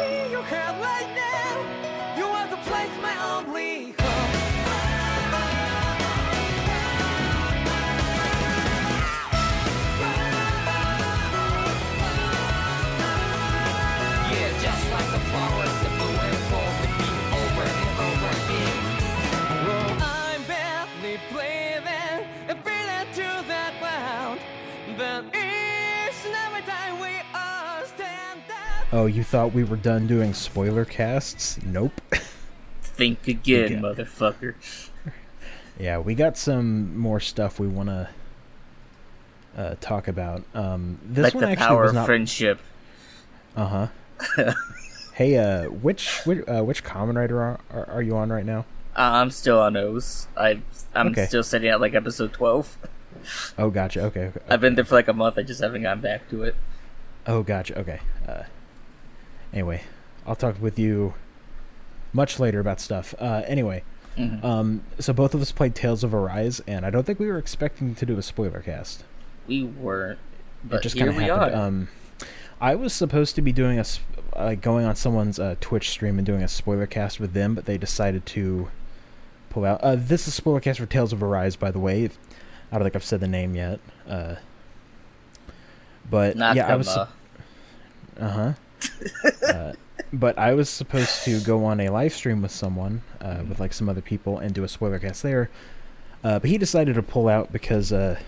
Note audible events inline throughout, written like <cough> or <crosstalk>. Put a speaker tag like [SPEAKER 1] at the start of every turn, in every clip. [SPEAKER 1] in your head right now. You are the place, my only home.
[SPEAKER 2] Yeah, just like the flowers that blew and fall, repeat over and over again.
[SPEAKER 1] I'm barely breathing and breathing to that ground. But each and every time we all stand up.
[SPEAKER 3] Oh, you thought we were done doing spoiler casts? Nope. <laughs>
[SPEAKER 4] Think again,
[SPEAKER 3] Yeah.
[SPEAKER 4] motherfucker.
[SPEAKER 3] yeah, we got some more stuff we want to uh, talk about. Um, this
[SPEAKER 4] like
[SPEAKER 3] one
[SPEAKER 4] the
[SPEAKER 3] actually
[SPEAKER 4] power
[SPEAKER 3] was
[SPEAKER 4] of
[SPEAKER 3] not.
[SPEAKER 4] friendship.
[SPEAKER 3] Uh huh.
[SPEAKER 4] <laughs>
[SPEAKER 3] hey, uh, which which, uh, which common writer are, are, are you on right now?
[SPEAKER 4] Uh, I'm still on O's. I I'm
[SPEAKER 3] Okay.
[SPEAKER 4] still sitting at like episode twelve.
[SPEAKER 3] Oh, gotcha. Okay. okay.
[SPEAKER 4] I've been there for like a month. I just haven't gotten back to it.
[SPEAKER 3] Oh, gotcha. Okay. Uh, anyway, I'll talk with you much later about stuff. Uh, anyway,
[SPEAKER 4] Mm-hmm.
[SPEAKER 3] um, so both of us played Tales of Arise, and I don't think we were expecting to do a spoiler cast.
[SPEAKER 4] We weren't, but
[SPEAKER 3] it just
[SPEAKER 4] here
[SPEAKER 3] kinda
[SPEAKER 4] we
[SPEAKER 3] happened.
[SPEAKER 4] are.
[SPEAKER 3] Um, I was supposed to be doing a s- uh, going on someone's uh, Twitch stream and doing a spoiler cast with them, but they decided to pull out. Uh, this is spoiler cast for Tales of Arise, by the way. If, I don't think I've said the name yet. Uh, but
[SPEAKER 4] Not
[SPEAKER 3] yeah,
[SPEAKER 4] the
[SPEAKER 3] I was. sup-
[SPEAKER 4] uh,
[SPEAKER 3] uh-huh. uh, but I was supposed to go on a live stream with someone, uh, with like some other people, and do a spoiler cast there. Uh, but he decided to pull out because uh,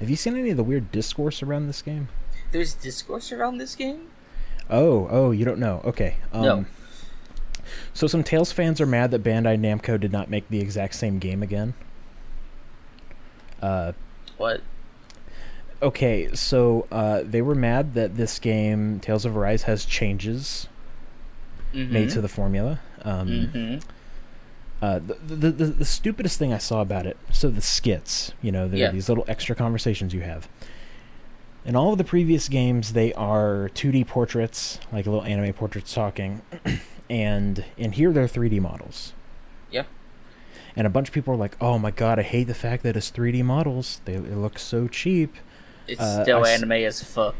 [SPEAKER 3] have you seen any of the weird discourse around this game?
[SPEAKER 4] there's discourse around this game.
[SPEAKER 3] Oh, oh, you don't know? Okay. Um,
[SPEAKER 4] No.
[SPEAKER 3] So some Tails fans are mad that Bandai Namco did not make the exact same game again. Uh,
[SPEAKER 4] What?
[SPEAKER 3] Okay, so uh, they were mad that this game, Tales of Arise, has changes
[SPEAKER 4] Mm-hmm.
[SPEAKER 3] made to the formula. Um,
[SPEAKER 4] hmm
[SPEAKER 3] uh, the, the, the the stupidest thing I saw about it. So the skits, you know, there
[SPEAKER 4] Yeah.
[SPEAKER 3] are these little extra conversations you have. In all of the previous games, they are 2D portraits, like little anime portraits talking, <clears throat> and in here they're 3D models.
[SPEAKER 4] Yeah.
[SPEAKER 3] And a bunch of people are like, "Oh my god, I hate the fact that it's 3D models. They, they look so cheap."
[SPEAKER 4] It's
[SPEAKER 3] Uh,
[SPEAKER 4] still
[SPEAKER 3] I s-
[SPEAKER 4] anime as fuck.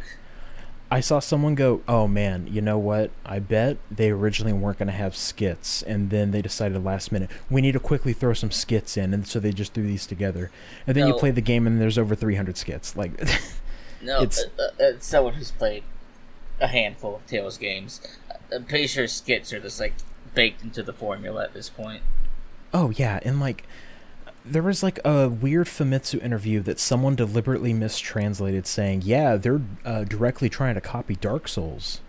[SPEAKER 3] I saw someone go, "Oh man, you know what? I bet they originally weren't going to have skits, and then they decided last minute we need to quickly throw some skits in, and so they just threw these together. And then you
[SPEAKER 4] No.
[SPEAKER 3] play the game, and there's over 300 skits. Like, <laughs>
[SPEAKER 4] No,
[SPEAKER 3] It's-
[SPEAKER 4] it's uh, uh, uh, someone who's played a handful of Tails games. I'm pretty sure skits are just like baked into the formula at this point.
[SPEAKER 3] oh yeah, and like there was like a weird Famitsu interview that someone deliberately mistranslated, saying, "Yeah, they're uh, directly trying to copy Dark Souls."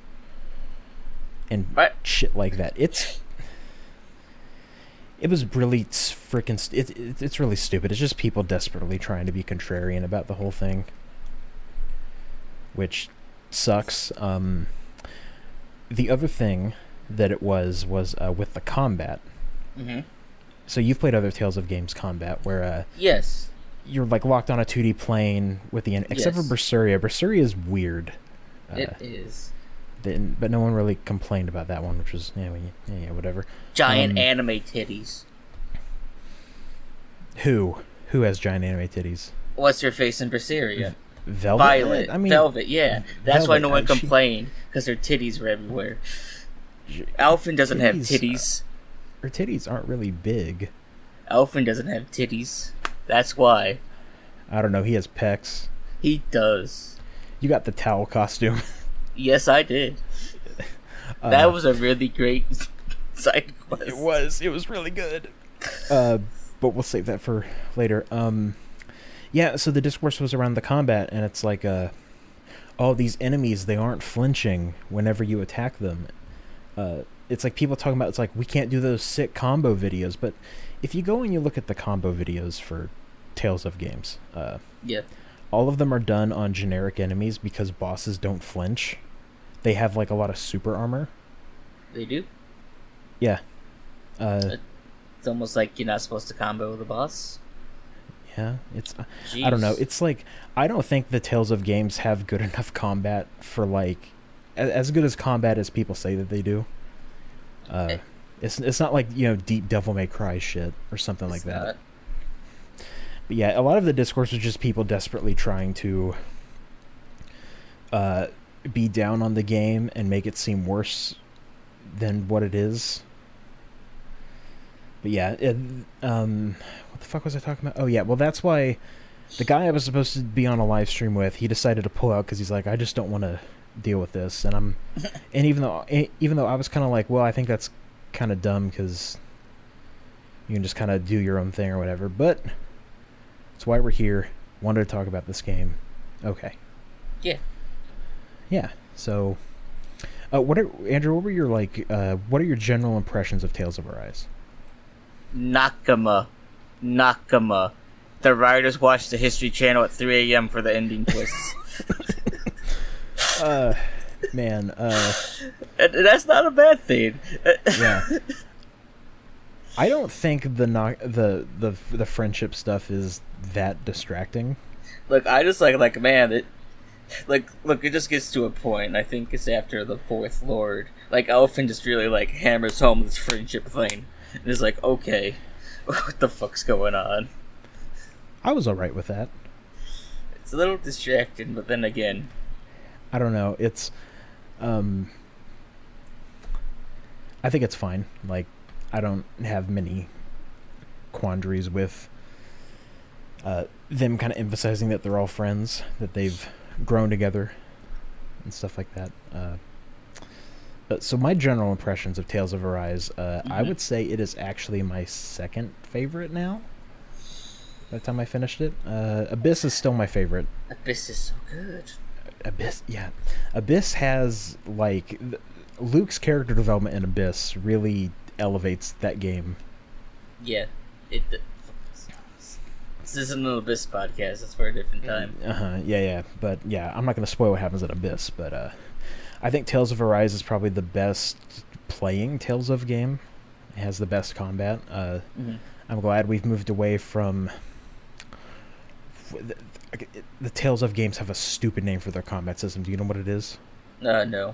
[SPEAKER 3] And
[SPEAKER 4] Right.
[SPEAKER 3] shit like that. It's it was really freaking. St- it, it, it's really stupid. It's just people desperately trying to be contrarian about the whole thing, which sucks. Um, the other thing that it was was uh, with the combat.
[SPEAKER 4] Mhm.
[SPEAKER 3] So you've played other Tales of Games combat where uh,
[SPEAKER 4] Yes,
[SPEAKER 3] you're like locked on a 2D plane with the en- except
[SPEAKER 4] Yes.
[SPEAKER 3] for Berseria. Berseria is weird. Uh,
[SPEAKER 4] it is.
[SPEAKER 3] Then, but no one really complained about that one, which was yeah, well, yeah, yeah, whatever.
[SPEAKER 4] Giant
[SPEAKER 3] um,
[SPEAKER 4] anime titties.
[SPEAKER 3] Who? Who has giant anime titties?
[SPEAKER 4] What's her face in Berseria?
[SPEAKER 3] Velvet.
[SPEAKER 4] Violet.
[SPEAKER 3] Oh, I mean,
[SPEAKER 4] Velvet, yeah. That's why no
[SPEAKER 3] Velvet,
[SPEAKER 4] one
[SPEAKER 3] uh, she-
[SPEAKER 4] complained, because her titties were everywhere. Alfin doesn't have
[SPEAKER 3] Titties, uh,
[SPEAKER 4] titties.
[SPEAKER 3] her titties aren't really big.
[SPEAKER 4] Alfin doesn't have titties. That's why.
[SPEAKER 3] I don't know. He has pecs.
[SPEAKER 4] He does.
[SPEAKER 3] You got the towel costume.
[SPEAKER 4] Yes,
[SPEAKER 3] <laughs>
[SPEAKER 4] I did. that was a really great <laughs> side quest.
[SPEAKER 3] was. <laughs> Uh, It was really good. Uh, but we'll save that for later. Um, yeah. So the discourse was around the combat, and it's like, uh, oh, these enemies they aren't flinching whenever you attack them. Uh, it's like people talking about it's like we can't do those sick combo videos, but if you go and you look at the combo videos for Tales of Games, uh,
[SPEAKER 4] Yeah.
[SPEAKER 3] all of them are done on generic enemies because bosses don't flinch. They have like a lot of super armor.
[SPEAKER 4] They do.
[SPEAKER 3] Yeah. Uh,
[SPEAKER 4] It's almost like you're not supposed to combo the boss.
[SPEAKER 3] yeah, it's I don't know.
[SPEAKER 4] Jeez.
[SPEAKER 3] It's like I don't think the Tales of games have good <laughs> enough combat for like a- as good as combat as people say that they do. Uh,
[SPEAKER 4] Eh.
[SPEAKER 3] it's it's not like you know deep Devil May Cry shit or something like
[SPEAKER 4] It's
[SPEAKER 3] that.
[SPEAKER 4] not.
[SPEAKER 3] But yeah, a lot of the discourse was just people desperately trying to uh, be down on the game and make it seem worse than what it is. But yeah, it, um, what the fuck was I talking about? Oh yeah, well that's why the guy I was supposed to be on a live stream with, he decided to pull out because he's like, I just don't want to deal with this, and I'm, and even though e- even though I was kind of like, well, I think that's kind of dumb because you can just kind of do your own thing or whatever, but that's why we're here. Wanted to talk about this game. Okay.
[SPEAKER 4] Yeah.
[SPEAKER 3] Yeah. So, uh, what are Andrew? What were your like? Uh, what are your general impressions of Tales of Arise?
[SPEAKER 4] Nakama. Nakama. The writers watch the History Channel at 3 a.m. for the ending twists.
[SPEAKER 3] Uh, man. Uh,
[SPEAKER 4] And That's not a bad thing. <laughs>
[SPEAKER 3] yeah. I don't think the knock the the the friendship stuff is that distracting.
[SPEAKER 4] Look, I just like like man, it like look, it just gets to a point. and I think it's after the fourth lord. Like Elfin just really like hammers home this friendship thing, and it's like, okay, <laughs> what the fuck's going on?
[SPEAKER 3] I was all right with that.
[SPEAKER 4] It's a little distracting, but then again,
[SPEAKER 3] I don't know. It's, um, I think it's fine. Like, I don't have many quandaries with uh, them kind of emphasizing that they're all friends, that they've grown together, and stuff like that. Uh, but so my general impressions of Tales of Arise, uh, I would say it is actually my second favorite now. By the time I finished it, uh, Abyss is still my favorite.
[SPEAKER 4] Abyss is so good.
[SPEAKER 3] Abyss, yeah. Abyss has like th- Luke's character development in Abyss really elevates that game.
[SPEAKER 4] Yeah, it. it this isn't an Abyss podcast. That's for a different time.
[SPEAKER 3] Uh huh. Yeah, yeah. But yeah, I'm not gonna spoil what happens in Abyss, but uh, I think Tales of Arise is probably the best playing Tales of game. It has the best combat. Uh,
[SPEAKER 4] Mhm.
[SPEAKER 3] I'm glad we've moved away from. The, the Tales of games have a stupid name for their combat system. Do you know what it is?
[SPEAKER 4] Uh, no,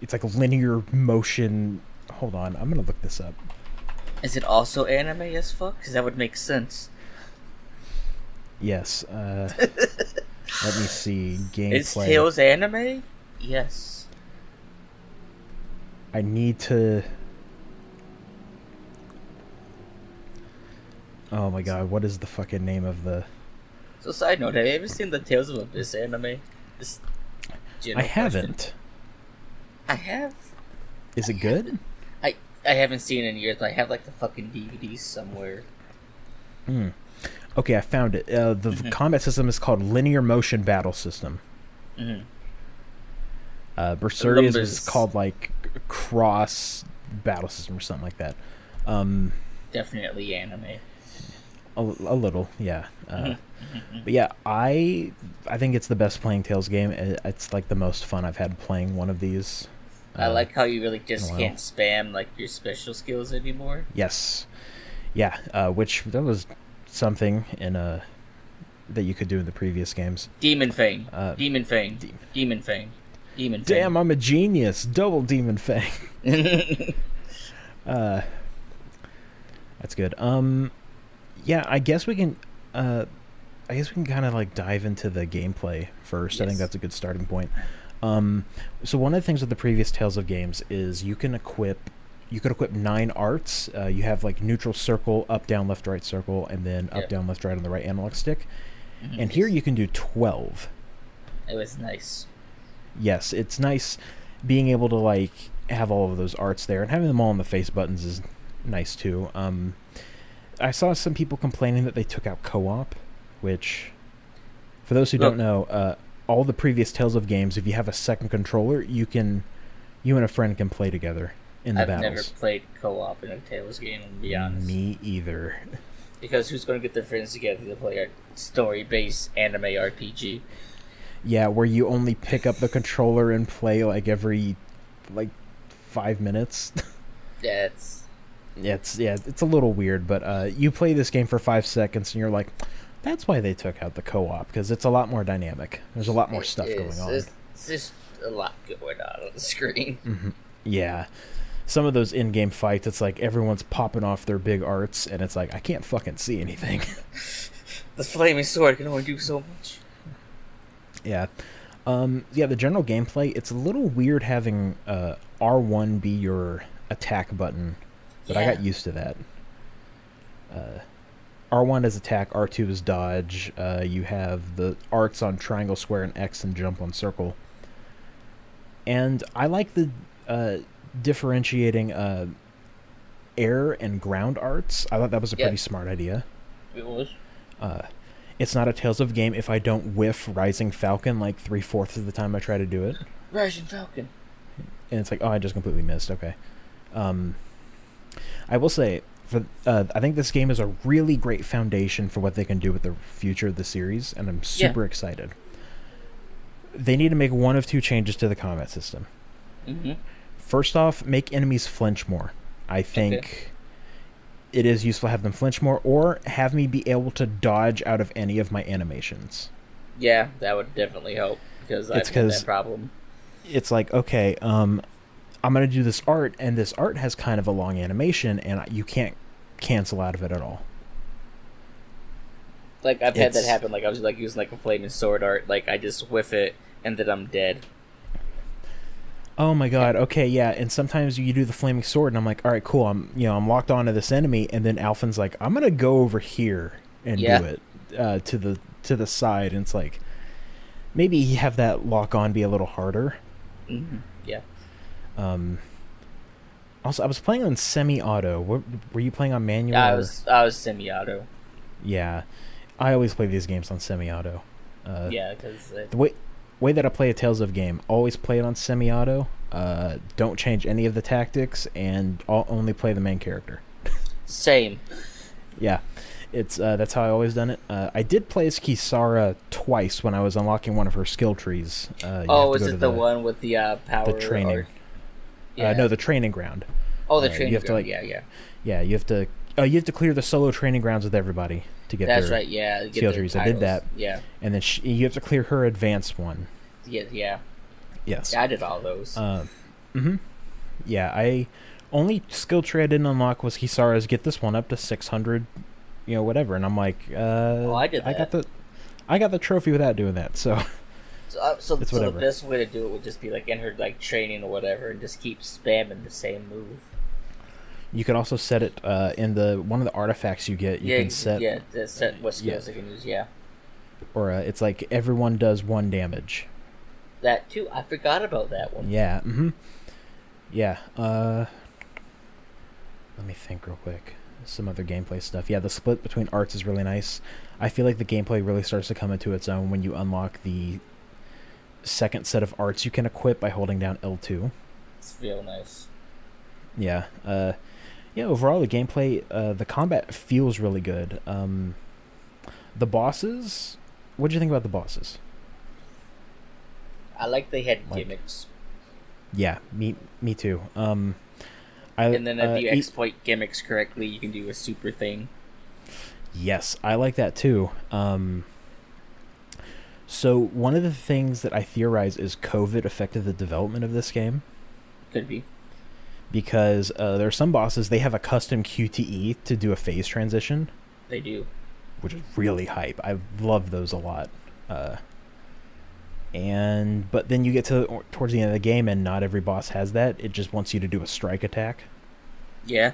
[SPEAKER 3] It's like linear motion. Hold on, I'm gonna look this up.
[SPEAKER 4] is it also anime as fuck? Because that would make sense.
[SPEAKER 3] Yes. Uh, let me see.
[SPEAKER 4] Is
[SPEAKER 3] Gameplay.
[SPEAKER 4] Tales anime? Yes.
[SPEAKER 3] I need to. Oh my god! What is the fucking name of the?
[SPEAKER 4] So, side note, have you ever seen the Tales of Abyss anime? This
[SPEAKER 3] I
[SPEAKER 4] general question.
[SPEAKER 3] haven't.
[SPEAKER 4] I have.
[SPEAKER 3] Is it good?
[SPEAKER 4] I I haven't seen it in years, but I have like the fucking DVDs somewhere.
[SPEAKER 3] Okay, I found it. Uh, the combat system is called Linear Motion Battle System. Mm-hmm.
[SPEAKER 4] Mhm.
[SPEAKER 3] Uh, Berserius was
[SPEAKER 4] Lumbers.
[SPEAKER 3] called like Cross Battle System or something like that. Um,
[SPEAKER 4] Definitely anime.
[SPEAKER 3] a, a little yeah uh,
[SPEAKER 4] Mm-hmm.
[SPEAKER 3] but yeah i i think it's the best playing tails game It- it's like the most fun i've had playing one of these Uh, Um,
[SPEAKER 4] I like how you really just
[SPEAKER 3] wow.
[SPEAKER 4] can't spam like your special skills anymore.
[SPEAKER 3] yes yeah uh, which that was something in uh that you could do in the previous games
[SPEAKER 4] Demon Fang.
[SPEAKER 3] Uh,
[SPEAKER 4] Demon Fang.
[SPEAKER 3] Dem-
[SPEAKER 4] Demon Fang. Demon Fang.
[SPEAKER 3] damn i'm a genius double demon fang
[SPEAKER 4] <laughs>
[SPEAKER 3] uh that's good um yeah i guess we can uh i guess we can kind of like dive into the gameplay first i think
[SPEAKER 4] Yes.
[SPEAKER 3] that's a good starting point um so one of the things with the previous tales of games is you can equip you could equip nine arts uh, you have like neutral circle up down left right circle and then up
[SPEAKER 4] Yeah.
[SPEAKER 3] down left right on the right analog stick and here you can do 12
[SPEAKER 4] it was nice.
[SPEAKER 3] yes, it's nice being able to like have all of those arts there and having them all on the face buttons is nice too. Um, I saw some people complaining that they took out co-op, which, for those who
[SPEAKER 4] Look.
[SPEAKER 3] don't know, uh, all the previous Tales of games, if you have a second controller, you can, you and a friend can play together in the
[SPEAKER 4] I've never
[SPEAKER 3] battles.
[SPEAKER 4] played co-op in a Tales game. To be honest,
[SPEAKER 3] Me either.
[SPEAKER 4] because who's going to get their friends together to play a story-based anime RPG?
[SPEAKER 3] Yeah, where you only pick up the controller and play like every, like, five minutes.
[SPEAKER 4] That's
[SPEAKER 3] Yeah, it's yeah, it's a little weird, but uh, you play this game for five seconds and you're like, that's why they took out the co-op because it's a lot more dynamic. There's a lot more stuff
[SPEAKER 4] It
[SPEAKER 3] going
[SPEAKER 4] is.
[SPEAKER 3] on.
[SPEAKER 4] It's, it's just a lot going on on the screen. <laughs>
[SPEAKER 3] Mm-hmm. Yeah, some of those in-game fights, it's like everyone's popping off their big arts, and it's like I can't fucking see anything. <laughs>
[SPEAKER 4] The flaming sword can only do so much.
[SPEAKER 3] yeah, um, yeah. The general gameplay, it's a little weird having uh, R1 be your attack button, but I got used to that. Uh, R1 is attack, R2 is dodge. Uh, you have the arcs on triangle, square, and X, and jump on circle. And I like the uh, differentiating uh, air and ground arts. I thought that was a
[SPEAKER 4] Yeah.
[SPEAKER 3] pretty smart idea. Uh,
[SPEAKER 4] It was.
[SPEAKER 3] It's not a Tales of game if I don't whiff Rising Falcon like three fourths of the time I try to do it.
[SPEAKER 4] Rising Falcon.
[SPEAKER 3] and it's like, oh, I just completely missed. Okay. Um, I will say, for uh, I think this game is a really great foundation for what they can do with the future of the series, and I'm
[SPEAKER 4] Yeah.
[SPEAKER 3] super excited. They need to make one of two changes to the combat system.
[SPEAKER 4] Mm-hmm.
[SPEAKER 3] First off, make enemies flinch more. I think it is useful to have them flinch more, or have me be able to dodge out of any of my animations.
[SPEAKER 4] Yeah, that would definitely help because
[SPEAKER 3] It's
[SPEAKER 4] I've had
[SPEAKER 3] 'cause-
[SPEAKER 4] that problem.
[SPEAKER 3] it's like okay um i'm gonna do this art and this art has kind of a long animation and I- you can't cancel out of it at all
[SPEAKER 4] Like I've had that
[SPEAKER 3] It's-
[SPEAKER 4] happen. Like I was like using like a flaming sword art. Like I just whiff it and then I'm dead.
[SPEAKER 3] oh my god okay yeah and sometimes you do the flaming sword and i'm like all right cool i'm you know i'm locked onto this enemy and then alphin's like i'm gonna go over here and
[SPEAKER 4] Yeah.
[SPEAKER 3] do it uh, to the to the side and it's like maybe have that lock on be a little harder
[SPEAKER 4] hmm Yeah.
[SPEAKER 3] also i was playing on semi-auto were, were you playing on manual
[SPEAKER 4] I
[SPEAKER 3] or-
[SPEAKER 4] was I was semi-auto.
[SPEAKER 3] yeah i always play these games on semi-auto uh,
[SPEAKER 4] Yeah, because
[SPEAKER 3] the way way that I play a Tales of game, always play it on semi-auto. Uh, don't change any of the tactics, and I'll only play the main character.
[SPEAKER 4] same.
[SPEAKER 3] Yeah, it's uh, that's how I always done it. Uh, I did play as Kisara twice when I was unlocking one of her skill trees. Uh, you have
[SPEAKER 4] Oh,
[SPEAKER 3] to
[SPEAKER 4] is
[SPEAKER 3] go to
[SPEAKER 4] it the, one with the uh, power?
[SPEAKER 3] The training.
[SPEAKER 4] Art? Yeah.
[SPEAKER 3] Uh, no, the training ground.
[SPEAKER 4] oh, the
[SPEAKER 3] uh, you
[SPEAKER 4] training.
[SPEAKER 3] have to, like,
[SPEAKER 4] ground, yeah, yeah.
[SPEAKER 3] Yeah, you have to. Oh, you have to clear the solo training grounds with everybody to get
[SPEAKER 4] That's
[SPEAKER 3] there,
[SPEAKER 4] right. Yeah. to Get
[SPEAKER 3] Seal
[SPEAKER 4] their
[SPEAKER 3] trees, I did
[SPEAKER 4] titles.
[SPEAKER 3] that.
[SPEAKER 4] Yeah.
[SPEAKER 3] and then she, you have to clear her advanced one.
[SPEAKER 4] Yeah. Yeah.
[SPEAKER 3] Yes.
[SPEAKER 4] Yeah, I did all those.
[SPEAKER 3] Uh,
[SPEAKER 4] Mm-hmm.
[SPEAKER 3] yeah, I only skill tree I didn't unlock was Hisara's get this one up to six hundred, you know, whatever. And I'm like, uh,
[SPEAKER 4] Oh, I did
[SPEAKER 3] got the, I got the trophy without doing that. So <laughs>
[SPEAKER 4] so, uh, so,
[SPEAKER 3] it's
[SPEAKER 4] so the
[SPEAKER 3] whatever.
[SPEAKER 4] best way to do it would just be like in her like training or whatever, and just keep spamming the same move.
[SPEAKER 3] you could also set it uh, in the one of the artifacts you get. You
[SPEAKER 4] yeah.
[SPEAKER 3] can set, uh,
[SPEAKER 4] yeah. to set what
[SPEAKER 3] yeah.
[SPEAKER 4] skills I can use. Yeah.
[SPEAKER 3] or uh, it's like everyone does one damage.
[SPEAKER 4] That too. I forgot about that one.
[SPEAKER 3] Yeah. Mm-hmm. Yeah. Uh, let me think real quick. Some other gameplay stuff. Yeah, the split between arts is really nice. I feel like the gameplay really starts to come into its own when you unlock the second set of arts you can equip by holding down L2.
[SPEAKER 4] It's real nice.
[SPEAKER 3] Yeah. Uh, yeah. Overall, the gameplay, uh, the combat feels really good. Um, the bosses. What do you think about the bosses?
[SPEAKER 4] I like they had
[SPEAKER 3] Like-
[SPEAKER 4] gimmicks,
[SPEAKER 3] Yeah, me, me too. Um, I,
[SPEAKER 4] and then if
[SPEAKER 3] uh,
[SPEAKER 4] you
[SPEAKER 3] e-
[SPEAKER 4] exploit gimmicks correctly, you can do a super thing.
[SPEAKER 3] Yes, I like that too. Um, so one of the things that I theorize is COVID affected the development of this game
[SPEAKER 4] Could be.
[SPEAKER 3] because uh, there are some bosses they have a custom QTE to do a phase transition,
[SPEAKER 4] They do.
[SPEAKER 3] which is really hype. I love those a lot. Uh, and but then you get to or, towards the end of the game and not every boss has that. It just wants you to do a strike attack.
[SPEAKER 4] Yeah.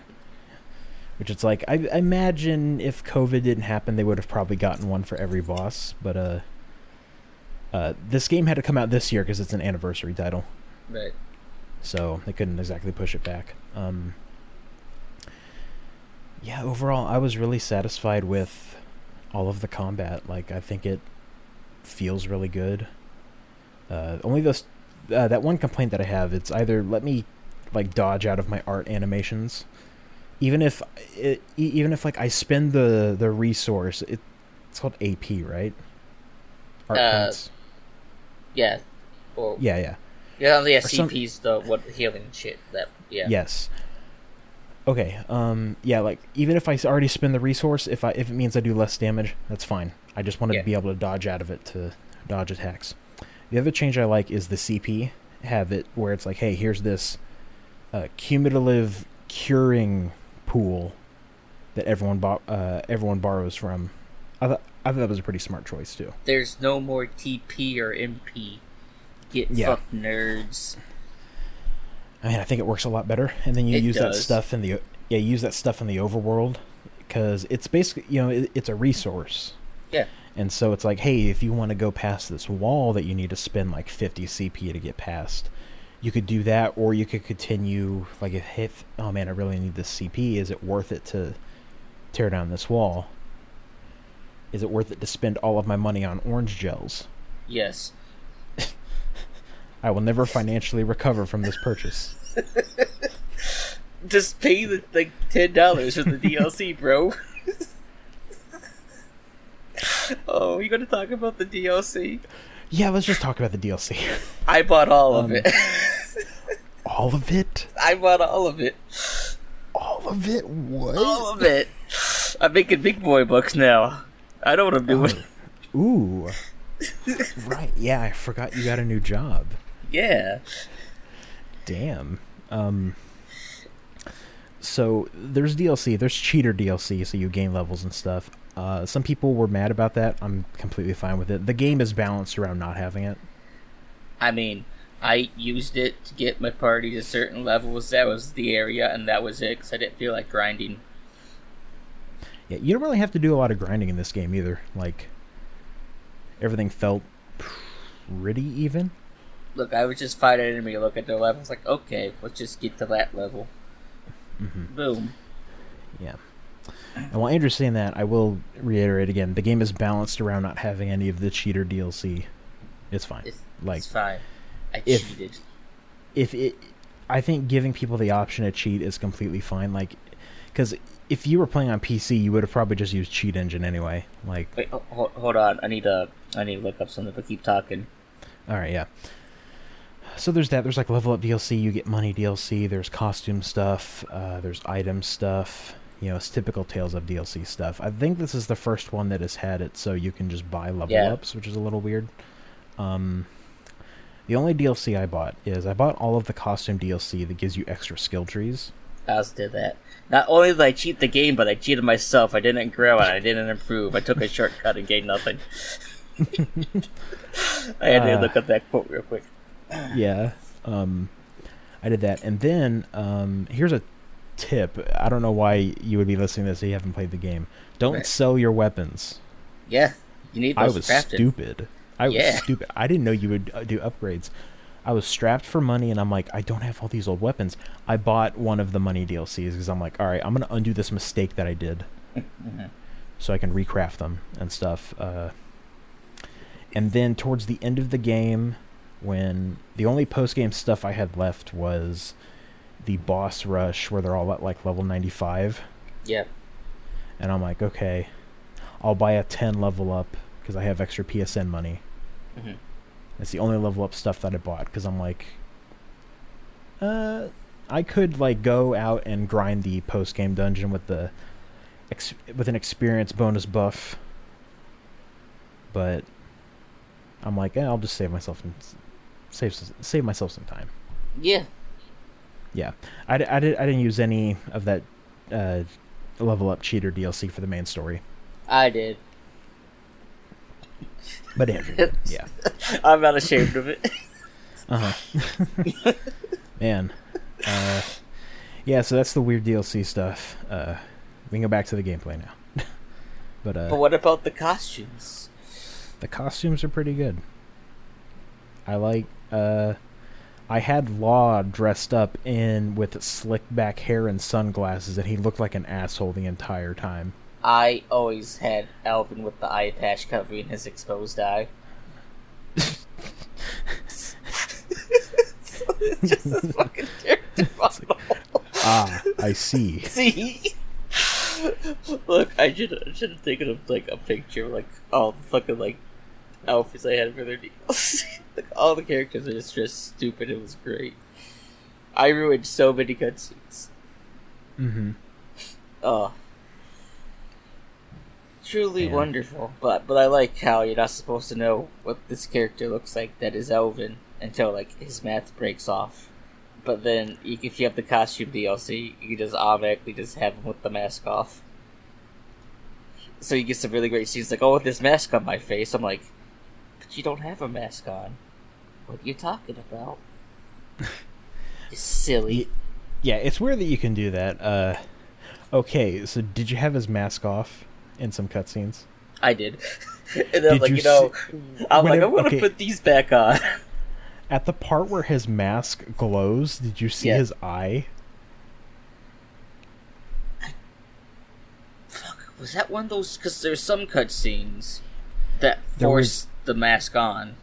[SPEAKER 3] which it's like I, I imagine if COVID didn't happen, they would have probably gotten one for every boss. But uh, uh, this game had to come out this year because it's an anniversary title,
[SPEAKER 4] Right.
[SPEAKER 3] so they couldn't exactly push it back. Um, yeah, overall, I was really satisfied with all of the combat. Like, I think it feels really good. Uh, only those uh, that one complaint that I have, it's either let me like dodge out of my art animations, even if it, e- even if like I spend the the resource, it, it's called AP, right? Art
[SPEAKER 4] Uh,
[SPEAKER 3] points.
[SPEAKER 4] Yeah. Or
[SPEAKER 3] Yeah, yeah.
[SPEAKER 4] yeah, oh, yeah.
[SPEAKER 3] some-
[SPEAKER 4] CP's the what healing shit. That yeah.
[SPEAKER 3] Yes. Okay. Um. Yeah. Like, even if I s- already spend the resource, if I if it means I do less damage, that's fine. I just want
[SPEAKER 4] Yeah.
[SPEAKER 3] to be able to dodge out of it to dodge attacks. The other change I like is the CP have it where it's like, hey, here's this uh, cumulative curing pool that everyone bo- uh, everyone borrows from. I thought I thought that was a pretty smart choice too.
[SPEAKER 4] There's no more TP or MP. Get
[SPEAKER 3] Yeah.
[SPEAKER 4] fucked nerds.
[SPEAKER 3] I mean, I think it works a lot better. And then you
[SPEAKER 4] It
[SPEAKER 3] use that
[SPEAKER 4] does.
[SPEAKER 3] stuff in the yeah, you use that stuff in the overworld because it's basically you know it, it's a resource.
[SPEAKER 4] Yeah.
[SPEAKER 3] And so it's like, hey, if you want to go past this wall that you need to spend like 50 CP to get past, you could do that, or you could continue. Like, if, if oh man, I really need this CP. Is it worth it to tear down this wall? Is it worth it to spend all of my money on orange gels?
[SPEAKER 4] Yes.
[SPEAKER 3] I will
[SPEAKER 4] <laughs>
[SPEAKER 3] never financially recover from this purchase.
[SPEAKER 4] Just pay the like ten dollars for the
[SPEAKER 3] <laughs>
[SPEAKER 4] DLC, bro. <laughs> oh, you gonna talk about the DLC?
[SPEAKER 3] Yeah, let's just talk about the <laughs> DLC.
[SPEAKER 4] I bought all of
[SPEAKER 3] Um,
[SPEAKER 4] it. <laughs>
[SPEAKER 3] All of it?
[SPEAKER 4] I bought all of it.
[SPEAKER 3] All of it? What?
[SPEAKER 4] All of it. I'm making big boy bucks now. I know what I'm
[SPEAKER 3] Oh.
[SPEAKER 4] doing.
[SPEAKER 3] Ooh. right. Yeah, I forgot you got a new job.
[SPEAKER 4] <laughs> Yeah.
[SPEAKER 3] Damn. Um so there's DLC, there's cheater DLC, so you gain levels and stuff. Uh, some people were mad about that. I'm completely fine with it. The game is balanced around not having it.
[SPEAKER 4] I mean, I used it to get my party to certain levels. That was the area, and that was it. Cause I didn't feel like grinding.
[SPEAKER 3] Yeah, you don't really have to do a lot of grinding in this game either. Like everything felt pretty even.
[SPEAKER 4] Look, I would just fight an enemy, look at their levels, like, okay, let's just get to that level.
[SPEAKER 3] Mm-hmm.
[SPEAKER 4] Boom.
[SPEAKER 3] Yeah. And while Andrew's saying that, I will reiterate again: the game is balanced around not having any of the cheater DLC. It's fine.
[SPEAKER 4] It's,
[SPEAKER 3] like
[SPEAKER 4] it's fine. I
[SPEAKER 3] if-
[SPEAKER 4] cheated.
[SPEAKER 3] if it, I think giving people the option to cheat is completely fine. Like, because if you were playing on PC, you would have probably just used Cheat Engine anyway. Like,
[SPEAKER 4] Wait, ho- ho- hold on. I need to. I need to look up something. But keep talking.
[SPEAKER 3] All right, yeah. So there's that. There's like level up DLC. You get money DLC. There's costume stuff. Uh, there's item stuff. You know, it's typical Tales of DLC stuff. I think this is the first one that has had it, so you can just buy level
[SPEAKER 4] Yeah.
[SPEAKER 3] ups, which is a little weird. Um, the only DLC I bought is I bought all of the costume DLC that gives you extra skill trees.
[SPEAKER 4] I also did that. Not only did I cheat the game, but I cheated myself. I didn't grow and I didn't improve. I took a shortcut and
[SPEAKER 3] <laughs>
[SPEAKER 4] gained nothing. <laughs> I had to
[SPEAKER 3] Uh.
[SPEAKER 4] look up that quote real quick.
[SPEAKER 3] yeah. Um, I did that, and then um, here's a tip. I don't know why you would be listening to this if you haven't played the game. Don't
[SPEAKER 4] Right.
[SPEAKER 3] sell your weapons.
[SPEAKER 4] Yeah, you need
[SPEAKER 3] I
[SPEAKER 4] those
[SPEAKER 3] was
[SPEAKER 4] crafted.
[SPEAKER 3] stupid. I was
[SPEAKER 4] Yeah.
[SPEAKER 3] stupid. I didn't know you would uh, do upgrades. I was strapped for money, and I'm like, I don't have all these old weapons. I bought one of the money DLCs because I'm like, all right, I'm gonna undo this mistake that I did,
[SPEAKER 4] Mm-hmm.
[SPEAKER 3] so I can recraft them and stuff. Uh, and then towards the end of the game, when the only post game stuff I had left was the boss rush, where they're all at like level 95
[SPEAKER 4] Yeah,
[SPEAKER 3] and I'm like, okay, I'll buy a 10 level up because I have extra PSN money.
[SPEAKER 4] Mhm.
[SPEAKER 3] It's the only level up stuff that I bought because I'm like, uh, I could like go out and grind the post game dungeon with the ex- with an experience bonus buff, but I'm like, eh, I'll just save myself and save s- save myself some time.
[SPEAKER 4] yeah.
[SPEAKER 3] Yeah, I, d- I, did, I didn't use any of that uh, level up cheater DLC for the main story.
[SPEAKER 4] I did.
[SPEAKER 3] But Andrew, did, yeah,
[SPEAKER 4] <laughs> I'm not ashamed of it.
[SPEAKER 3] uh huh, <laughs> man, uh, yeah. So that's the weird DLC stuff. Uh, we can go back to the gameplay now. <laughs> but uh,
[SPEAKER 4] but what about the costumes?
[SPEAKER 3] the costumes are pretty good. I like. Uh, I had Law dressed up in with slick back hair and sunglasses, and he looked like an asshole the entire time.
[SPEAKER 4] I always had Alvin with the eye patch covering his exposed <laughs> eye. it's just this fucking character model.
[SPEAKER 3] <laughs> Ah, I see.
[SPEAKER 4] See? Look, I should I should have taken a, like a picture of, like all the fucking like outfits I had for their deals. <laughs> like all the characters are just dressed stupid. It was great. I ruined so many cutscenes.
[SPEAKER 3] Mm-hmm.
[SPEAKER 4] Oh. Truly
[SPEAKER 3] Yeah.
[SPEAKER 4] wonderful, but but I like how you're not supposed to know what this character looks like that is Elvin until like his math breaks off. But then you- if you have the costume DLC, you can just automatically just have him with the mask off. So you get some really great scenes like, oh, with this mask on my face, I'm like, but you don't have a mask on. What are you talking about? It's silly.
[SPEAKER 3] Yeah, it's weird that you can do that. Uh, okay, so did you have his mask off in some cutscenes?
[SPEAKER 4] I did. <laughs> and I'm
[SPEAKER 3] Did
[SPEAKER 4] like,
[SPEAKER 3] you
[SPEAKER 4] you know, I'm like,
[SPEAKER 3] whenever-
[SPEAKER 4] I'm gonna
[SPEAKER 3] okay.
[SPEAKER 4] put these back on. <laughs>
[SPEAKER 3] At the part where his mask glows, did you see
[SPEAKER 4] Yeah.
[SPEAKER 3] his eye?
[SPEAKER 4] Was that one of those? Because there's some cutscenes that
[SPEAKER 3] There
[SPEAKER 4] force the mask on.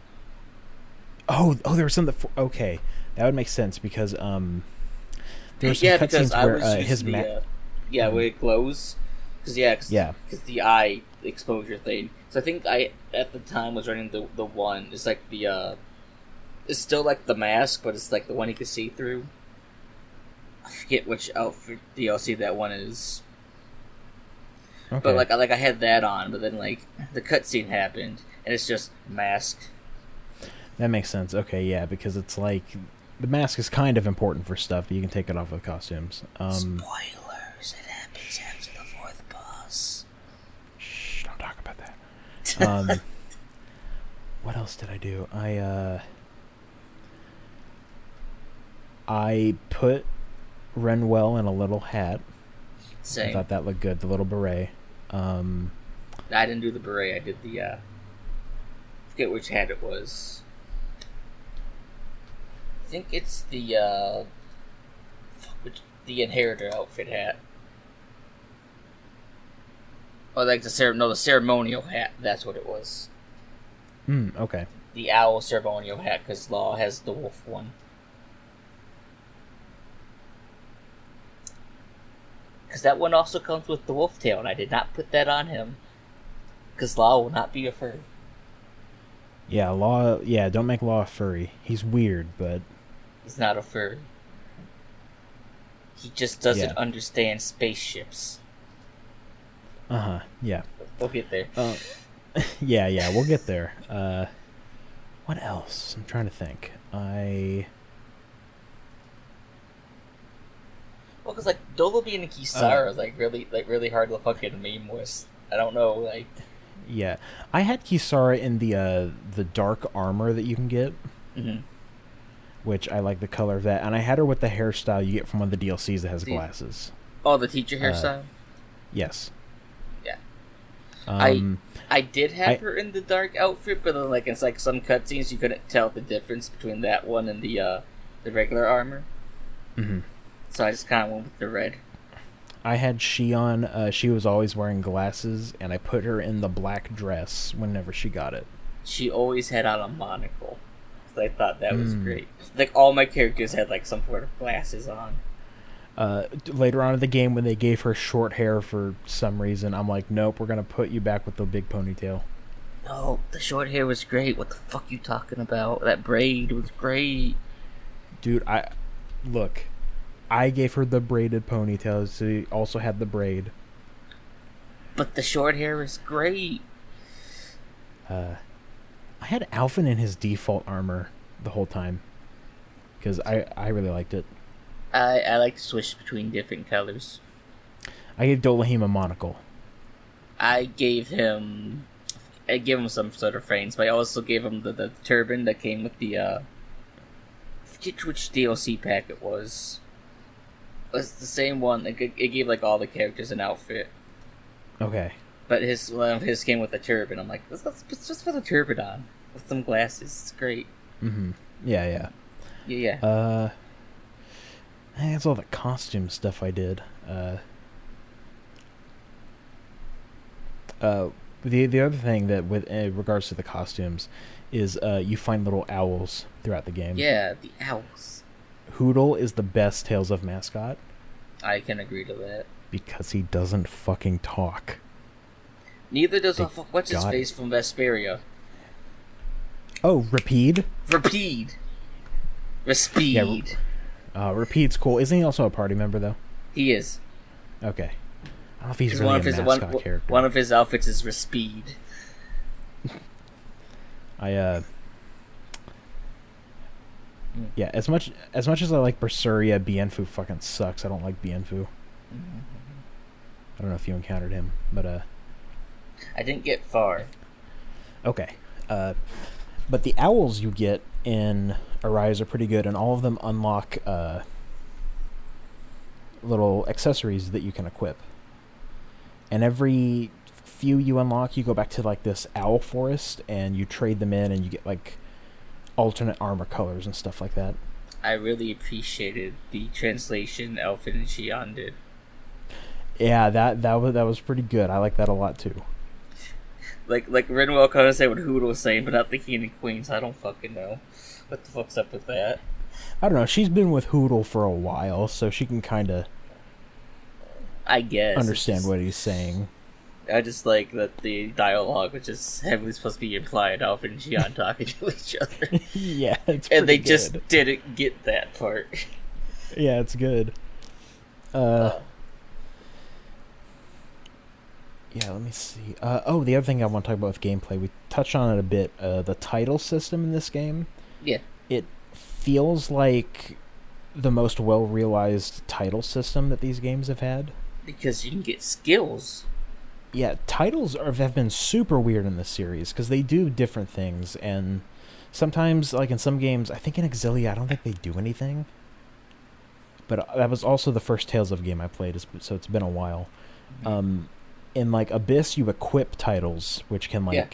[SPEAKER 3] Oh, oh, there was some. That for, okay, that would make sense because um, there were some
[SPEAKER 4] yeah, because
[SPEAKER 3] cutscenes
[SPEAKER 4] I
[SPEAKER 3] where
[SPEAKER 4] was
[SPEAKER 3] uh,
[SPEAKER 4] using
[SPEAKER 3] his
[SPEAKER 4] the,
[SPEAKER 3] mask.
[SPEAKER 4] uh, yeah, where it glows. Because yeah, cause,
[SPEAKER 3] Yeah.
[SPEAKER 4] 'cause the eye exposure thing. So I think I at the time was running the the one. It's like the uh, it's still like the mask, but it's like the one you can see through. I forget which outfit DLC that one is,
[SPEAKER 3] okay.
[SPEAKER 4] but like I like I had that on, but then like the cutscene happened, and it's just mask.
[SPEAKER 3] that makes sense. Okay, yeah, because it's like the mask is kind of important for stuff, but you can take it off with costumes. Um,
[SPEAKER 4] Spoilers! It happens after the fourth boss.
[SPEAKER 3] shh, don't talk about that. Um,
[SPEAKER 4] <laughs>
[SPEAKER 3] what else did I do? I uh, I put Renwell in a little hat. I
[SPEAKER 4] Same.
[SPEAKER 3] thought that looked good. The little beret. Um,
[SPEAKER 4] I didn't do the beret. I did the. uh forget which hand it was. I think it's the. uh fuck, which, the inheritor outfit hat. Or like the cere- no the ceremonial hat. That's what it was.
[SPEAKER 3] hmm, okay.
[SPEAKER 4] The owl ceremonial hat because Law has the wolf one. Because that one also comes with the wolf tail, and I did not put that on him. Because Law will not be a fur.
[SPEAKER 3] Yeah, law. Yeah, don't make law furry. He's weird, but
[SPEAKER 4] He's not a furry. He just doesn't
[SPEAKER 3] Yeah.
[SPEAKER 4] understand spaceships.
[SPEAKER 3] uh huh. Yeah, <laughs>
[SPEAKER 4] We'll get there.
[SPEAKER 3] uh, yeah, yeah. We'll get there. <laughs> Uh, what else? I'm trying to think. I
[SPEAKER 4] Well, because like Doloby and Kisara is like really, like really hard to fucking meme with. I don't know, like
[SPEAKER 3] yeah. I had Kisara in the uh the dark armor that you can get,
[SPEAKER 4] Mhm.
[SPEAKER 3] which I like the color of that, and I had her with the hairstyle you get from one of the DLCs that has
[SPEAKER 4] Yeah.
[SPEAKER 3] glasses.
[SPEAKER 4] oh, the teacher hairstyle.
[SPEAKER 3] Yes.
[SPEAKER 4] Yeah. I-
[SPEAKER 3] Um,
[SPEAKER 4] I did have
[SPEAKER 3] I-
[SPEAKER 4] her in the dark outfit, but then like it's like some cutscenes you couldn't tell the difference between that one and the uh the regular armor.
[SPEAKER 3] Mhm.
[SPEAKER 4] So I just kind of went with the red.
[SPEAKER 3] I had Shion. Uh, she was always wearing glasses, and I put her in the black dress whenever she got it.
[SPEAKER 4] She always had on a monocle. 'Cause I thought that was
[SPEAKER 3] Mm.
[SPEAKER 4] great. Like all my characters had like some sort of glasses on.
[SPEAKER 3] Uh, d- later on in the game, when they gave her short hair for some reason, I'm like, nope, we're gonna put you back with the big ponytail.
[SPEAKER 4] No, the short hair was great. What the fuck you talking about? That braid was great.
[SPEAKER 3] Dude, I look. I gave her the braided ponytail. so She also had the braid.
[SPEAKER 4] But the short hair was great.
[SPEAKER 3] I had Alfin in his default armor the whole time because I I really liked it.
[SPEAKER 4] I I like to switch between different colors.
[SPEAKER 3] I gave Dolahim a monocle.
[SPEAKER 4] I gave him, I gave him some sort of frames, but I also gave him the, the turban that came with the. uh I forget which DLC pack it was. It was the same one. It, g- it gave like all the characters an outfit,
[SPEAKER 3] Okay.
[SPEAKER 4] but his one of his came with a turban. I'm like, let's, let's, let's just put a turban on with some glasses. It's great.
[SPEAKER 3] Mm-hmm. Yeah, yeah.
[SPEAKER 4] Yeah, yeah.
[SPEAKER 3] Uh, I think that's all the costume stuff I did. Uh, uh, the the other thing that with in regards to the costumes is uh, you find little owls throughout the game.
[SPEAKER 4] yeah, the owls.
[SPEAKER 3] Hoodle is the best Tales of mascot
[SPEAKER 4] I can agree to that.
[SPEAKER 3] because he doesn't fucking talk.
[SPEAKER 4] Neither does
[SPEAKER 3] They
[SPEAKER 4] oh, fuck, what's his
[SPEAKER 3] got it.
[SPEAKER 4] face from Vesperia.
[SPEAKER 3] Oh, Rapide.
[SPEAKER 4] Rapide. Rapide.
[SPEAKER 3] Yeah, Ra- Uh, Rapide's cool. Isn't he also a party member though?
[SPEAKER 4] he is.
[SPEAKER 3] Okay. I don't know if he's
[SPEAKER 4] Because
[SPEAKER 3] really
[SPEAKER 4] one
[SPEAKER 3] a
[SPEAKER 4] of his one,
[SPEAKER 3] mascot character.
[SPEAKER 4] one of his outfits is Raspeed.
[SPEAKER 3] I uh Yeah, as much as much as I like Berseria, Bienfu fucking sucks. I don't like Bienfu. I don't know if you encountered him, but uh
[SPEAKER 4] I didn't get far.
[SPEAKER 3] okay. Uh But the owls you get in Arise are pretty good, and all of them unlock uh, little accessories that you can equip. And every few you unlock, you go back to like this owl forest, and you trade them in, and you get like alternate armor colors and stuff like that.
[SPEAKER 4] I really appreciated the translation Elfin and Shion did.
[SPEAKER 3] Yeah, that that was that was pretty good. I like that a lot too.
[SPEAKER 4] Like like Renwell kind of said what Hoodle was saying, but not the king and queens. I don't fucking know what the fuck's up with that.
[SPEAKER 3] I don't know. She's been with Hoodle for a while, so she can kind of
[SPEAKER 4] I guess it's
[SPEAKER 3] understand
[SPEAKER 4] just-
[SPEAKER 3] what he's saying. <laughs>
[SPEAKER 4] I just like that the dialogue, which is heavily supposed to be implied, Elfin and Shion talking <laughs> to each
[SPEAKER 3] <laughs>
[SPEAKER 4] other,
[SPEAKER 3] yeah, it's
[SPEAKER 4] and they
[SPEAKER 3] pretty
[SPEAKER 4] just
[SPEAKER 3] good.
[SPEAKER 4] didn't get that part. <laughs>
[SPEAKER 3] yeah, it's good. Uh, yeah, let me see. Uh, oh, the other thing I want to talk about with gameplay, we touched on it a bit. Uh, the title system in this game,
[SPEAKER 4] Yeah,
[SPEAKER 3] it feels like the most well realized title system that these games have had.
[SPEAKER 4] because you can get skills.
[SPEAKER 3] yeah, titles are, have been super weird in this series because they do different things, and sometimes, like in some games, I think in Exilia, I don't think they do anything. But uh, that was also the first Tales of game I played, is- so it's been a while. Um, in like Abyss, you equip titles, which can like
[SPEAKER 4] Yeah.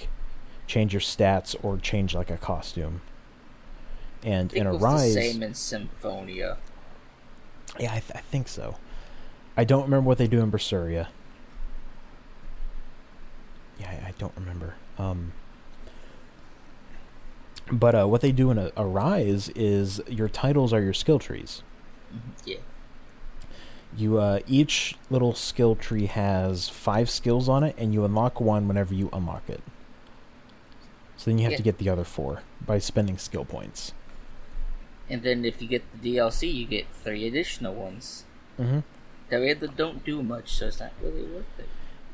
[SPEAKER 3] change your stats or change like a costume. And
[SPEAKER 4] I think
[SPEAKER 3] in
[SPEAKER 4] it was
[SPEAKER 3] Arise,
[SPEAKER 4] the same in Symphonia.
[SPEAKER 3] yeah, I, th- I think so. I don't remember what they do in Berseria. Yeah, I, I don't remember. Um, but uh, what they do in a, a rise is your titles are your skill trees.
[SPEAKER 4] Mm-hmm, Yeah.
[SPEAKER 3] You uh, each little skill tree has five skills on it, and you unlock one whenever you unlock it. So then you have
[SPEAKER 4] Yeah.
[SPEAKER 3] to get the other four by spending skill points.
[SPEAKER 4] And then if you get the DLC, you get three additional ones.
[SPEAKER 3] Mhm.
[SPEAKER 4] That really don't do much, so it's not really worth it.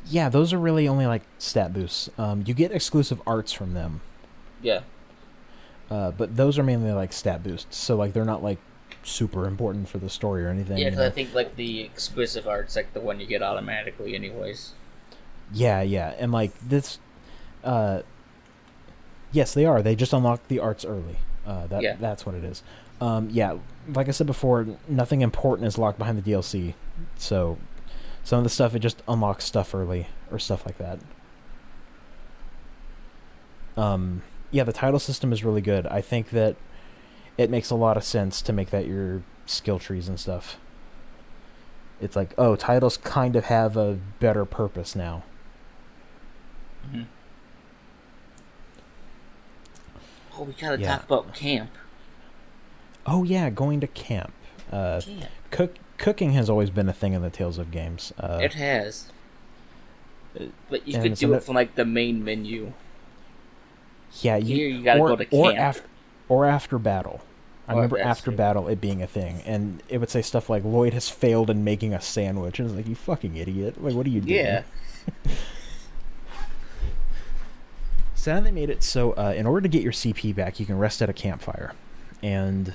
[SPEAKER 3] Yeah, those are really only like stat boosts. Um, you get exclusive arts from them,
[SPEAKER 4] Yeah.
[SPEAKER 3] Uh, but those are mainly like stat boosts, so like they're not like super important for the story or anything.
[SPEAKER 4] Yeah,
[SPEAKER 3] you
[SPEAKER 4] 'cause
[SPEAKER 3] know?
[SPEAKER 4] I think like the exclusive art's like the one you get automatically, anyways.
[SPEAKER 3] yeah, yeah, and like this, uh, yes, they are. They just unlock the arts early. Uh, that
[SPEAKER 4] Yeah.
[SPEAKER 3] that's what it is. Um, yeah, like I said before, nothing important is locked behind the DLC, so some of the stuff it just unlocks stuff early or stuff like that. Um, yeah, the title system is really good. I think that it makes a lot of sense to make that your skill trees and stuff. It's like, oh, titles kind of have a better purpose now.
[SPEAKER 4] Mm-hmm. Oh, we gotta
[SPEAKER 3] Yeah.
[SPEAKER 4] talk about camp.
[SPEAKER 3] Oh yeah, going to camp. Uh,
[SPEAKER 4] Camp.
[SPEAKER 3] cook cooking has always been a thing in the Tales of games. Uh,
[SPEAKER 4] it has. But you
[SPEAKER 3] and
[SPEAKER 4] could
[SPEAKER 3] it's
[SPEAKER 4] do
[SPEAKER 3] under-
[SPEAKER 4] it from like the main menu.
[SPEAKER 3] yeah, you,
[SPEAKER 4] Here you gotta
[SPEAKER 3] or,
[SPEAKER 4] go to
[SPEAKER 3] or
[SPEAKER 4] camp.
[SPEAKER 3] after or after battle. I
[SPEAKER 4] Or
[SPEAKER 3] remember
[SPEAKER 4] that's
[SPEAKER 3] after
[SPEAKER 4] true.
[SPEAKER 3] battle it being a thing, and it would say stuff like Lloyd has failed in making a sandwich, and it's like you fucking idiot! Like, what are you doing?
[SPEAKER 4] Yeah.
[SPEAKER 3] So now they made it so uh, in order to get your CP back, you can rest at a campfire, and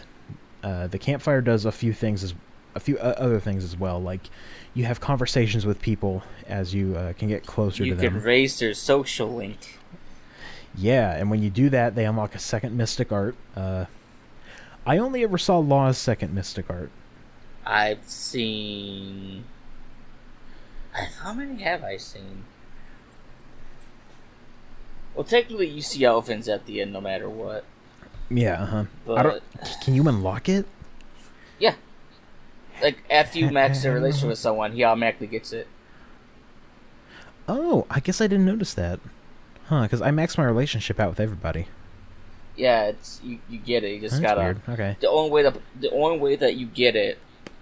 [SPEAKER 3] uh, the campfire does a few things as a few uh, other things as well. Like you have conversations with people as you uh, can get closer
[SPEAKER 4] You
[SPEAKER 3] to
[SPEAKER 4] can
[SPEAKER 3] them.
[SPEAKER 4] raise their social link.
[SPEAKER 3] Yeah, and when you do that, they unlock a second mystic art. Uh, I only ever saw Law's second mystic art.
[SPEAKER 4] I've seen. How many have I seen? Well, technically, you see elephants at the end, no matter what.
[SPEAKER 3] Yeah, uh huh. I don't. Can you unlock it?
[SPEAKER 4] Yeah. Like after you max the relation with someone, he automatically gets it.
[SPEAKER 3] Oh, I guess I didn't notice that. Huh? Because I maxed my relationship out with everybody.
[SPEAKER 4] Yeah, it's you, you get it. You just
[SPEAKER 3] That's
[SPEAKER 4] gotta.
[SPEAKER 3] weird. Okay.
[SPEAKER 4] The only way that the only way that you get it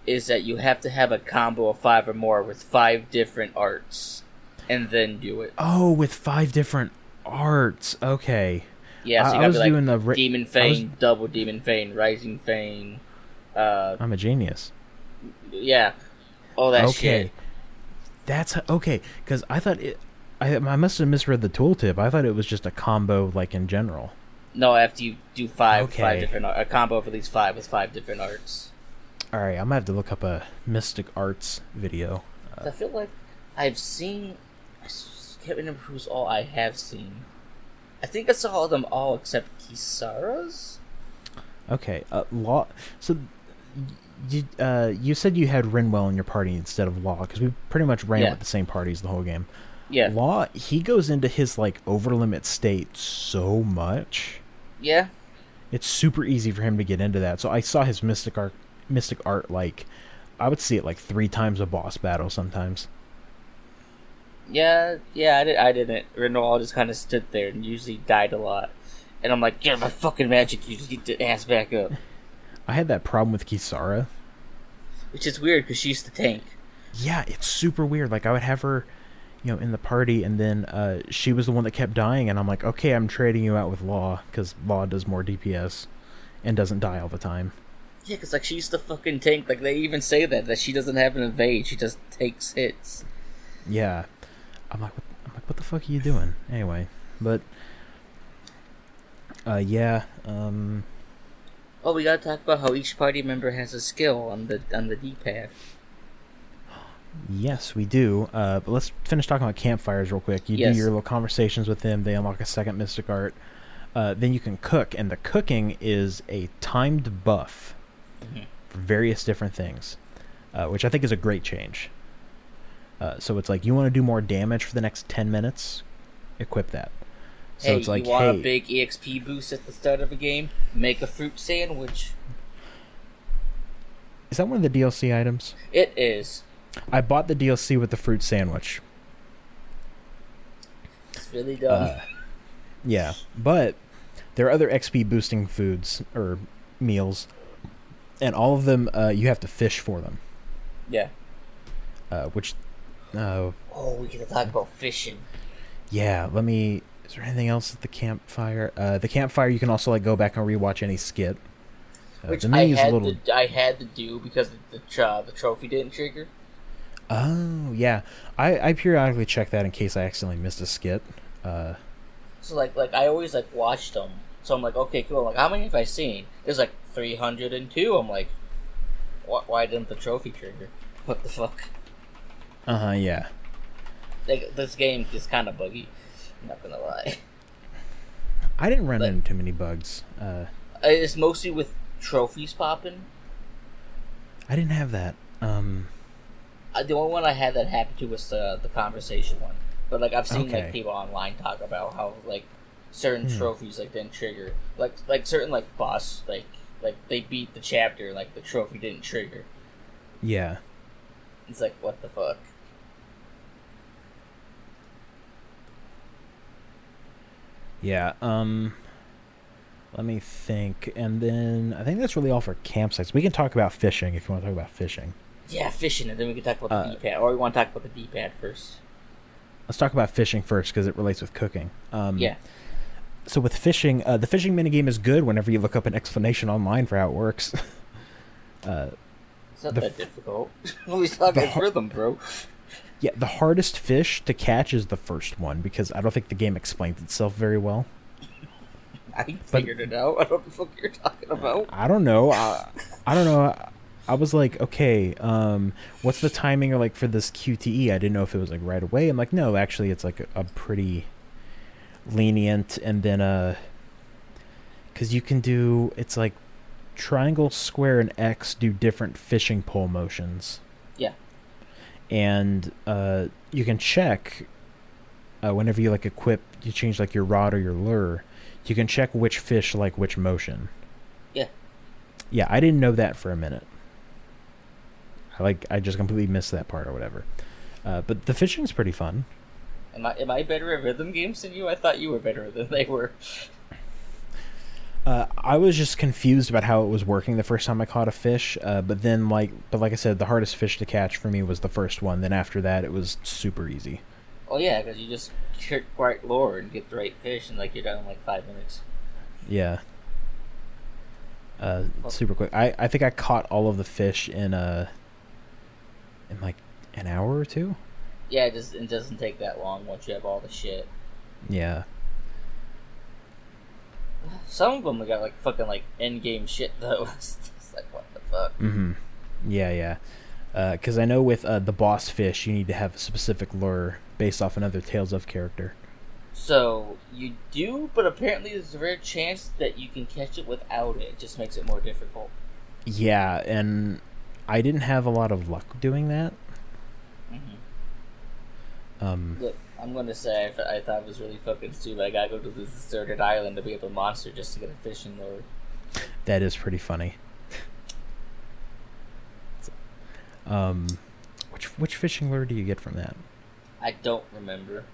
[SPEAKER 4] is that you have to have a combo of five or more with five different arts, and then do it.
[SPEAKER 3] Oh, with five different arts. Okay.
[SPEAKER 4] Yeah, so
[SPEAKER 3] I- I
[SPEAKER 4] you gotta
[SPEAKER 3] was
[SPEAKER 4] be like
[SPEAKER 3] doing the ri-
[SPEAKER 4] Demon
[SPEAKER 3] I was-
[SPEAKER 4] Fane, Double Demon Fane, Rising Fane, uh,
[SPEAKER 3] I'm a genius.
[SPEAKER 4] yeah, all that
[SPEAKER 3] okay.
[SPEAKER 4] shit.
[SPEAKER 3] That's h- okay. Because I thought it. I, I must have misread the tooltip. I thought it was just a combo, like in general.
[SPEAKER 4] No, after you do five,
[SPEAKER 3] Okay.
[SPEAKER 4] five different ar- a combo of at least five with five different arts.
[SPEAKER 3] All right, I'm gonna have to look up a Mystic Arts video.
[SPEAKER 4] I feel like I've seen. I s- can't remember who's all I have seen. I think I saw them all except Kisara's.
[SPEAKER 3] Okay. Uh, law. So you uh, you said you had Renwell in your party instead of Law because we pretty much ran
[SPEAKER 4] Yeah.
[SPEAKER 3] with the same parties the whole game.
[SPEAKER 4] Yeah,
[SPEAKER 3] Law he goes into his like over limit state so much.
[SPEAKER 4] yeah,
[SPEAKER 3] It's super easy for him to get into that. So I saw his mystic art mystic art like I would see it like three times a boss battle sometimes.
[SPEAKER 4] yeah, yeah. I, did, I didn't. Renal just kind of stood there and usually died a lot. And I'm like, get my fucking magic, you just get the ass back up.
[SPEAKER 3] I had that problem with Kisara.
[SPEAKER 4] Which is weird because she's the tank.
[SPEAKER 3] yeah, it's super weird. Like I would have her, you know, in the party, and then uh, she was the one that kept dying, and I'm like, okay, I'm trading you out with Law because Law does more DPS and doesn't die all the time.
[SPEAKER 4] Yeah, because like she's the fucking tank. Like they even say that that she doesn't have an evade. She just takes hits.
[SPEAKER 3] Yeah, I'm like, what, I'm like, what the fuck are you doing? Anyway, but uh, yeah, um,
[SPEAKER 4] Oh, we gotta talk about how each party member has a skill on the on the D-pad.
[SPEAKER 3] yes, we do. Uh, but let's finish talking about campfires real quick. You
[SPEAKER 4] Yes.
[SPEAKER 3] do your little conversations with them. They unlock a second mystic art. Uh, then you can cook, and the cooking is a timed buff. for various different things, uh, which I think is a great change. Uh, so it's like you want to do more damage for the next ten minutes, equip that. So
[SPEAKER 4] hey,
[SPEAKER 3] it's like,
[SPEAKER 4] you want
[SPEAKER 3] hey,
[SPEAKER 4] a big EXP boost at the start of a game? Make a fruit sandwich.
[SPEAKER 3] is that one of the DLC items?
[SPEAKER 4] It is.
[SPEAKER 3] I bought the DLC with the fruit sandwich.
[SPEAKER 4] It's really dumb.
[SPEAKER 3] Uh. Yeah, but there are other XP boosting foods or meals, and all of them uh, you have to fish for them,
[SPEAKER 4] yeah.
[SPEAKER 3] uh, which. Uh,
[SPEAKER 4] Oh, we gotta talk about fishing.
[SPEAKER 3] yeah, let me. Is there anything else at the campfire? Uh, the campfire, you can also like go back and rewatch any skit. Uh,
[SPEAKER 4] Which
[SPEAKER 3] the
[SPEAKER 4] I
[SPEAKER 3] menu's a
[SPEAKER 4] had,
[SPEAKER 3] little
[SPEAKER 4] to, I had to do because the the, uh, the trophy didn't trigger.
[SPEAKER 3] Oh yeah, I, I periodically check that in case I accidentally missed a skit. Uh,
[SPEAKER 4] So like like I always like watched them. So I'm like, okay, cool. like, how many have I seen? There's like 302. I'm like, wh- why didn't the trophy trigger? <laughs> What the fuck?
[SPEAKER 3] uh
[SPEAKER 4] Uh-huh,
[SPEAKER 3] huh. Yeah.
[SPEAKER 4] Like this game is kind of buggy. I'm not gonna lie. <laughs>
[SPEAKER 3] I didn't run
[SPEAKER 4] But-
[SPEAKER 3] into too many bugs. Uh,
[SPEAKER 4] It's mostly with trophies popping.
[SPEAKER 3] I didn't have that. Um,
[SPEAKER 4] Uh, The only one I had that happened to was the the conversation one. But like I've seen
[SPEAKER 3] Okay.
[SPEAKER 4] like people online talk about how like certain trophies like didn't trigger. Like like certain like boss like like they beat the chapter like the trophy didn't trigger.
[SPEAKER 3] yeah.
[SPEAKER 4] It's like what the fuck.
[SPEAKER 3] Yeah. Um, let me think, and then I think that's really all for campsites. We can talk about fishing if you want to talk about fishing.
[SPEAKER 4] Yeah, fishing, and then we can talk about the
[SPEAKER 3] Uh,
[SPEAKER 4] D-pad, or we want to talk about the D-pad first.
[SPEAKER 3] Let's talk about fishing first because it relates with cooking. Um,
[SPEAKER 4] Yeah,
[SPEAKER 3] So with fishing, uh, the fishing minigame is good whenever you look up an explanation online for how it works. <laughs> Uh,
[SPEAKER 4] it's not
[SPEAKER 3] the
[SPEAKER 4] that
[SPEAKER 3] f-
[SPEAKER 4] difficult. <laughs> we talking
[SPEAKER 3] har-
[SPEAKER 4] rhythm, bro.
[SPEAKER 3] Yeah, the hardest fish to catch is the first one because I don't think the game explains itself very well.
[SPEAKER 4] I figured it out. <laughs> I don't know what the fuck you're
[SPEAKER 3] Uh,
[SPEAKER 4] talking about.
[SPEAKER 3] I don't know. I, I don't know. I, I was like, okay, um, what's the timing or like for this QTE? I didn't know if it was like right away. I'm like, no, actually, it's like a, a pretty lenient, and then uh, because you can do it's like triangle, square, and X do different fishing pole motions.
[SPEAKER 4] Yeah.
[SPEAKER 3] and uh, you can check uh, whenever you like equip you change like your rod or your lure you can check which fish like which motion
[SPEAKER 4] Yeah.
[SPEAKER 3] yeah i didn't know that for a minute i like i just completely missed that part or whatever uh, but the fishing's pretty fun
[SPEAKER 4] Am I am I better at rhythm games than you? I thought you were better <laughs> than they were.
[SPEAKER 3] uh, i was just confused about how it was working the first time i caught a fish uh, but then like but like i said the hardest fish to catch for me was the first one then after that it was super easy
[SPEAKER 4] Oh yeah, because you just trick right lure and get the right fish, and like you're done in like five minutes.
[SPEAKER 3] Yeah. Uh,
[SPEAKER 4] Well-
[SPEAKER 3] super quick. I, I think I caught all of the fish in uh in like an hour or two.
[SPEAKER 4] Yeah, it, just, it doesn't take that long once you have all the shit.
[SPEAKER 3] Yeah.
[SPEAKER 4] Some of them got like fucking like end game shit though. <laughs> it's like what the fuck.
[SPEAKER 3] Mm-hmm. Yeah, yeah. Because I know uh, with uh, the boss fish, you need to have a specific lure based off another Tales of character.
[SPEAKER 4] So you do, but apparently there's a rare chance that you can catch it without it. It just makes it more difficult.
[SPEAKER 3] Yeah, and I didn't have a lot of luck doing that.
[SPEAKER 4] Mm-hmm.
[SPEAKER 3] Um,
[SPEAKER 4] Look, I'm gonna say I, th- I thought it was really fucking stupid. I gotta go to this deserted island to beat up a monster just to get a fishing lure.
[SPEAKER 3] that is pretty funny. um, which which fishing lure do you get from that?
[SPEAKER 4] I don't remember.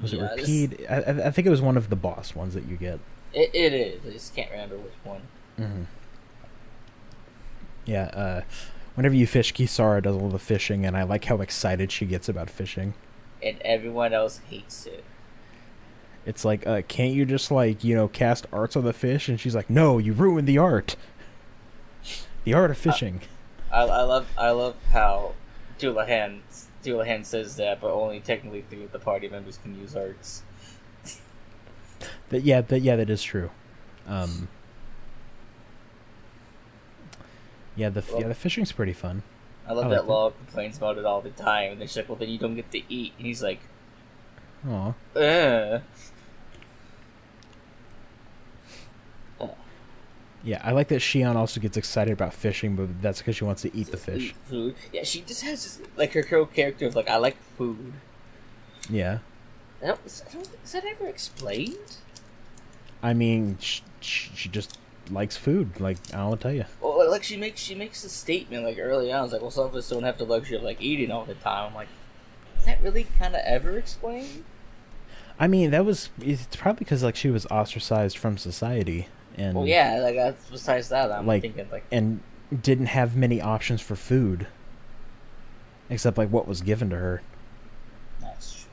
[SPEAKER 3] Was
[SPEAKER 4] Yeah,
[SPEAKER 3] it
[SPEAKER 4] this-
[SPEAKER 3] repeat? I, I- I think it was one of the boss ones that you get.
[SPEAKER 4] It, it is. I just can't remember which one.
[SPEAKER 3] Mm-hmm. Yeah. Uh, whenever you fish, Kisara does all the fishing, and I like how excited she gets about fishing.
[SPEAKER 4] And everyone else hates it.
[SPEAKER 3] It's like, uh, can't you just like you know cast arts on the fish? And she's like, no, you ruined the art. The art of
[SPEAKER 4] Uh,
[SPEAKER 3] fishing.
[SPEAKER 4] I, I love I love how Dulahan Dulahan says that, but only technically three of the party members can use arts.
[SPEAKER 3] That yeah, that yeah, that is true. Um, yeah, the f- yeah, the fishing's pretty fun.
[SPEAKER 4] I love
[SPEAKER 3] I like
[SPEAKER 4] that
[SPEAKER 3] that.
[SPEAKER 4] Law complains about it all the time, and they're just like, "Well, then you don't get to eat," and he's like, "Uh,
[SPEAKER 3] Aw.
[SPEAKER 4] "Ugh."
[SPEAKER 3] Yeah, I like that Shion also gets excited about fishing, but that's because she wants to eat the fish.
[SPEAKER 4] Eat food. Yeah, she just has this, like her whole character of like, "I like food."
[SPEAKER 3] Yeah.
[SPEAKER 4] I don't, is, I don't, is that ever explained?
[SPEAKER 3] I mean, she, she just likes food. Like, I don't tell you.
[SPEAKER 4] Well, like she makes she makes a statement like early on. It's like, well, some of us don't have the luxury of like eating all the time. I'm like, is that really kind of ever explained?
[SPEAKER 3] I mean, that was. It's probably because, like, she was ostracized from society. And,
[SPEAKER 4] Well, yeah. Like that's besides that, I'm
[SPEAKER 3] Like-
[SPEAKER 4] thinking like,
[SPEAKER 3] And didn't have many options for food. Except, like, what was given to her.
[SPEAKER 4] that's true.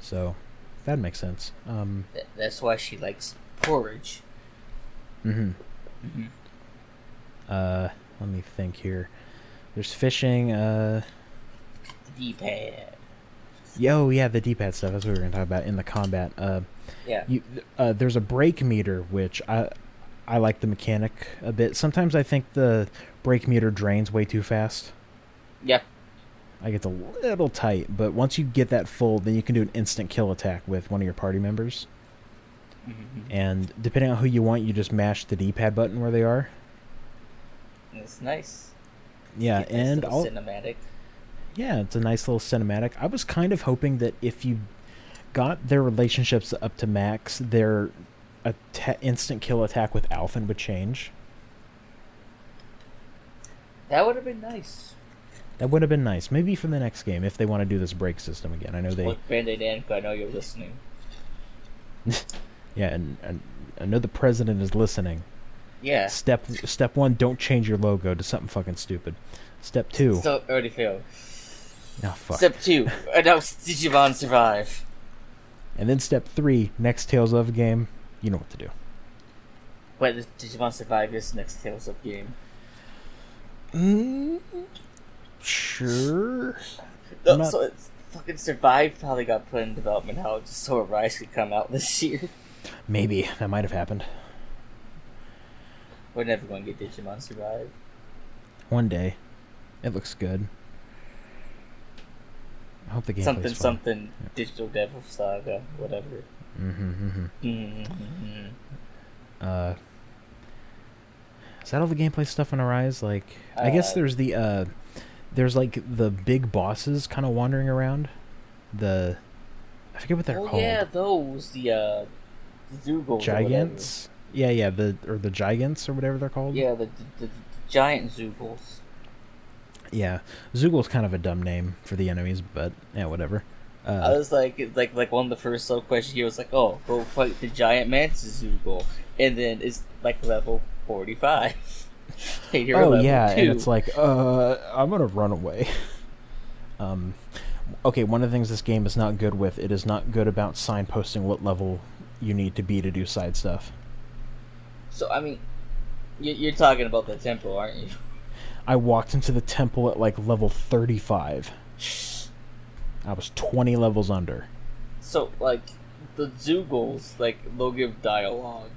[SPEAKER 3] So, that makes sense. Um,
[SPEAKER 4] Th- that's why she likes porridge.
[SPEAKER 3] hmm
[SPEAKER 4] Mhm.
[SPEAKER 3] Uh, let me think here. There's fishing. Uh,
[SPEAKER 4] D-pad.
[SPEAKER 3] yo, yeah, the D-pad stuff. That's what we were gonna talk about in the combat. Uh,
[SPEAKER 4] Yeah.
[SPEAKER 3] you, uh, there's a brake meter, which I I like the mechanic a bit. Sometimes I think the brake meter drains way too fast.
[SPEAKER 4] Yeah.
[SPEAKER 3] I get a little tight, but once you get that full, then you can do an instant kill attack with one of your party members. And depending on who you want, you just mash the D-pad button where they are.
[SPEAKER 4] It's nice.
[SPEAKER 3] Yeah,
[SPEAKER 4] Get this
[SPEAKER 3] and
[SPEAKER 4] little
[SPEAKER 3] all,
[SPEAKER 4] cinematic.
[SPEAKER 3] Yeah, it's a nice little cinematic. I was kind of hoping that if you got their relationships up to max, their atta- instant kill attack with Alphen would change.
[SPEAKER 4] That would have been nice.
[SPEAKER 3] That would have been nice. Maybe for the next game if they want to do this break system again. I know they.
[SPEAKER 4] Look, Bandai Namco, I know you're listening.
[SPEAKER 3] Yeah, and, and I know the president is listening.
[SPEAKER 4] Yeah.
[SPEAKER 3] Step step one: don't change your logo to something fucking stupid. Step two:
[SPEAKER 4] So already failed.
[SPEAKER 3] no fuck.
[SPEAKER 4] Step two. <laughs> Announce Digimon survive.
[SPEAKER 3] and then step three: next Tales of game. You know what to do.
[SPEAKER 4] What is Digimon survive this next Tales of game?
[SPEAKER 3] Mm, sure.
[SPEAKER 4] No,
[SPEAKER 3] I'm not-
[SPEAKER 4] so it's fucking survive probably got put in development hell just so Rise could come out <laughs> this year.
[SPEAKER 3] Maybe that might have happened.
[SPEAKER 4] We're never going to get Digimon survive.
[SPEAKER 3] One day. It looks good. I hope the game
[SPEAKER 4] something
[SPEAKER 3] plays
[SPEAKER 4] something digital devil saga whatever.
[SPEAKER 3] Mm-hmm, hmm
[SPEAKER 4] Mm-hmm.
[SPEAKER 3] Uh, is that all the gameplay stuff on Arise? Like, I guess
[SPEAKER 4] Uh,
[SPEAKER 3] there's the uh, there's like the big bosses kind of wandering around. The I forget what they're
[SPEAKER 4] Oh
[SPEAKER 3] called.
[SPEAKER 4] yeah, those the uh, Zoogles. or whatever.
[SPEAKER 3] Gigants. Yeah, yeah. The or the gigants or whatever they're called.
[SPEAKER 4] Yeah, the, the, the, the giant Zoogles.
[SPEAKER 3] Yeah. Zoogle's kind of a dumb name for the enemies, but yeah, whatever.
[SPEAKER 4] I
[SPEAKER 3] Uh,
[SPEAKER 4] was like, it's like, like one of the first sub questions here was like, "Oh, go fight the giant mantis Zoogle," and then it's like level forty-five. <laughs> And you're
[SPEAKER 3] oh
[SPEAKER 4] level
[SPEAKER 3] yeah, and
[SPEAKER 4] two.
[SPEAKER 3] it's like, uh, I'm gonna run away. <laughs> um, okay, one of the things this game is not good with it is not good about signposting what level you need to be to do side stuff.
[SPEAKER 4] so. I mean, you, you're talking about the tempo, aren't you?
[SPEAKER 3] I walked into the temple at like level 35. I was 20 levels under.
[SPEAKER 4] So like the Zoogles, like they'll give dialogue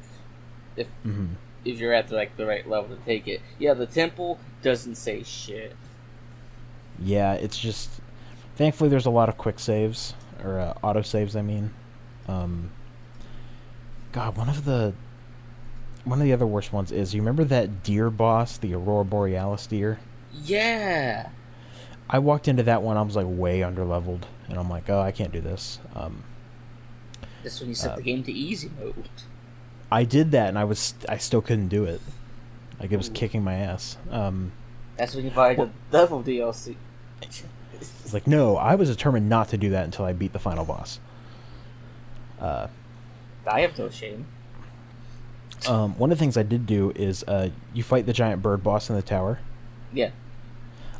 [SPEAKER 4] if
[SPEAKER 3] Mhm.
[SPEAKER 4] if you're at the, like the right level to take it. Yeah, the temple doesn't say shit.
[SPEAKER 3] Yeah, it's just. Thankfully, there's a lot of quick saves or uh, auto saves. I mean, Um, God, one of the one of the other worst ones is you remember that deer boss, the Aurora Borealis deer.
[SPEAKER 4] Yeah.
[SPEAKER 3] I walked into that one. I was like way underleveled, and I'm like, oh, I can't do this. Um,
[SPEAKER 4] That's when you set
[SPEAKER 3] Uh,
[SPEAKER 4] the game to easy mode.
[SPEAKER 3] I did that, and I was I still couldn't do it. Like it was
[SPEAKER 4] Ooh.
[SPEAKER 3] kicking my ass. Um,
[SPEAKER 4] That's when you buy the devil DLC.
[SPEAKER 3] it's like no, I was determined not to do that until I beat the final boss. Uh,
[SPEAKER 4] I have no shame.
[SPEAKER 3] um, one of the things I did do is uh, you fight the giant bird boss in the tower.
[SPEAKER 4] Yeah.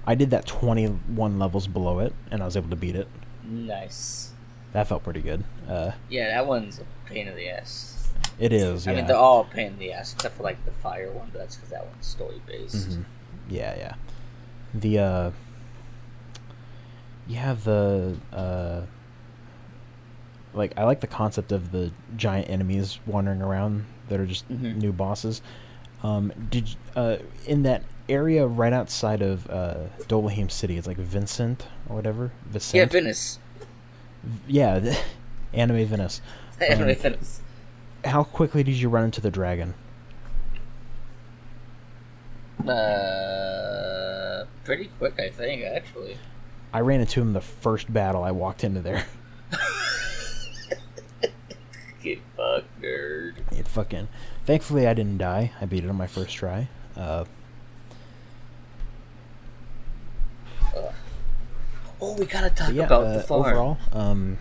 [SPEAKER 3] I did that 21 levels below it, and I was able to beat it.
[SPEAKER 4] Nice.
[SPEAKER 3] That felt pretty good. Uh,
[SPEAKER 4] Yeah, that one's a pain in the ass.
[SPEAKER 3] it is. Yeah.
[SPEAKER 4] I mean, they're all a pain in the ass except for like the fire one, but that's because that one's story based.
[SPEAKER 3] Mhm. Yeah, yeah. The uh yeah, the uh like I like the concept of the giant enemies wandering around that are just
[SPEAKER 4] Mhm.
[SPEAKER 3] new bosses. Um did y- uh in that area right outside of uh Dolheim City, it's like Vincent or whatever. Vincent.
[SPEAKER 4] Yeah, Venice. <laughs>
[SPEAKER 3] yeah, <laughs> the- anime Venice.
[SPEAKER 4] anyway, Venice.
[SPEAKER 3] How quickly did you run into the dragon?
[SPEAKER 4] Uh, pretty quick, I think, actually.
[SPEAKER 3] I ran into him the first battle I walked into there. <laughs>
[SPEAKER 4] Get fucked, nerd.
[SPEAKER 3] It fucking. Thankfully, I didn't die. I beat it on my first try. Uh,
[SPEAKER 4] Oh, we gotta talk
[SPEAKER 3] but yeah,
[SPEAKER 4] about
[SPEAKER 3] uh,
[SPEAKER 4] the farm.
[SPEAKER 3] overall. Um,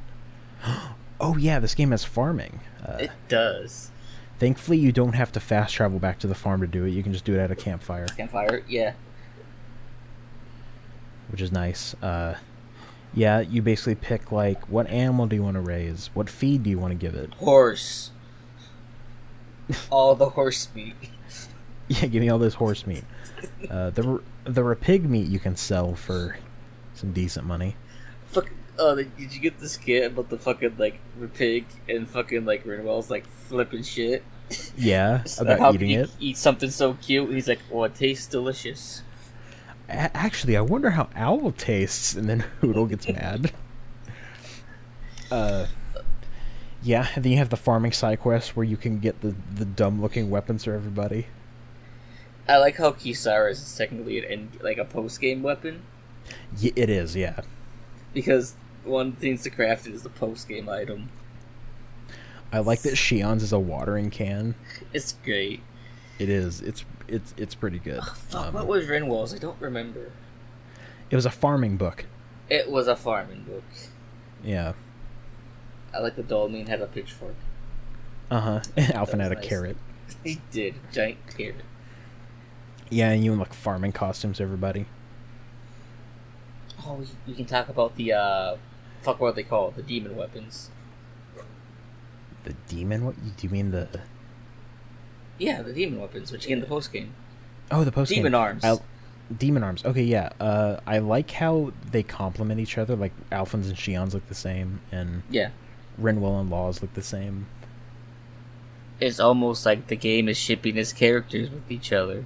[SPEAKER 3] <gasps> oh yeah, this game has farming. Uh,
[SPEAKER 4] It does.
[SPEAKER 3] thankfully, you don't have to fast travel back to the farm to do it. You can just do it at a campfire,
[SPEAKER 4] Campfire, yeah.
[SPEAKER 3] which is nice. Uh, yeah, you basically pick like what animal do you want to raise, what feed do you want to give it.
[SPEAKER 4] Horse. All the horse meat.
[SPEAKER 3] <laughs> Yeah, give me all this horse meat. Uh, the r- the rapig meat you can sell for some decent money.
[SPEAKER 4] Fuck. Oh, did did you get the skit about the fucking like pig and fucking like Renwell's like flipping shit <laughs>
[SPEAKER 3] Yeah, about
[SPEAKER 4] how
[SPEAKER 3] eating
[SPEAKER 4] can you
[SPEAKER 3] it.
[SPEAKER 4] Eat something so cute. And he's like, "Oh, it tastes delicious."
[SPEAKER 3] A- actually, I wonder how owl tastes, and then <laughs> Hoodle gets mad. Uh, yeah, and then you have the farming side quest where you can get the, the dumb looking weapons for everybody.
[SPEAKER 4] I like how Kisara is technically an end, like a post game weapon
[SPEAKER 3] Y it is, yeah.
[SPEAKER 4] because one of the things to craft it is the post game item.
[SPEAKER 3] I like that Shion's is a watering can.
[SPEAKER 4] It's great.
[SPEAKER 3] It is. It's it's it's pretty good.
[SPEAKER 4] Oh, Fuck,
[SPEAKER 3] Um,
[SPEAKER 4] what was Renwell's? I don't remember.
[SPEAKER 3] it was a farming book.
[SPEAKER 4] It was a farming book. <laughs>
[SPEAKER 3] Yeah.
[SPEAKER 4] I like the Dolmen had a pitchfork. <laughs>
[SPEAKER 3] Uh huh. Alpha
[SPEAKER 4] was
[SPEAKER 3] had a
[SPEAKER 4] nice.
[SPEAKER 3] carrot.
[SPEAKER 4] He did giant carrot.
[SPEAKER 3] Yeah, and you in like farming costumes, everybody.
[SPEAKER 4] Oh, we, we can talk about the uh, fuck what they call it, the demon weapons.
[SPEAKER 3] The demon? What do you mean the?
[SPEAKER 4] Yeah, the demon weapons, which you get in the post game.
[SPEAKER 3] Oh, the post
[SPEAKER 4] Demon arms.
[SPEAKER 3] I, demon arms. Okay, yeah. Uh, I like how they complement each other. Like Alphonse and Shion's look the same, and
[SPEAKER 4] Yeah,
[SPEAKER 3] Renwell and Laws look the same.
[SPEAKER 4] it's almost like the game is shipping its characters with each other.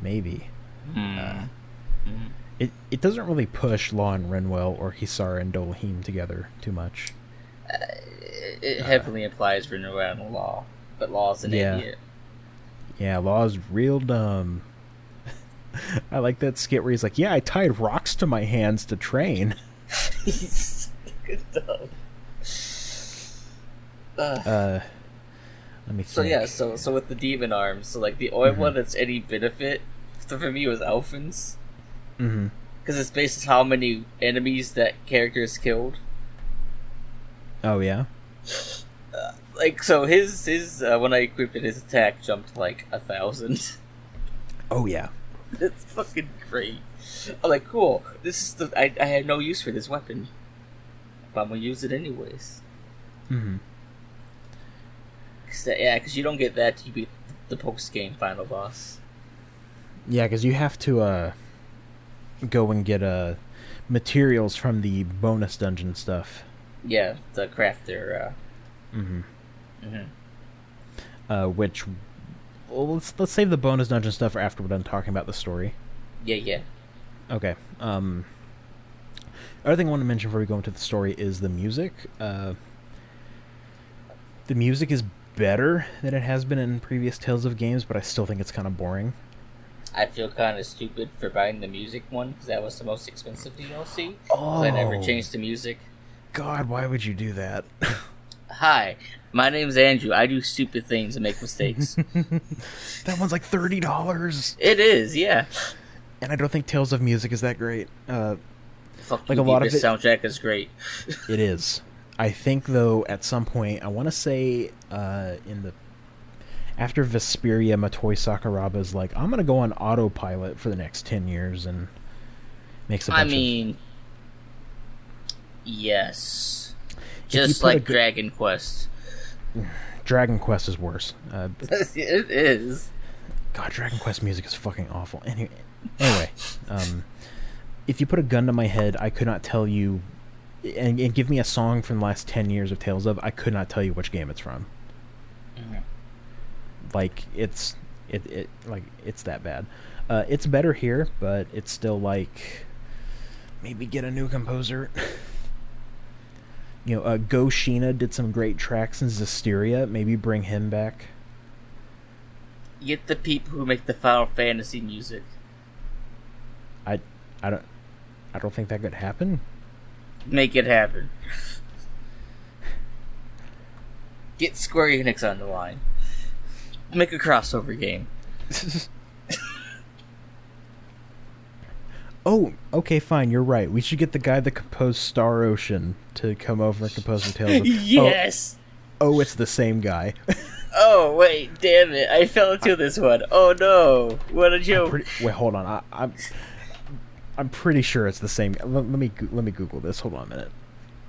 [SPEAKER 3] Maybe
[SPEAKER 4] Hmm.
[SPEAKER 3] Uh, it it doesn't really push Law and Renwell or Hisara and Dolheim together too much.
[SPEAKER 4] It, it heavily implies written around law, but law's an
[SPEAKER 3] Yeah.
[SPEAKER 4] idiot.
[SPEAKER 3] Yeah, Law's real dumb. <laughs> I like that skit where he's like, "Yeah, I tied rocks to my hands to train." <laughs>
[SPEAKER 4] He's dumb. <laughs> Ugh.
[SPEAKER 3] Uh, let me. Think.
[SPEAKER 4] So yeah, so so with the demon arms, so like the only
[SPEAKER 3] Mm-hmm.
[SPEAKER 4] one that's any benefit so for me was Alphins.
[SPEAKER 3] Mhm.
[SPEAKER 4] Because it's based on how many enemies that character has killed.
[SPEAKER 3] Oh yeah.
[SPEAKER 4] Like so, his his uh, when I equipped it, his attack jumped like a thousand. <laughs>
[SPEAKER 3] Oh yeah.
[SPEAKER 4] it's fucking great. I'm like, cool. This is the I, I had no use for this weapon, but I'm gonna use it anyways.
[SPEAKER 3] hmm
[SPEAKER 4] Cause that, yeah, because you don't get that till you beat the post game final boss.
[SPEAKER 3] Yeah, because you have to uh, go and get uh, materials from the bonus dungeon stuff.
[SPEAKER 4] Yeah, the crafter. Uh,
[SPEAKER 3] Mm-hmm.
[SPEAKER 4] mhm.
[SPEAKER 3] Uh, which, well, let's let's save the bonus dungeon stuff for after we're done talking about the story.
[SPEAKER 4] Yeah, yeah.
[SPEAKER 3] Okay. Um. Other thing I want to mention before we go into the story is the music. Uh, the music is better than it has been in previous Tales of games, but I still think it's kind of boring.
[SPEAKER 4] I feel kind of stupid for buying the music one because that was the most expensive DLC. 'cause I never
[SPEAKER 3] Oh.
[SPEAKER 4] changed the music.
[SPEAKER 3] God, why would you do that? <laughs>
[SPEAKER 4] Hi, my name's Andrew. I do stupid things and make
[SPEAKER 3] <laughs>
[SPEAKER 4] mistakes.
[SPEAKER 3] that one's like thirty dollars,
[SPEAKER 4] it is, yeah.
[SPEAKER 3] and I don't think Tales of Music is that great. Uh,
[SPEAKER 4] Fuck
[SPEAKER 3] Like
[SPEAKER 4] you,
[SPEAKER 3] a lot of
[SPEAKER 4] Beavis.
[SPEAKER 3] it-
[SPEAKER 4] soundtrack is great.
[SPEAKER 3] It is. I think though at some point I want to say uh, in the after Vesperia, Matoi Sakuraba is like, I'm gonna go on autopilot for the next ten years and makes a bunch
[SPEAKER 4] I mean, yes,
[SPEAKER 3] you
[SPEAKER 4] just
[SPEAKER 3] put a
[SPEAKER 4] like
[SPEAKER 3] good-
[SPEAKER 4] Dragon Quest. <laughs>
[SPEAKER 3] of Dragon Quest is worse. Uh,
[SPEAKER 4] it is.
[SPEAKER 3] God, Dragon Quest music is fucking awful. Anyway, anyway, um, if you put a gun to my head, I could not tell you, and, and give me a song from the last ten years of Tales of, I could not tell you which game it's from. Like it's it, it like it's that bad. Uh, it's better here, but it's still like maybe get a new composer. <laughs> you know, uh, Go Sheena did some great tracks in Zisteria. Maybe bring him back.
[SPEAKER 4] Get the people who make the Final Fantasy music.
[SPEAKER 3] I, I don't, I don't think that could happen.
[SPEAKER 4] Make it happen. Get Square Enix on the line. Make a crossover game.
[SPEAKER 3] oh, okay, fine. You're right. We should get the guy that composed Star Ocean to come over and compose the
[SPEAKER 4] <laughs>
[SPEAKER 3] tales. Of-
[SPEAKER 4] Yes.
[SPEAKER 3] Oh, oh, it's the same guy.
[SPEAKER 4] Oh. wait, damn it! I fell into this one. Oh no! What a joke!
[SPEAKER 3] Pretty- wait, hold on. I, I'm, I'm pretty sure it's the same. Let, let me goo- let me Google this. Hold on a minute.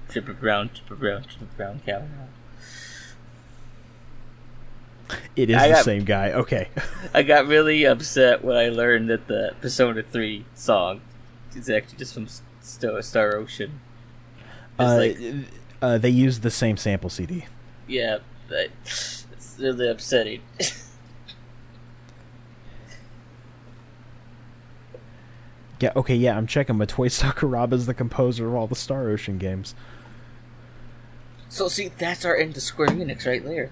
[SPEAKER 4] Triple brown, triple brown, triple brown cow.
[SPEAKER 3] It is
[SPEAKER 4] I
[SPEAKER 3] the
[SPEAKER 4] got-
[SPEAKER 3] same guy.
[SPEAKER 4] <laughs>
[SPEAKER 3] Okay.
[SPEAKER 4] I got really upset when I learned that the Persona Three song is actually just from Star, Star Ocean. It's
[SPEAKER 3] Uh,
[SPEAKER 4] like,
[SPEAKER 3] uh, they used the same sample CD.
[SPEAKER 4] yeah, that- it's really upsetting. <laughs>
[SPEAKER 3] Yeah. Okay. Yeah, I'm checking. Matoy Sakuraba is the composer of all the Star Ocean games.
[SPEAKER 4] so see, that's our end to Square Enix right there.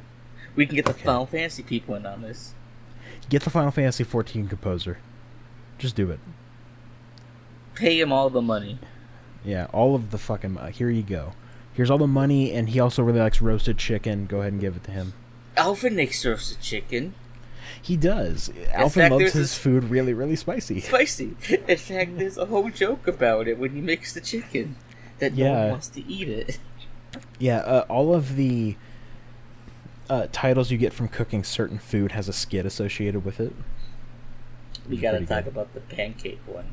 [SPEAKER 4] We can get the Final Fantasy people in on this.
[SPEAKER 3] Get the Final Fantasy 14 composer. Just do it.
[SPEAKER 4] Pay him all the money.
[SPEAKER 3] Yeah, all of the fucking. mo- here you go. Here's all the money, and he also really likes roasted chicken. Go ahead and give it to him.
[SPEAKER 4] Alvin makes roasted chicken.
[SPEAKER 3] He does. Alfin
[SPEAKER 4] fact,
[SPEAKER 3] loves his
[SPEAKER 4] there's this-
[SPEAKER 3] food really, really spicy.
[SPEAKER 4] spicy. <laughs> In fact, there's a whole joke about it when you mix the chicken that no
[SPEAKER 3] Yeah.
[SPEAKER 4] one wants to eat it. <laughs>
[SPEAKER 3] Yeah, uh, all of the uh, titles you get from cooking certain food has a skit associated with it.
[SPEAKER 4] We
[SPEAKER 3] It's
[SPEAKER 4] gotta
[SPEAKER 3] pretty
[SPEAKER 4] talk
[SPEAKER 3] good.
[SPEAKER 4] about the pancake one.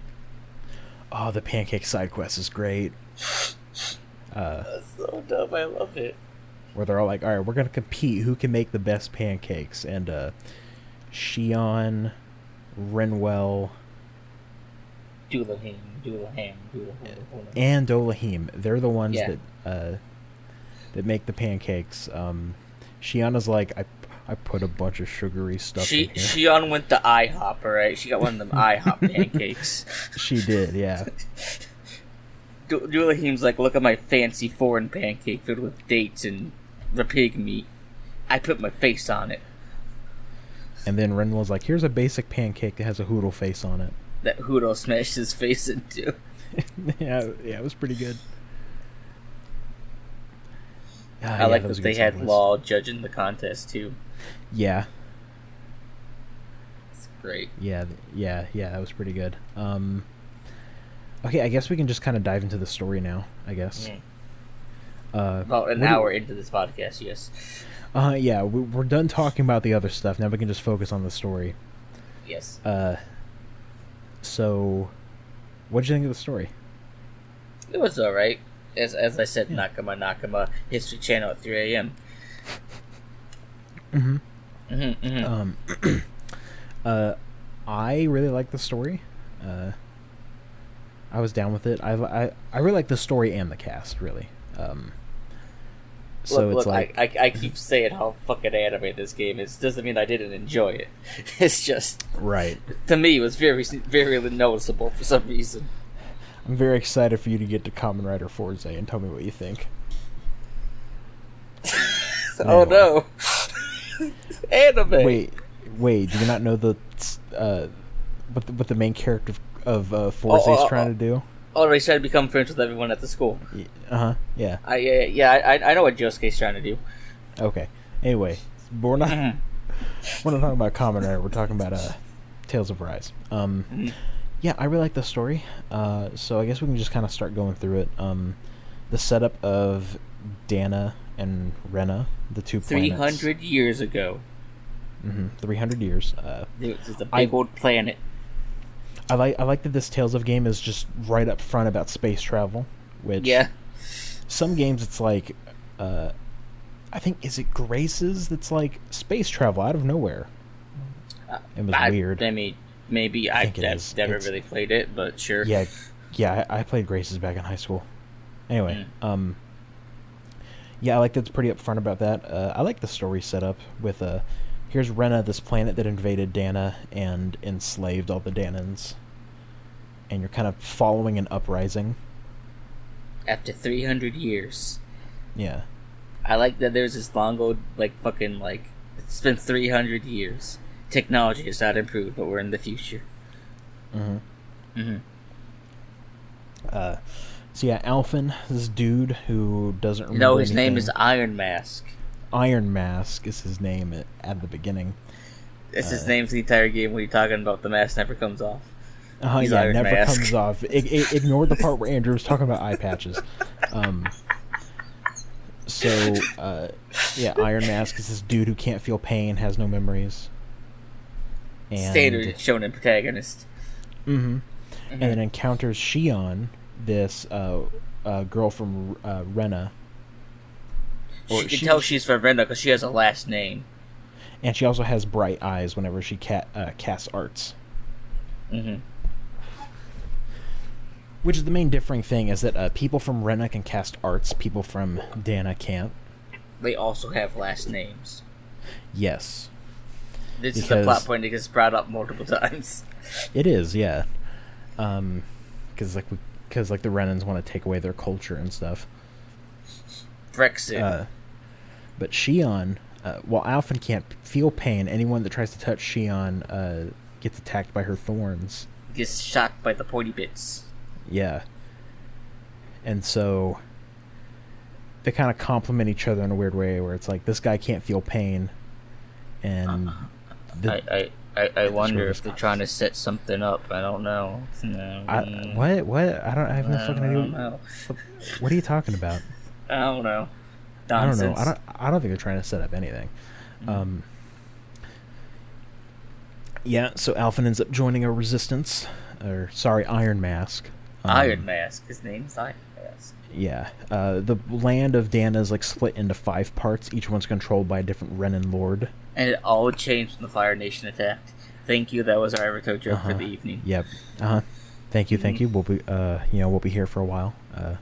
[SPEAKER 3] Oh, the pancake side quest is great.
[SPEAKER 4] That's so dumb. I love it.
[SPEAKER 3] Where they're all like, all right, we're going to compete. Who can make the best pancakes? And uh, Shion, Renwell,
[SPEAKER 4] Doolaham, Doolaham, Doolaham.
[SPEAKER 3] and Dolahim. They're the ones
[SPEAKER 4] Yeah.
[SPEAKER 3] that uh, that make the pancakes. Um, Shiana's like, I, I put a bunch of sugary stuff
[SPEAKER 4] She
[SPEAKER 3] in here.
[SPEAKER 4] she on went to IHOP, all right. She got one of them IHOP pancakes.
[SPEAKER 3] She did, yeah.
[SPEAKER 4] Du- Doolahim's like, look at my fancy foreign pancake filled with dates and the pig meat. I put my face on it.
[SPEAKER 3] And then Renwell's like, here's a basic pancake that has a hoodle face on it. <laughs>
[SPEAKER 4] That Hoodle smashed his face
[SPEAKER 3] Oh,
[SPEAKER 4] into.
[SPEAKER 3] yeah, yeah, it was pretty good. Ah,
[SPEAKER 4] I
[SPEAKER 3] yeah,
[SPEAKER 4] like
[SPEAKER 3] was
[SPEAKER 4] that
[SPEAKER 3] a
[SPEAKER 4] they
[SPEAKER 3] good
[SPEAKER 4] had
[SPEAKER 3] sequence.
[SPEAKER 4] Law judging the contest too.
[SPEAKER 3] Yeah,
[SPEAKER 4] It's great.
[SPEAKER 3] yeah, th- yeah, yeah. That was pretty good. Um, okay, I guess we can just kind of dive into the story now. I guess.
[SPEAKER 4] Mm.
[SPEAKER 3] Uh,
[SPEAKER 4] About
[SPEAKER 3] What do
[SPEAKER 4] an
[SPEAKER 3] you-
[SPEAKER 4] hour into this podcast, yes.
[SPEAKER 3] Uh, yeah, we, we're done talking about the other stuff. Now we can just focus on the story.
[SPEAKER 4] Yes.
[SPEAKER 3] Uh, so, what did you think of the story?
[SPEAKER 4] It was alright. As, as I said, Nakama Nakama, History Channel at 3 a.m.
[SPEAKER 3] Mm-hmm.
[SPEAKER 4] hmm hmm
[SPEAKER 3] Um, uh, I really like the story. Uh, I was down with it. I, I, I really like the story and the cast, really. Um, so
[SPEAKER 4] look,
[SPEAKER 3] it's
[SPEAKER 4] look
[SPEAKER 3] like,
[SPEAKER 4] I, I, I keep saying how fucking anime this game is. Doesn't mean I didn't enjoy it. <laughs> It's just,
[SPEAKER 3] right.
[SPEAKER 4] to me, it was very, very noticeable for some reason.
[SPEAKER 3] I'm very excited for you to get to Common Rider Forze and tell me what you think.
[SPEAKER 4] Oh no. <laughs> Anime.
[SPEAKER 3] Wait, wait. Do you not know the uh, what the, what the main character of uh, Forze
[SPEAKER 4] Oh,
[SPEAKER 3] is
[SPEAKER 4] oh,
[SPEAKER 3] trying to do?
[SPEAKER 4] Already tried to become friends with everyone at the school.
[SPEAKER 3] Uh huh. Yeah.
[SPEAKER 4] I yeah, yeah I, I know what Josuke's trying to do.
[SPEAKER 3] Okay. Anyway, we're not
[SPEAKER 4] Mm-hmm.
[SPEAKER 3] <laughs> we're not talking about Common Rider. We're talking about uh, Tales of Rise. Um, yeah, I really like the story. Uh, so I guess we can just kind of start going through it. Um, the setup of Dana and Rena, the two
[SPEAKER 4] Three
[SPEAKER 3] planets.
[SPEAKER 4] hundred years ago,
[SPEAKER 3] 300 years. Uh,
[SPEAKER 4] this is a
[SPEAKER 3] I-
[SPEAKER 4] big old planet.
[SPEAKER 3] I like I like that this Tales of game is just right up front about space travel, which
[SPEAKER 4] Yeah,
[SPEAKER 3] some games it's like uh I think is it Graces that's like space travel out of nowhere. It was
[SPEAKER 4] I,
[SPEAKER 3] weird.
[SPEAKER 4] I mean, maybe I
[SPEAKER 3] think it
[SPEAKER 4] have
[SPEAKER 3] is.
[SPEAKER 4] never
[SPEAKER 3] It's-
[SPEAKER 4] really played it, but sure.
[SPEAKER 3] yeah, yeah, I, I played Graces back in high school. Anyway,
[SPEAKER 4] Hmm.
[SPEAKER 3] um yeah, I like that's pretty upfront about that. Uh, I like the story setup with uh here's Rena, this planet that invaded Dana and enslaved all the Danans. And you're kind of following an uprising.
[SPEAKER 4] After three hundred years,
[SPEAKER 3] Yeah.
[SPEAKER 4] I like that there's this long old like fucking like it's been three hundred years. Technology has not improved, but we're in the future.
[SPEAKER 3] So yeah, Alfin, this dude who doesn't remember.
[SPEAKER 4] You know, his name
[SPEAKER 3] anything.
[SPEAKER 4] is Iron Mask.
[SPEAKER 3] Iron Mask. Is his name at, at the beginning?
[SPEAKER 4] That's
[SPEAKER 3] Uh.
[SPEAKER 4] his name for the entire game. When you're talking about the mask never comes off.
[SPEAKER 3] Oh
[SPEAKER 4] He's
[SPEAKER 3] yeah,
[SPEAKER 4] Iron
[SPEAKER 3] never
[SPEAKER 4] Mask.
[SPEAKER 3] comes off. I, I, ignore the part where Andrew was talking about eye patches. Um, so uh, yeah, Iron Mask is this dude who can't feel pain, has no memories. And, mm-hmm.
[SPEAKER 4] Standard shonen protagonist. Mm-hmm.
[SPEAKER 3] and then encounters Shion, this uh, uh, girl from uh, Rena, Or
[SPEAKER 4] she can
[SPEAKER 3] she-
[SPEAKER 4] tell she's from Renda because she has a last name.
[SPEAKER 3] and she also has bright eyes whenever she ca- uh, casts arts.
[SPEAKER 4] Mm-hmm.
[SPEAKER 3] Which is the main differing thing is that uh, people from Rena can cast arts, people from Dana can't.
[SPEAKER 4] They also have last names.
[SPEAKER 3] Yes,
[SPEAKER 4] This is a plot
[SPEAKER 3] Because-
[SPEAKER 4] point that gets brought up multiple <laughs> times.
[SPEAKER 3] it is. Yeah, Um 'cause because like because like the Renans want to take away their culture and stuff.
[SPEAKER 4] Brexit.
[SPEAKER 3] Uh, but Shion, uh, while Alfin can't feel pain, anyone that tries to touch Shion uh, gets attacked by her thorns.
[SPEAKER 4] gets shocked by the pointy bits.
[SPEAKER 3] Yeah. And so they kind of complement each other in a weird way where it's like this guy can't feel pain and the,
[SPEAKER 4] I, I, I, I wonder
[SPEAKER 3] this
[SPEAKER 4] if they're
[SPEAKER 3] comes.
[SPEAKER 4] trying to set something up. I don't know. No,
[SPEAKER 3] I, what what I don't I have no
[SPEAKER 4] Mm. I
[SPEAKER 3] fucking
[SPEAKER 4] don't
[SPEAKER 3] idea.
[SPEAKER 4] know. <laughs>
[SPEAKER 3] What are you talking about?
[SPEAKER 4] I don't know.
[SPEAKER 3] I don't
[SPEAKER 4] Nonsense. Mm.
[SPEAKER 3] know. I don't I don't think they're trying to set up anything. Um Yeah, so Alpha ends up joining a resistance or sorry, Iron Mask. Um,
[SPEAKER 4] Iron Mask. His name's Iron Mask.
[SPEAKER 3] Yeah. Uh, the land of Dana is like split into five parts. Each one's controlled by a different Renan lord.
[SPEAKER 4] And it all changed when the Fire Nation attacked. Thank you. That was our Avatar joke
[SPEAKER 3] Uh-huh.
[SPEAKER 4] for the evening.
[SPEAKER 3] Yep. Uh huh. Thank you,
[SPEAKER 4] Mm.
[SPEAKER 3] thank you. We'll be, uh, you know, we'll be here for a while. Uh,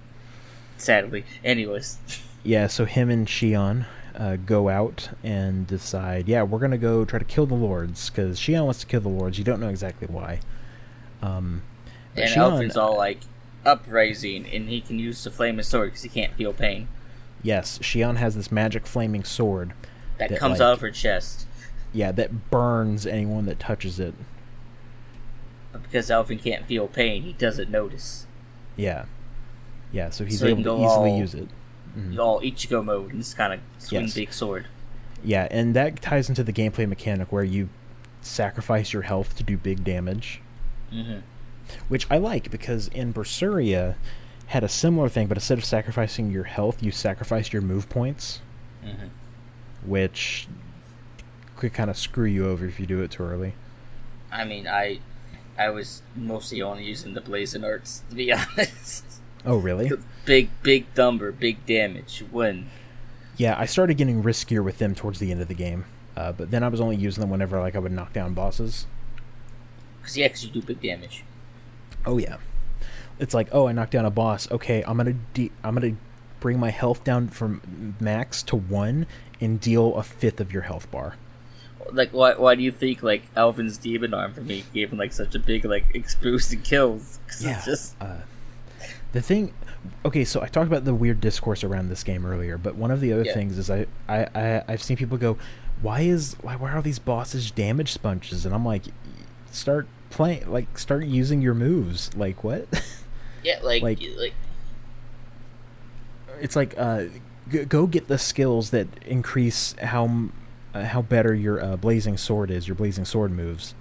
[SPEAKER 4] Sadly. Anyways.
[SPEAKER 3] yeah. So him and Shion uh, go out and decide. Yeah, we're gonna go try to kill the lords because Shion wants to kill the lords. You don't know exactly why. Um, but
[SPEAKER 4] And
[SPEAKER 3] Shion-
[SPEAKER 4] Alfred's all like uprising, and he can use the flame and sword because he can't feel pain.
[SPEAKER 3] yes, Shion has this magic flaming sword.
[SPEAKER 4] That,
[SPEAKER 3] That,
[SPEAKER 4] comes
[SPEAKER 3] like-
[SPEAKER 4] out of her chest.
[SPEAKER 3] Yeah, that burns anyone that touches it.
[SPEAKER 4] But because Alfred can't feel pain, he doesn't notice.
[SPEAKER 3] Yeah, yeah. So he's
[SPEAKER 4] So you
[SPEAKER 3] able
[SPEAKER 4] can
[SPEAKER 3] to
[SPEAKER 4] go
[SPEAKER 3] easily
[SPEAKER 4] all-
[SPEAKER 3] use it.
[SPEAKER 4] All Ichigo mode, and just kind of swing
[SPEAKER 3] Mm-hmm. Yes.
[SPEAKER 4] big sword.
[SPEAKER 3] Yeah, and that ties into the gameplay mechanic where you sacrifice your health to do big damage. Mm-hmm. Which I like because in Berseria had a similar thing, but instead of sacrificing your health, you sacrificed your move points, mm-hmm. which could kind of screw you over if you do it too early.
[SPEAKER 4] I mean, I, I was mostly only using the blazing arts to be <laughs> honest.
[SPEAKER 3] Oh, really?
[SPEAKER 4] big, big number, big damage. When
[SPEAKER 3] Yeah, I started getting riskier with them towards the end of the game, uh, but then I was only using them whenever like I would knock down bosses.
[SPEAKER 4] because yeah, because you do big damage.
[SPEAKER 3] Oh yeah. It's like, oh, I knocked down a boss. Okay, I'm gonna de- I'm gonna bring my health down from max to one and deal a fifth of your health bar.
[SPEAKER 4] Like, why, why do you think like <laughs> Alvin's demon arm for me gave him like such a big like explosive kills? Because
[SPEAKER 3] Yeah.
[SPEAKER 4] it's just
[SPEAKER 3] Uh, The thing, okay, so I talked about the weird discourse around this game earlier, but one of the other
[SPEAKER 4] Yeah.
[SPEAKER 3] things is I, I, I, I've seen people go, why is, why, why are these bosses damage sponges? And I'm like, start playing, like, start using your moves. Like, what? <laughs>
[SPEAKER 4] Yeah, like
[SPEAKER 3] Like-
[SPEAKER 4] like,
[SPEAKER 3] it's like, uh, g- go get the skills that increase how, m- uh, how better your uh, blazing sword is, your blazing sword moves,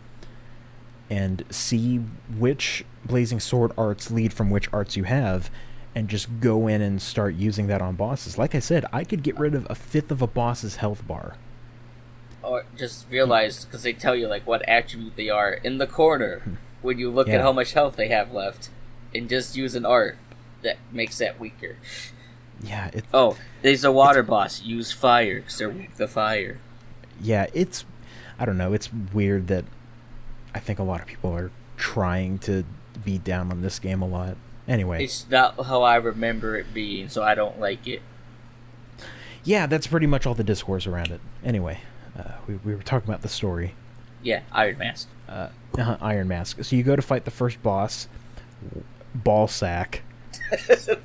[SPEAKER 3] and see which blazing sword arts lead from which arts you have and just go in and start using that on bosses like i said i could get rid of a fifth of a boss's health bar
[SPEAKER 4] or just realize because they tell you like what attribute they are in the corner when you look
[SPEAKER 3] Yeah.
[SPEAKER 4] at how much health they have left, and just use an art that makes that weaker.
[SPEAKER 3] yeah it,
[SPEAKER 4] Oh, there's a water boss. Use fire because they're weak to fire.
[SPEAKER 3] yeah it's i don't know it's weird that i think a lot of people are trying to be down on this game a lot anyway
[SPEAKER 4] It's not how I remember it being, so I don't like it.
[SPEAKER 3] yeah that's pretty much all the discourse around it anyway uh, we, we were talking about the story
[SPEAKER 4] Yeah, Iron <laughs> Mask.
[SPEAKER 3] uh, uh, Iron Mask. So you go to fight the first boss, ball sack.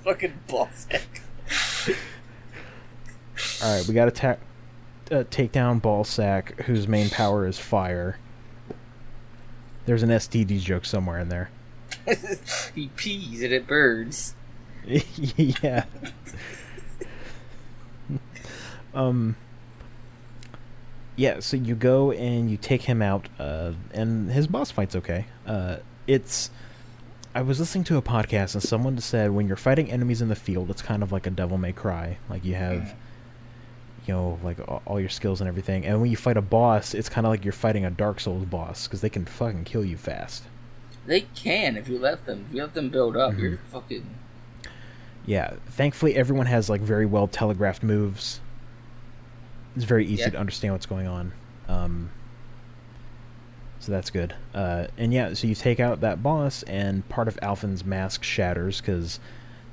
[SPEAKER 4] fucking boss. <laughs>
[SPEAKER 3] All right, we got to ta- uh, take down ball sack, whose main power is fire. There's an STD joke somewhere in there.
[SPEAKER 4] he pees and it burns.
[SPEAKER 3] <laughs> yeah. um. Yeah, so you go and you take him out, uh, and his boss fight's okay. Uh, it's. I was listening to a podcast and someone said when you're fighting enemies in the field, it's kind of like a Devil May Cry. Like you have, you know, like a- all your skills and everything. And when you fight a boss, it's kind of like you're fighting a Dark Souls boss because they can fucking kill you fast.
[SPEAKER 4] They can if you let them. If you let them build up, you're fucking.
[SPEAKER 3] Yeah, thankfully everyone has like very well telegraphed moves. It's very easy
[SPEAKER 4] Yeah.
[SPEAKER 3] to understand what's going on. Um, so that's good. Uh, and yeah, so you take out that boss, and part of Alphen's mask shatters because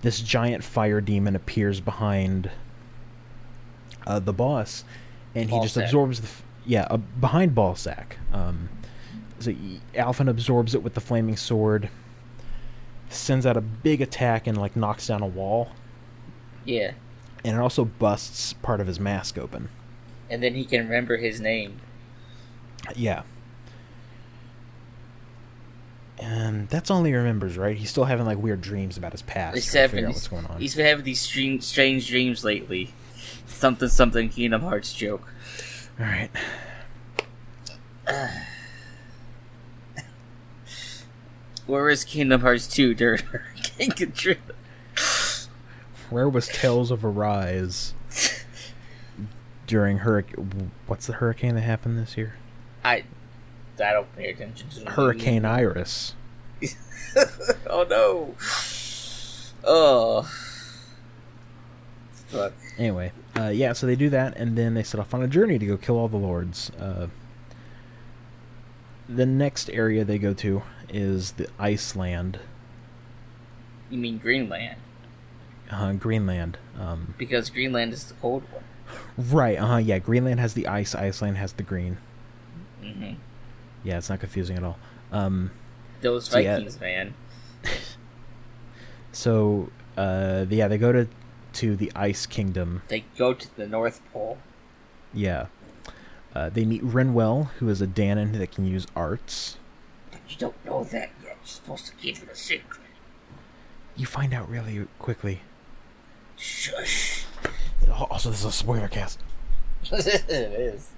[SPEAKER 3] this giant fire demon appears behind uh, the boss, and he just
[SPEAKER 4] Ballsack.
[SPEAKER 3] absorbs the f- yeah uh, behind Ballsack. Um, so y- Alphen absorbs it with the flaming sword, sends out a big attack, and like knocks down a wall,
[SPEAKER 4] Yeah,
[SPEAKER 3] and it also busts part of his mask open.
[SPEAKER 4] and then he can remember his name.
[SPEAKER 3] Yeah. And that's all he remembers, right? He's still having like weird dreams about his past.
[SPEAKER 4] He's
[SPEAKER 3] trying to
[SPEAKER 4] having
[SPEAKER 3] figure out
[SPEAKER 4] these-
[SPEAKER 3] what's going on.
[SPEAKER 4] He's been having these strange, strange dreams lately. Something, something Kingdom Hearts joke.
[SPEAKER 3] All right.
[SPEAKER 4] Where is Kingdom Hearts two during <laughs> Hurricane Katrina?
[SPEAKER 3] Where was Tales of Arise during hurricane? What's the hurricane that happened this year?
[SPEAKER 4] I, I don't pay attention to the
[SPEAKER 3] Hurricane Iris.
[SPEAKER 4] news. oh no. Oh. Fuck.
[SPEAKER 3] Anyway, uh, yeah, so they do that, and then they set off on a journey to go kill all the lords. Uh, the next area they go to is the Iceland,
[SPEAKER 4] You mean Greenland?
[SPEAKER 3] uh, Greenland. Um,
[SPEAKER 4] Because Greenland is the cold one.
[SPEAKER 3] Right. Uh huh. Yeah. Greenland has the ice. Iceland has the green.
[SPEAKER 4] hmm
[SPEAKER 3] Yeah, it's not confusing at all. Um,
[SPEAKER 4] Those
[SPEAKER 3] So, yeah.
[SPEAKER 4] Vikings, man.
[SPEAKER 3] so, uh, yeah, they go to to the Ice Kingdom.
[SPEAKER 4] They go to the North Pole.
[SPEAKER 3] Yeah. Uh, they meet Renwell, who is a Danon that can use arts.
[SPEAKER 4] But you don't know that yet. You're supposed to keep it a secret.
[SPEAKER 3] You find out really quickly.
[SPEAKER 4] Shush. <laughs>
[SPEAKER 3] Al- Oh, Also, this is a spoiler cast.
[SPEAKER 4] it is.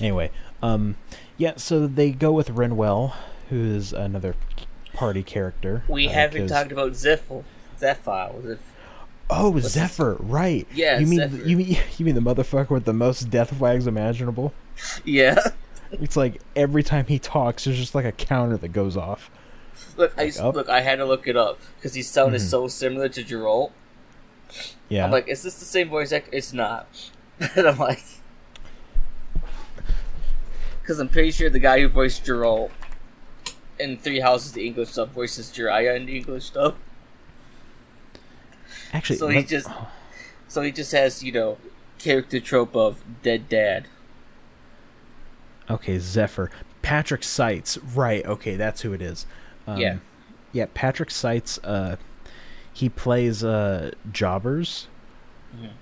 [SPEAKER 3] Anyway, um, yeah, so they go with Renwell, who is another party character.
[SPEAKER 4] We
[SPEAKER 3] uh,
[SPEAKER 4] haven't
[SPEAKER 3] 'cause-
[SPEAKER 4] talked about Zephyl. Zephyle. Zeph-
[SPEAKER 3] Oh, Zephyr, right?
[SPEAKER 4] Yeah,
[SPEAKER 3] You mean
[SPEAKER 4] Zephyr.
[SPEAKER 3] you mean <laughs> you mean the motherfucker with the most death flags imaginable?
[SPEAKER 4] Yeah. <laughs>
[SPEAKER 3] It's like every time he talks, there's just like a counter that goes off.
[SPEAKER 4] Look, I
[SPEAKER 3] up? Mm-hmm.
[SPEAKER 4] look. I had to look it up because his sound is so similar to Geralt.
[SPEAKER 3] Yeah,
[SPEAKER 4] I'm like, is this the same voice actor? It's not. <laughs> and I'm like, because I'm pretty sure the guy who voiced Geralt in Three Houses, the English stuff, voices Jiraiya in the English stuff.
[SPEAKER 3] actually,
[SPEAKER 4] So he
[SPEAKER 3] let-
[SPEAKER 4] just, so he just has you know, character trope of dead dad.
[SPEAKER 3] okay, Zephyr, Patrick Seitz, right? Okay, that's who it is. Um,
[SPEAKER 4] Yeah.
[SPEAKER 3] yeah, Patrick Seitz. Uh, he plays uh jobbers.
[SPEAKER 4] Mhm.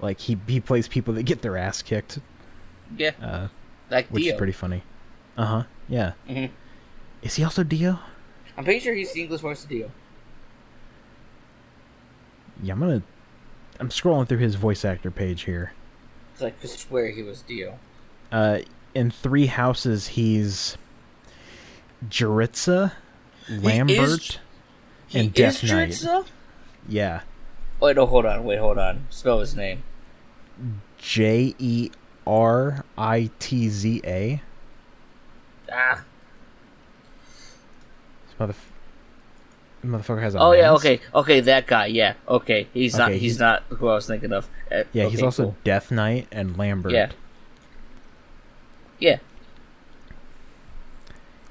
[SPEAKER 3] Like he he plays people that get their ass kicked,
[SPEAKER 4] Yeah,
[SPEAKER 3] uh,
[SPEAKER 4] like
[SPEAKER 3] which
[SPEAKER 4] Dio.
[SPEAKER 3] is pretty funny. Uh huh. Yeah.
[SPEAKER 4] Mhm.
[SPEAKER 3] Is he also Dio?
[SPEAKER 4] I'm pretty sure he's the English voice of Dio.
[SPEAKER 3] Yeah, I'm gonna. I'm scrolling through his voice actor page here.
[SPEAKER 4] 'Cause I could swear he was Dio.
[SPEAKER 3] Uh, in Three Houses, he's Jaritza, Lambert,
[SPEAKER 4] He
[SPEAKER 3] and Death
[SPEAKER 4] is
[SPEAKER 3] Knight.
[SPEAKER 4] Dritza?
[SPEAKER 3] Yeah,
[SPEAKER 4] Wait, no, hold on. Wait, hold on. Spell his name.
[SPEAKER 3] J E R I T Z A.
[SPEAKER 4] Ah.
[SPEAKER 3] This motherf- motherfucker has a.
[SPEAKER 4] Oh yeah.
[SPEAKER 3] mask.
[SPEAKER 4] Okay. Okay. That guy. Yeah. Okay. He's not.
[SPEAKER 3] Okay,
[SPEAKER 4] He's,
[SPEAKER 3] he's-
[SPEAKER 4] not who I was thinking of. Uh,
[SPEAKER 3] Yeah, he's
[SPEAKER 4] okay,
[SPEAKER 3] also
[SPEAKER 4] cool.
[SPEAKER 3] Death Knight and Lambert.
[SPEAKER 4] Yeah. Yeah.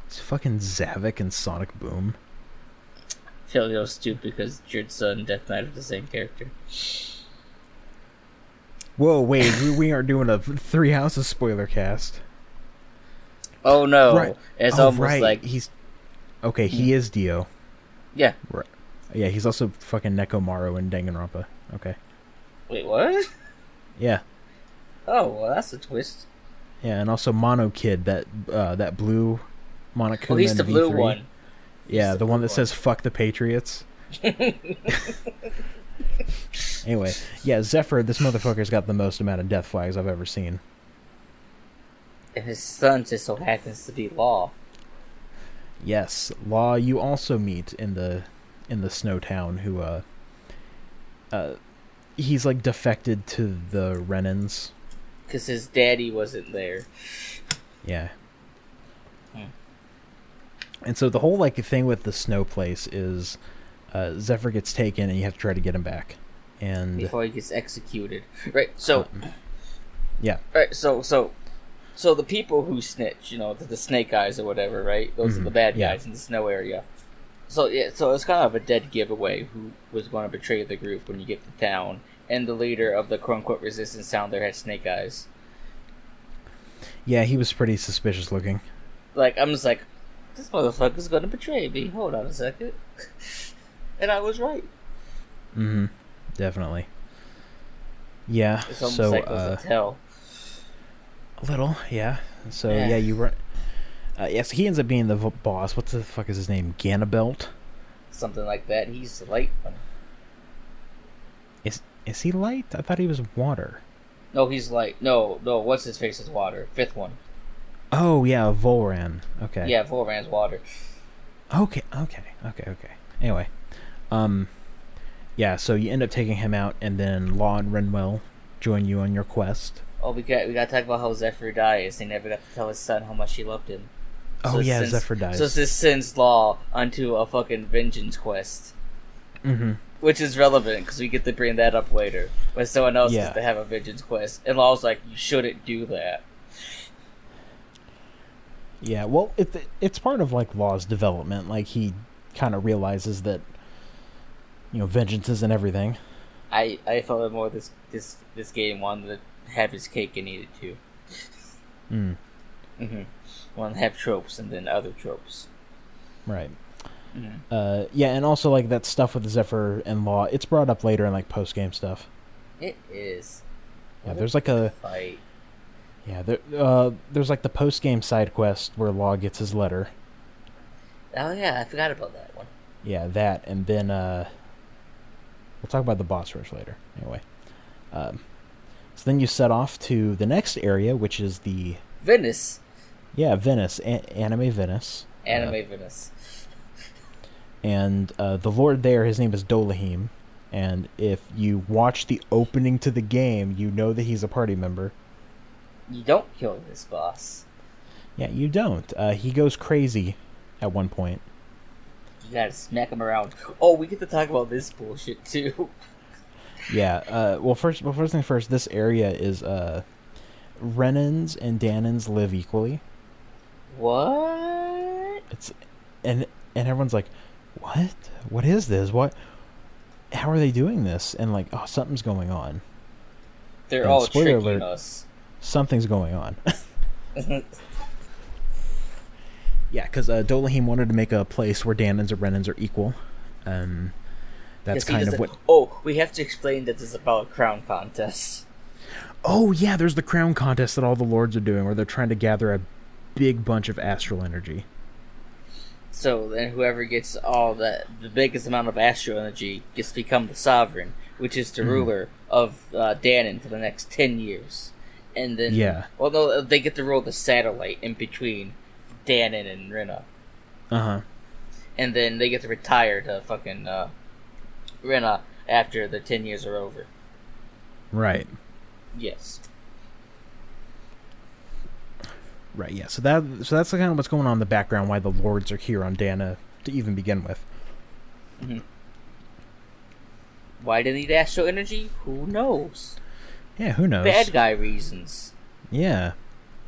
[SPEAKER 3] It's fucking Zavik and Sonic Boom.
[SPEAKER 4] I feel a little stupid because Dritza and Death Knight are the same character.
[SPEAKER 3] Whoa, wait, we, we aren't doing a Three Houses spoiler cast.
[SPEAKER 4] Oh no.
[SPEAKER 3] Right.
[SPEAKER 4] It's
[SPEAKER 3] Oh,
[SPEAKER 4] almost
[SPEAKER 3] right.
[SPEAKER 4] like Hmm.
[SPEAKER 3] he's okay. He is Dio.
[SPEAKER 4] yeah.
[SPEAKER 3] Right. Yeah, he's also fucking Nekomaru and Danganronpa. Okay.
[SPEAKER 4] Wait, what?
[SPEAKER 3] Yeah,
[SPEAKER 4] Oh, well, that's a twist.
[SPEAKER 3] yeah, and also Mono Kid, that uh, that blue Monokuma.
[SPEAKER 4] Oh, he's the
[SPEAKER 3] in
[SPEAKER 4] blue
[SPEAKER 3] V3.
[SPEAKER 4] one.
[SPEAKER 3] Yeah,
[SPEAKER 4] the
[SPEAKER 3] the, one
[SPEAKER 4] blue
[SPEAKER 3] that says "fuck the Patriots." anyway, yeah, Zephyr, this motherfucker's got the most amount of death flags I've ever seen.
[SPEAKER 4] And his son just so happens to be Law.
[SPEAKER 3] Yes, Law, you also meet in the in the snow town who uh uh he's like defected to the Renans.
[SPEAKER 4] Because his daddy wasn't there.
[SPEAKER 3] Yeah.
[SPEAKER 4] Hmm.
[SPEAKER 3] And so the whole like thing with the snow place is uh Zephyr gets taken and you have to try to get him back. And
[SPEAKER 4] before he gets executed. Right. So.
[SPEAKER 3] Mm-hmm. yeah.
[SPEAKER 4] Right. So so, so the people who snitch, you know, the, the snake eyes or whatever, right? Those are the
[SPEAKER 3] Mhm,
[SPEAKER 4] bad
[SPEAKER 3] yeah.
[SPEAKER 4] guys in the snow area. So yeah, so it's kind of a dead giveaway who was going to betray the group when you get to town, and the leader of the quote unquote resistance down there had snake eyes.
[SPEAKER 3] yeah, he was pretty suspicious looking.
[SPEAKER 4] Like I'm just like, this motherfucker's going to betray me. Hold on a second, <laughs> and I was right.
[SPEAKER 3] Mhm. Definitely. Yeah.
[SPEAKER 4] It's almost
[SPEAKER 3] So
[SPEAKER 4] like it was
[SPEAKER 3] uh
[SPEAKER 4] a tell.
[SPEAKER 3] a little, yeah. So
[SPEAKER 4] Yeah.
[SPEAKER 3] yeah, you were uh, yeah, so he ends up being the v- boss. What the fuck is his name? Ganabelt?
[SPEAKER 4] Something like that. He's the light one.
[SPEAKER 3] Is is he light? I thought he was water.
[SPEAKER 4] No, he's like no, no. What's his face is water. Fifth one.
[SPEAKER 3] Oh yeah, Volran. Okay.
[SPEAKER 4] Yeah, full man's water.
[SPEAKER 3] Okay, okay, okay, okay. Anyway, um, yeah. So you end up taking him out, and then Law and Renwell join you on your quest.
[SPEAKER 4] Oh, we got we got to talk about how Zephyr dies. They never got to tell his son how much he loved him.
[SPEAKER 3] Oh
[SPEAKER 4] it
[SPEAKER 3] yeah,
[SPEAKER 4] sends-
[SPEAKER 3] Zephyr dies.
[SPEAKER 4] So this sends Law onto a fucking vengeance quest,
[SPEAKER 3] hmm
[SPEAKER 4] which is relevant because we get to bring that up later. But someone else
[SPEAKER 3] Yeah.
[SPEAKER 4] has to have a vengeance quest, and Law's like, "You shouldn't do that."
[SPEAKER 3] Yeah. Well, it, it's part of like Law's development. Like he kind of realizes that you know vengeance isn't everything.
[SPEAKER 4] I I felt that more this this this game wanted to have his cake and eat it too.
[SPEAKER 3] Mm,
[SPEAKER 4] Mm-hmm. Wanted to have tropes and then other tropes.
[SPEAKER 3] right.
[SPEAKER 4] Mhm.
[SPEAKER 3] Uh, yeah, and also like that stuff with Zephyr and Law. It's brought up later in like post game stuff.
[SPEAKER 4] It is
[SPEAKER 3] Yeah, there's like a
[SPEAKER 4] fight.
[SPEAKER 3] yeah, there, uh, there's like the post game side quest where Law gets his letter.
[SPEAKER 4] Oh yeah, I forgot about that one.
[SPEAKER 3] yeah that and then uh we'll talk about the boss rush later anyway um so then you set off to the next area which is the
[SPEAKER 4] Venice,
[SPEAKER 3] yeah venice a- anime venice
[SPEAKER 4] anime
[SPEAKER 3] Uh,
[SPEAKER 4] Venice.
[SPEAKER 3] and uh the lord there his name is dolahim and if you watch the opening to the game you know that he's a party member
[SPEAKER 4] You don't kill this boss.
[SPEAKER 3] yeah you don't uh he goes crazy at one point
[SPEAKER 4] You gotta smack him around. Oh, we get to talk about this bullshit too. <laughs>
[SPEAKER 3] Yeah. Uh, well, first, well, first thing first, this area is uh, Renans and Danans live equally.
[SPEAKER 4] What?
[SPEAKER 3] It's and and everyone's like, "What? What is this? What? How are they doing this?" And like, "Oh, something's going on.
[SPEAKER 4] They're
[SPEAKER 3] And
[SPEAKER 4] all
[SPEAKER 3] spoiler
[SPEAKER 4] tricking
[SPEAKER 3] alert.
[SPEAKER 4] us.
[SPEAKER 3] Something's going on." <laughs> yeah, because uh, Dolahim wanted to make a place where Danans and Renans are equal, um, That's
[SPEAKER 4] 'Cause he
[SPEAKER 3] kind
[SPEAKER 4] just
[SPEAKER 3] of
[SPEAKER 4] like,
[SPEAKER 3] what.
[SPEAKER 4] Oh, we have to explain that this is about a crown contest.
[SPEAKER 3] Oh yeah, there's the crown contest that all the lords are doing, where they're trying to gather a big bunch of astral energy.
[SPEAKER 4] So then, whoever gets all the the biggest amount of astral energy gets to become the sovereign, which is
[SPEAKER 3] Mm-hmm.
[SPEAKER 4] the ruler of uh, Danon for the next ten years. And then,
[SPEAKER 3] Yeah.
[SPEAKER 4] well, no, they get to rule the satellite in between Danon and Rena,
[SPEAKER 3] Uh huh.
[SPEAKER 4] and then they get to retire to fucking uh, Rena after the ten years are over.
[SPEAKER 3] Right.
[SPEAKER 4] Yes.
[SPEAKER 3] Right. Yeah. So that so that's kind of what's going on in the background. Why the lords are here on Dana to even begin with.
[SPEAKER 4] Why do they need astral energy? Who knows?
[SPEAKER 3] Yeah. Who knows?
[SPEAKER 4] Bad guy reasons.
[SPEAKER 3] Yeah.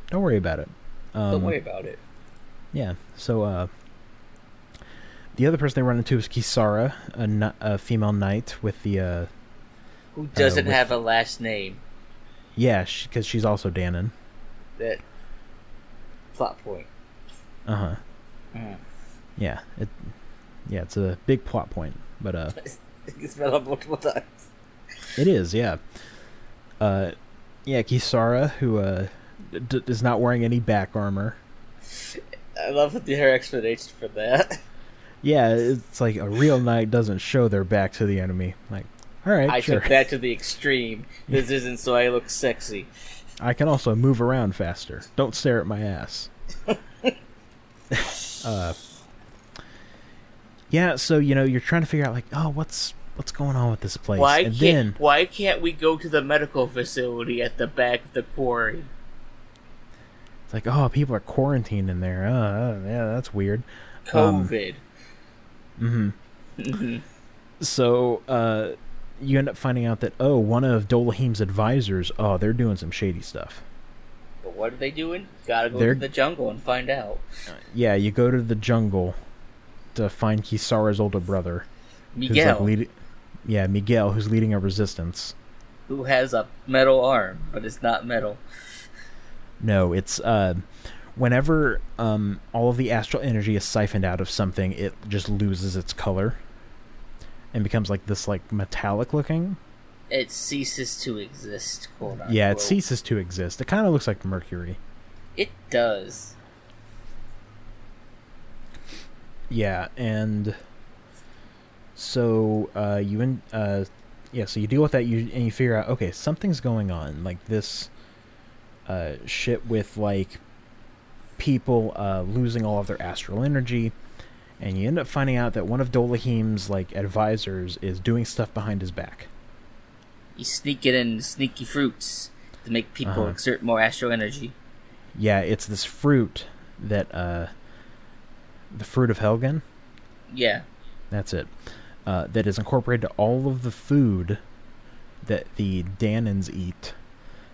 [SPEAKER 3] Don't worry about it. Um,
[SPEAKER 4] Don't worry about it.
[SPEAKER 3] Yeah. So uh, the other person they run into is Kisara, a, kn- a female knight with the uh,
[SPEAKER 4] Who doesn't
[SPEAKER 3] with-
[SPEAKER 4] have a last name?
[SPEAKER 3] yeah, because she's also Danon.
[SPEAKER 4] That plot point.
[SPEAKER 3] Uh huh.
[SPEAKER 4] Mm. <laughs>
[SPEAKER 3] Yeah. It. Yeah, it's a big plot point, but uh,
[SPEAKER 4] it's been on multiple times.
[SPEAKER 3] it is. Yeah. Uh, yeah, Kisara, who uh, d- is not wearing any back armor.
[SPEAKER 4] I love the, her explanation for that.
[SPEAKER 3] Yeah, it's like a real knight doesn't show their back to the enemy. Like, all right,
[SPEAKER 4] I
[SPEAKER 3] sure.
[SPEAKER 4] took that to the extreme. This isn't so I look sexy.
[SPEAKER 3] I can also move around faster. Don't stare at my
[SPEAKER 4] <laughs>
[SPEAKER 3] ass. uh, yeah, so you know you're trying to figure out like, oh, what's what's going on with this place?
[SPEAKER 4] Why
[SPEAKER 3] and
[SPEAKER 4] can't
[SPEAKER 3] then
[SPEAKER 4] Why can't we go to the medical facility at the back of the quarry?
[SPEAKER 3] it's like, oh, people are quarantined in there. Uh, uh, yeah, that's weird. Um,
[SPEAKER 4] COVID. <laughs>
[SPEAKER 3] So uh, you end up finding out that oh, one of Dolahim's advisors, oh, they're doing some shady stuff.
[SPEAKER 4] but what are they doing? Gotta go
[SPEAKER 3] they're-
[SPEAKER 4] to the jungle and find out.
[SPEAKER 3] Yeah, you go to the jungle to find Kisara's older brother, who's
[SPEAKER 4] Miguel,
[SPEAKER 3] like leading. Yeah, Miguel, who's leading a resistance.
[SPEAKER 4] who has a metal arm, but it's not metal.
[SPEAKER 3] No, it's uh, whenever um, all of the astral energy is siphoned out of something, it just loses its color and becomes like this like metallic looking.
[SPEAKER 4] It ceases to exist. Quote unquote.
[SPEAKER 3] Yeah, it ceases to exist. It kind of looks like mercury.
[SPEAKER 4] It does.
[SPEAKER 3] Yeah, and so uh, you in uh, yeah, so you deal with that. You and you figure out okay, something's going on. Like this uh, shit with like people uh, losing all of their astral energy, and you end up finding out that one of Dolahim's like advisors is doing stuff behind his back.
[SPEAKER 4] You sneak it in sneaky fruits to make people
[SPEAKER 3] Uh-huh.
[SPEAKER 4] exert more astral energy.
[SPEAKER 3] Yeah, it's this fruit that uh, the fruit of Helgen.
[SPEAKER 4] Yeah.
[SPEAKER 3] That's it. Uh, that is incorporated to all of the food that the Danans eat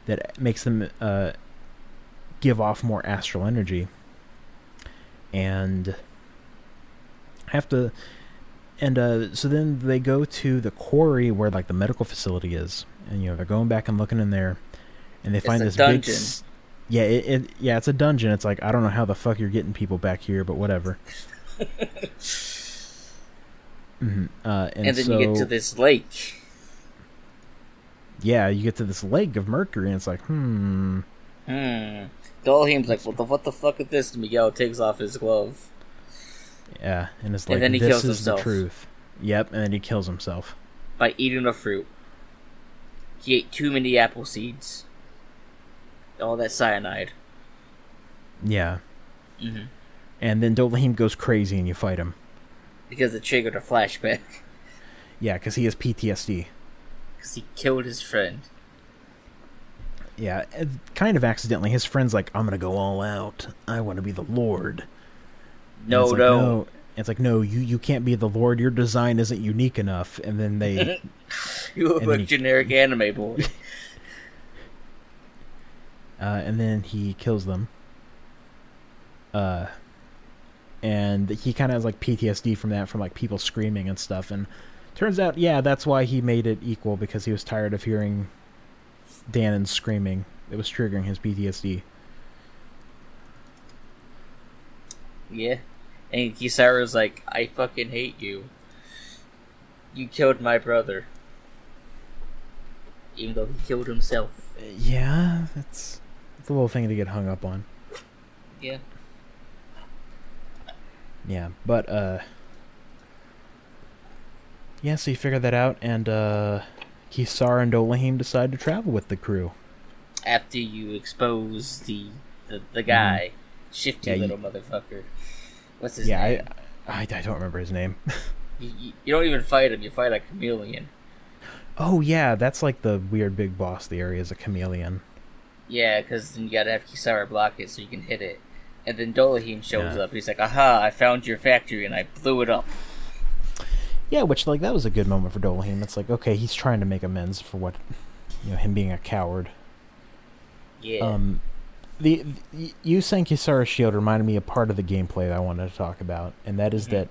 [SPEAKER 3] that makes them uh, give off more astral energy. And have to. And uh, so then they go to the quarry where, like, the medical facility is. And, you know, they're going back and looking in there. And they find
[SPEAKER 4] a
[SPEAKER 3] this big.
[SPEAKER 4] dungeon.
[SPEAKER 3] s- Yeah, it, it, yeah, it's a dungeon. It's like, I don't know how the fuck you're getting people back here, but whatever. Mhm. uh, and,
[SPEAKER 4] and, then
[SPEAKER 3] so,
[SPEAKER 4] you get to this lake.
[SPEAKER 3] yeah, you get to this lake of mercury, and it's like, hmm,
[SPEAKER 4] Hmm. Dolheim's like, what the what the fuck is this? And Miguel takes off his glove.
[SPEAKER 3] yeah, and it's
[SPEAKER 4] And
[SPEAKER 3] like,
[SPEAKER 4] then he
[SPEAKER 3] this
[SPEAKER 4] kills
[SPEAKER 3] is
[SPEAKER 4] himself.
[SPEAKER 3] the truth. Yep, and then he kills himself.
[SPEAKER 4] by eating a fruit. He ate too many apple seeds. All that cyanide.
[SPEAKER 3] Yeah, mm-hmm. and then Dolahim goes crazy, and you fight him.
[SPEAKER 4] Because it triggered a flashback. <laughs>
[SPEAKER 3] Yeah, because he has PTSD.
[SPEAKER 4] Because he killed his friend.
[SPEAKER 3] Yeah, it- kind of accidentally. His friend's like, "I'm gonna go all out. I want to be the Lord." And
[SPEAKER 4] No,
[SPEAKER 3] it's like,
[SPEAKER 4] no.
[SPEAKER 3] It's like, no, you you can't be the Lord. Your design isn't unique enough. And then
[SPEAKER 4] <laughs>
[SPEAKER 3] they,
[SPEAKER 4] <laughs> You look
[SPEAKER 3] And
[SPEAKER 4] like
[SPEAKER 3] then he- <laughs>
[SPEAKER 4] generic anime boy.
[SPEAKER 3] uh, and then he kills them. Uh, and he kind of has like PTSD from that, from like people screaming and stuff. And turns out, yeah, that's why he made it equal because he was tired of hearing Danon screaming. It was triggering his PTSD.
[SPEAKER 4] yeah. And Kisara's like, I fucking hate you. you killed my brother. Even though he killed himself.
[SPEAKER 3] Uh, Yeah, that's, that's a little thing to get hung up on.
[SPEAKER 4] Yeah.
[SPEAKER 3] Yeah, but uh Yeah, so you figure that out and uh Kisar and Dolahim decide to travel with the crew.
[SPEAKER 4] After you expose the the, the guy, shifty
[SPEAKER 3] Mm. Yeah, you-
[SPEAKER 4] little motherfucker. What's his
[SPEAKER 3] yeah,
[SPEAKER 4] name?
[SPEAKER 3] I, I I don't remember his name.
[SPEAKER 4] You, you, you don't even fight him. You fight a chameleon.
[SPEAKER 3] oh yeah, that's like the weird big boss of the area is a chameleon.
[SPEAKER 4] Yeah, because then you gotta have Kisara block it so you can hit it. And then Dolahim shows
[SPEAKER 3] Yeah.
[SPEAKER 4] up. He's like, "Aha! I found your factory and I blew it up."
[SPEAKER 3] Yeah, which like that was a good moment for Dolahim. It's like, okay, he's trying to make amends for what you know, him being a coward.
[SPEAKER 4] Yeah.
[SPEAKER 3] Um, the, the you saying Kisara's shield reminded me of part of the gameplay that I wanted to talk about, and that is
[SPEAKER 4] Mhm.
[SPEAKER 3] that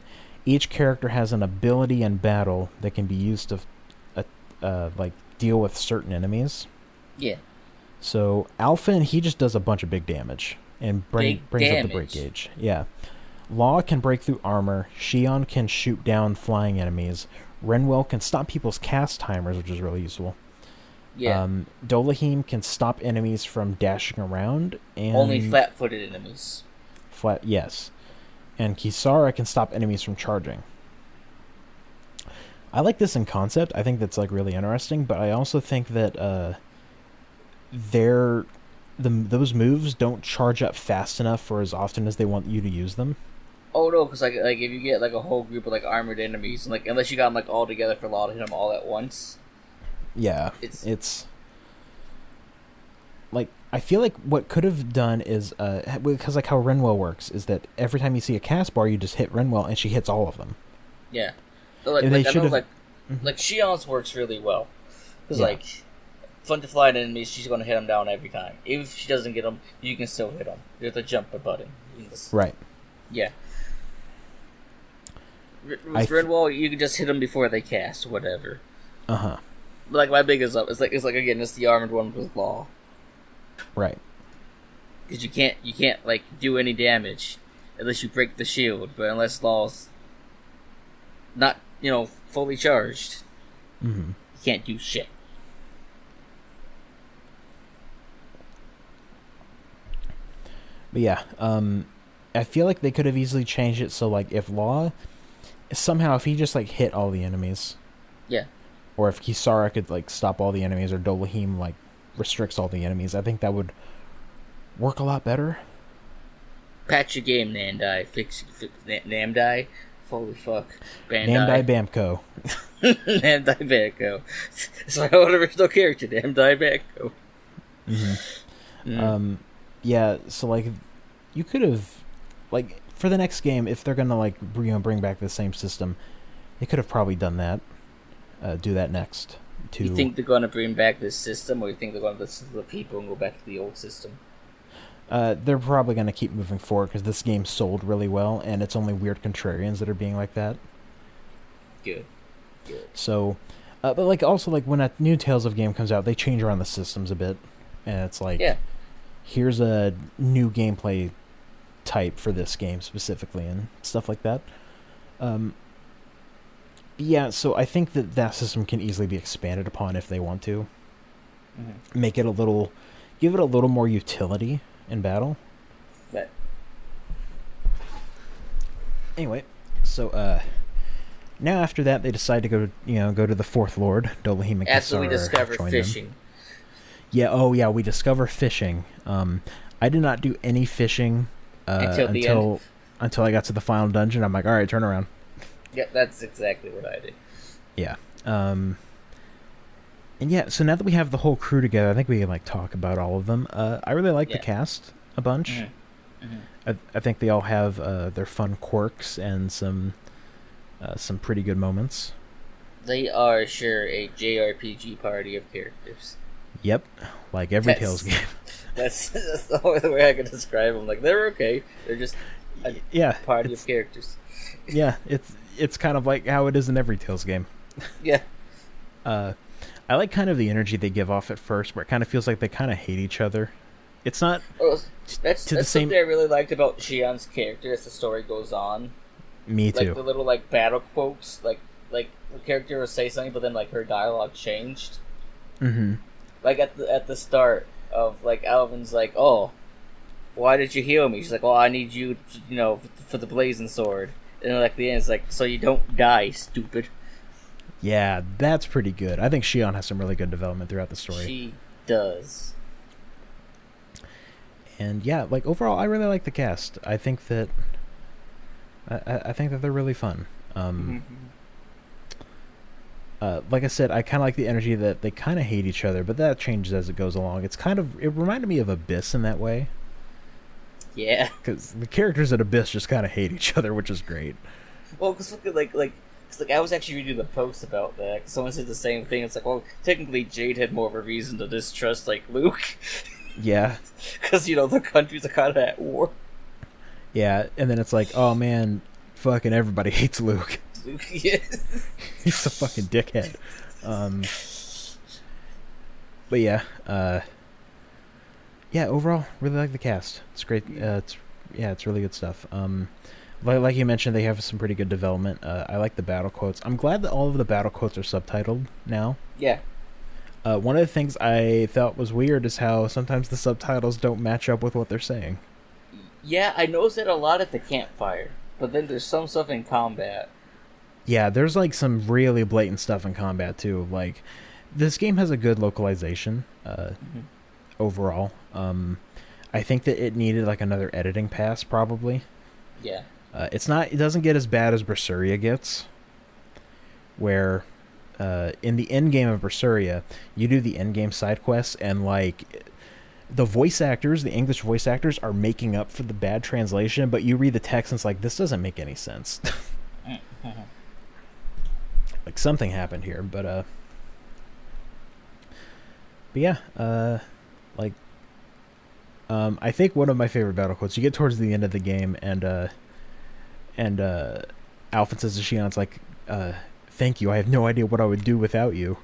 [SPEAKER 3] each character has an ability in battle that can be used to, uh, uh, like deal with certain enemies.
[SPEAKER 4] yeah.
[SPEAKER 3] So Alpha, he just does a bunch of big damage and bring,
[SPEAKER 4] Big
[SPEAKER 3] brings up the break
[SPEAKER 4] damage.
[SPEAKER 3] gauge. Yeah. Law can break through armor. Shion can shoot down flying enemies. Renwell can stop people's cast timers, which is really useful.
[SPEAKER 4] Yeah.
[SPEAKER 3] Um, Dolahim can stop enemies from dashing around, and
[SPEAKER 4] Only flat-footed enemies.
[SPEAKER 3] flat. Yes, and Kisara can stop enemies from charging. I like this in concept. I think that's like really interesting, but I also think that uh, they're the those moves don't charge up fast enough for as often as they want you to use them.
[SPEAKER 4] Oh no, because like like if you get like a whole group of like armored enemies, and, like unless you got them like all together for law to hit them all at once,
[SPEAKER 3] Yeah.
[SPEAKER 4] It's-
[SPEAKER 3] it's like I feel like what could have done is uh because like how Renwell works is that every time you see a cast bar you just hit Renwell and she hits all of them.
[SPEAKER 4] yeah. So, like,
[SPEAKER 3] And they
[SPEAKER 4] like I know
[SPEAKER 3] should've- Mm-hmm.
[SPEAKER 4] like like Shion's works really well because
[SPEAKER 3] Yeah.
[SPEAKER 4] like fun to fly enemies, she's gonna hit them down every time. Even if she doesn't get them, you can still hit them. You have to jump the button. You can just-
[SPEAKER 3] Right.
[SPEAKER 4] Yeah. R-
[SPEAKER 3] I th-
[SPEAKER 4] With Redwall, you can just hit them before they cast, whatever.
[SPEAKER 3] Uh-huh.
[SPEAKER 4] But, like my biggest up, it's like it's like again, it's the armored one with law.
[SPEAKER 3] Right.
[SPEAKER 4] because you can't you can't like do any damage unless you break the shield. But unless Law's not you know fully charged,
[SPEAKER 3] Mhm.
[SPEAKER 4] you can't do shit.
[SPEAKER 3] But yeah, um I feel like they could have easily changed it so like if Law somehow if he just like hit all the enemies
[SPEAKER 4] Yeah,
[SPEAKER 3] or if Kisara could like stop all the enemies or Dolahim like restricts all the enemies, I think that would work a lot better.
[SPEAKER 4] patch your game, Nandai. Fix, fix Na- Namdai. Holy fuck,
[SPEAKER 3] Bandai
[SPEAKER 4] Bandai.
[SPEAKER 3] Bamco.
[SPEAKER 4] <laughs> Namdai <laughs> Bako. It's my own original character, Namdai Bako.
[SPEAKER 3] Um, yeah. So like, you could have, like, for the next game, if they're gonna like br- you know bring back the same system, they could have probably done that. Uh, do that next. To
[SPEAKER 4] You think they're gonna bring back this system, or you think they're gonna listen to the people and go back to the old system?
[SPEAKER 3] uh, they're probably gonna keep moving forward because this game sold really well, and it's only weird contrarians that are being like that.
[SPEAKER 4] Good.
[SPEAKER 3] So, uh, but like also like when a new Tales of game comes out, they change around the systems a bit, and it's like
[SPEAKER 4] Yeah.
[SPEAKER 3] here's a new gameplay type for this game specifically and stuff like that. Um, yeah, so I think that that system can easily be expanded upon if they want to.
[SPEAKER 4] Mm-hmm.
[SPEAKER 3] Make it a little, give it a little more utility in battle.
[SPEAKER 4] But
[SPEAKER 3] Anyway, so uh, now after that they decide to go to you know go to the fourth lord Dolahim and
[SPEAKER 4] after we
[SPEAKER 3] Kisara
[SPEAKER 4] discover
[SPEAKER 3] join them.
[SPEAKER 4] fishing.
[SPEAKER 3] Yeah. Oh, yeah. We discover fishing. Um, I did not do any fishing uh,
[SPEAKER 4] Until
[SPEAKER 3] until
[SPEAKER 4] the
[SPEAKER 3] until,
[SPEAKER 4] end.
[SPEAKER 3] I got to the final dungeon. I'm like, all right, turn around.
[SPEAKER 4] Yeah, that's exactly what I did.
[SPEAKER 3] Yeah. Um, and yeah. So now that we have the whole crew together, I think we can like talk about all of them. Uh, I really like
[SPEAKER 4] Yeah.
[SPEAKER 3] the cast a bunch.
[SPEAKER 4] Mhm. Mhm.
[SPEAKER 3] I, I think they all have uh, their fun quirks and some uh, some pretty good moments.
[SPEAKER 4] They are sure a JRPG party of
[SPEAKER 3] <laughs>
[SPEAKER 4] characters.
[SPEAKER 3] Yep. Like every
[SPEAKER 4] Yes.
[SPEAKER 3] Tales
[SPEAKER 4] <laughs>
[SPEAKER 3] game.
[SPEAKER 4] That's, that's the only way I can describe them. Like they're okay. They're just a
[SPEAKER 3] <laughs> yeah.
[SPEAKER 4] party
[SPEAKER 3] it's-
[SPEAKER 4] of characters.
[SPEAKER 3] yeah. It's it's kind of like how it is in every Tales game.
[SPEAKER 4] Yeah,
[SPEAKER 3] uh, I like kind of the energy they give off at first, where it kind of feels like they kind of hate each other. It's not,
[SPEAKER 4] Well, that's
[SPEAKER 3] To the
[SPEAKER 4] that's
[SPEAKER 3] same-
[SPEAKER 4] something I really liked about Xion's character as the story goes on.
[SPEAKER 3] me
[SPEAKER 4] Like
[SPEAKER 3] too.
[SPEAKER 4] the little like battle quotes, like like the character would say something, but then like her dialogue changed.
[SPEAKER 3] Mm-hmm.
[SPEAKER 4] Like at the at the start of like Alvin's like, "Oh, why did you heal me?" She's like, "Well, I need you, to, you know, f- for the blazing sword." And then, like the end, it's like, "So you don't die, stupid."
[SPEAKER 3] Yeah, that's pretty good. I think Shion has some really good development throughout the story.
[SPEAKER 4] She does.
[SPEAKER 3] and yeah, like overall, I really like the cast. I think that I, I- I think that they're really fun.
[SPEAKER 4] Mm-hmm.
[SPEAKER 3] Um, uh, like I said, I kind of like the energy that they kind of hate each other, but that changes as it goes along. It's kind of it reminded me of Abyss in that way
[SPEAKER 4] Yeah. <laughs>
[SPEAKER 3] because the characters at Abyss just kind of hate each other, which is great.
[SPEAKER 4] Well, because look at like like. 'cause, Like I was actually reading the post about that. 'cause Someone said the same thing. It's like, well, technically Jade had more of a reason to distrust like Luke, <laughs>
[SPEAKER 3] Yeah,
[SPEAKER 4] because you know the countries are kind of at war.
[SPEAKER 3] yeah, and then it's like, oh man, fucking everybody <laughs> hates Luke.
[SPEAKER 4] Luke, <laughs> yes.
[SPEAKER 3] He's a fucking dickhead. Um, but yeah, uh, yeah. Overall, really like the cast. It's great. Uh, it's yeah, it's really good stuff. Um, like, like you mentioned, they have some pretty good development. Uh, I like the battle quotes. I'm glad that all of the battle quotes are subtitled now.
[SPEAKER 4] Yeah.
[SPEAKER 3] Uh, one of the things I thought was weird is how sometimes the subtitles don't match up with what they're saying.
[SPEAKER 4] Yeah, I noticed that a lot at the campfire, but then there's some stuff in combat.
[SPEAKER 3] Yeah, there's like some really blatant stuff in combat too. Like this game has a good localization uh, overall. Um, I think that it needed like another editing pass probably.
[SPEAKER 4] Yeah.
[SPEAKER 3] Uh, it's not. It doesn't get as bad as Berseria gets, where uh, in the end game of Berseria, you do the end game side quests and like. The voice actors, the English voice actors, are making up for the bad translation, but you read the text and it's like, this doesn't make any sense. <laughs>
[SPEAKER 4] Mm-hmm.
[SPEAKER 3] like something happened here, but uh, but yeah, uh, like, um, I think one of my favorite battle quotes. You get towards the end of the game, and uh, and uh, Alpha says to Shion's like, uh, "Thank you. I have no idea what I would do without you."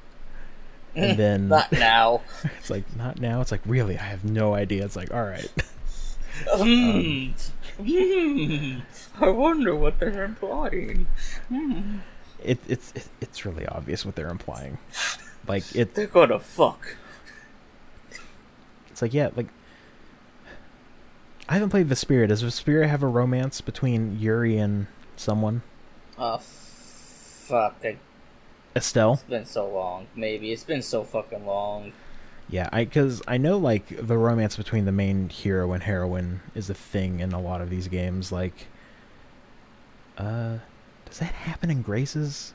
[SPEAKER 3] And then
[SPEAKER 4] Not now.
[SPEAKER 3] it's like, "Not now." It's like, "Really? I have no idea." It's like, "All right." <laughs>
[SPEAKER 4] Hmm. Hmm. I wonder what they're implying. Hmm.
[SPEAKER 3] It, it's it, it's really obvious what they're implying. Like it,
[SPEAKER 4] They're gonna fuck.
[SPEAKER 3] It's like, yeah, like I haven't played Vesperia. Does Vesperia have a romance between Yuri and someone?
[SPEAKER 4] Oh, fuck. It's
[SPEAKER 3] Estelle?
[SPEAKER 4] been so long. Maybe. It's been so fucking long.
[SPEAKER 3] Yeah, I because I know like the romance between the main hero and heroine is a thing in a lot of these games. Like, uh, does that happen in Graces?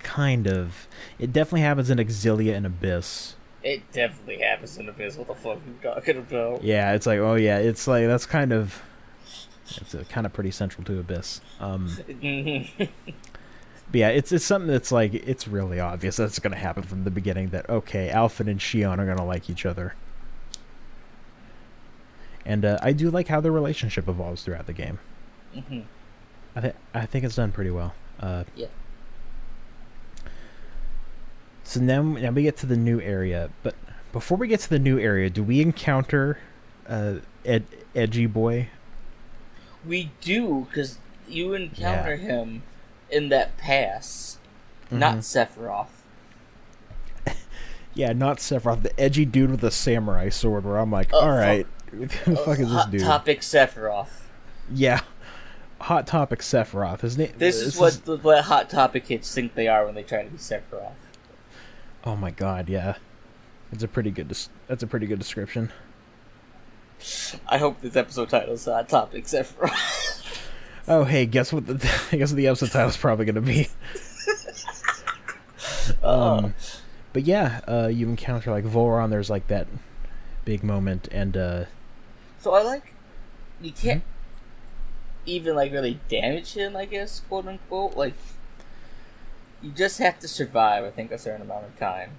[SPEAKER 3] Kind of. It definitely happens in Exilia and Abyss.
[SPEAKER 4] It definitely happens in Abyss. What the fuck are you talking about?
[SPEAKER 3] Yeah, it's like, oh yeah, it's like that's kind of, it's uh kind of pretty central to Abyss. Um.
[SPEAKER 4] Mm-hmm.
[SPEAKER 3] But yeah, it's it's something that's like it's really obvious that's going to happen from the beginning that okay, Alfin and Shion are going to like each other. And uh, I do like how their relationship evolves throughout the game.
[SPEAKER 4] Mhm.
[SPEAKER 3] I think I think it's done pretty well. Uh,
[SPEAKER 4] Yeah.
[SPEAKER 3] so now now we get to the new area, but before we get to the new area, do we encounter uh, Ed, Edgy Boy?
[SPEAKER 4] <laughs> We do, because you encounter him in that pass, not
[SPEAKER 3] Mm-hmm.
[SPEAKER 4] Sephiroth.
[SPEAKER 3] Yeah, not Sephiroth, the edgy dude with the samurai sword. Where I'm like,
[SPEAKER 4] Oh,
[SPEAKER 3] all right, <laughs> who the fuck is this
[SPEAKER 4] Hot
[SPEAKER 3] dude?
[SPEAKER 4] topic Sephiroth.
[SPEAKER 3] Yeah. Hot Topic Sephiroth. His name.
[SPEAKER 4] This is what the what Hot Topic kids think they are when they try to be Sephiroth.
[SPEAKER 3] Oh my god! Yeah, it's a pretty good. Des- that's a pretty good description.
[SPEAKER 4] I hope this episode title is Hot Topic Sephiroth. <laughs>
[SPEAKER 3] Oh hey, guess what? The <laughs> I guess what the episode title is probably going to
[SPEAKER 4] <laughs>
[SPEAKER 3] be.
[SPEAKER 4] Oh.
[SPEAKER 3] um, but yeah, uh, you encounter like Volron. There's like that big moment, and uh,
[SPEAKER 4] so I like you can't even like really damage him, I guess, quote unquote. Like you just have to survive. I think a certain amount of time.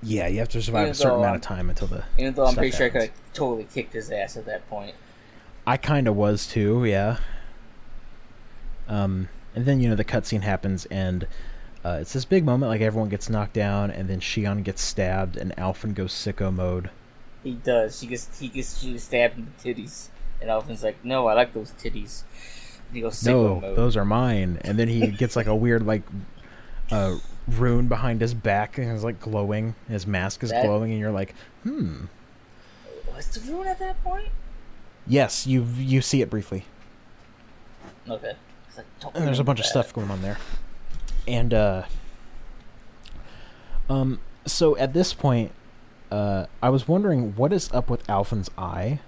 [SPEAKER 3] yeah, you have to survive
[SPEAKER 4] Even
[SPEAKER 3] a certain
[SPEAKER 4] though,
[SPEAKER 3] amount
[SPEAKER 4] um,
[SPEAKER 3] of time until the.
[SPEAKER 4] Even though I'm
[SPEAKER 3] stuff
[SPEAKER 4] pretty sure I could
[SPEAKER 3] happens.
[SPEAKER 4] have totally kicked his ass at that point.
[SPEAKER 3] I kind of was too, yeah. Um, and then you know the cutscene happens, and uh, it's this big moment. Like everyone gets knocked down, and then Shion gets stabbed, and Alfin goes sicko mode.
[SPEAKER 4] He does. She gets he gets she gets stabbed in the titties, and Alvin's like, "No, I like those titties." And he goes,
[SPEAKER 3] no,
[SPEAKER 4] "Sicko mode."
[SPEAKER 3] those are mine. And then he gets like a weird like uh, rune behind his back and it's like glowing. His mask is
[SPEAKER 4] That-
[SPEAKER 3] glowing, and you're like, hmm.
[SPEAKER 4] Was the rune at that point?
[SPEAKER 3] Yes, you you see it briefly.
[SPEAKER 4] Okay. 'Cause I don't
[SPEAKER 3] And there's a bunch
[SPEAKER 4] remember
[SPEAKER 3] of
[SPEAKER 4] that.
[SPEAKER 3] stuff going on there. And uh um so at this point uh I was wondering what is up with Alphen's eye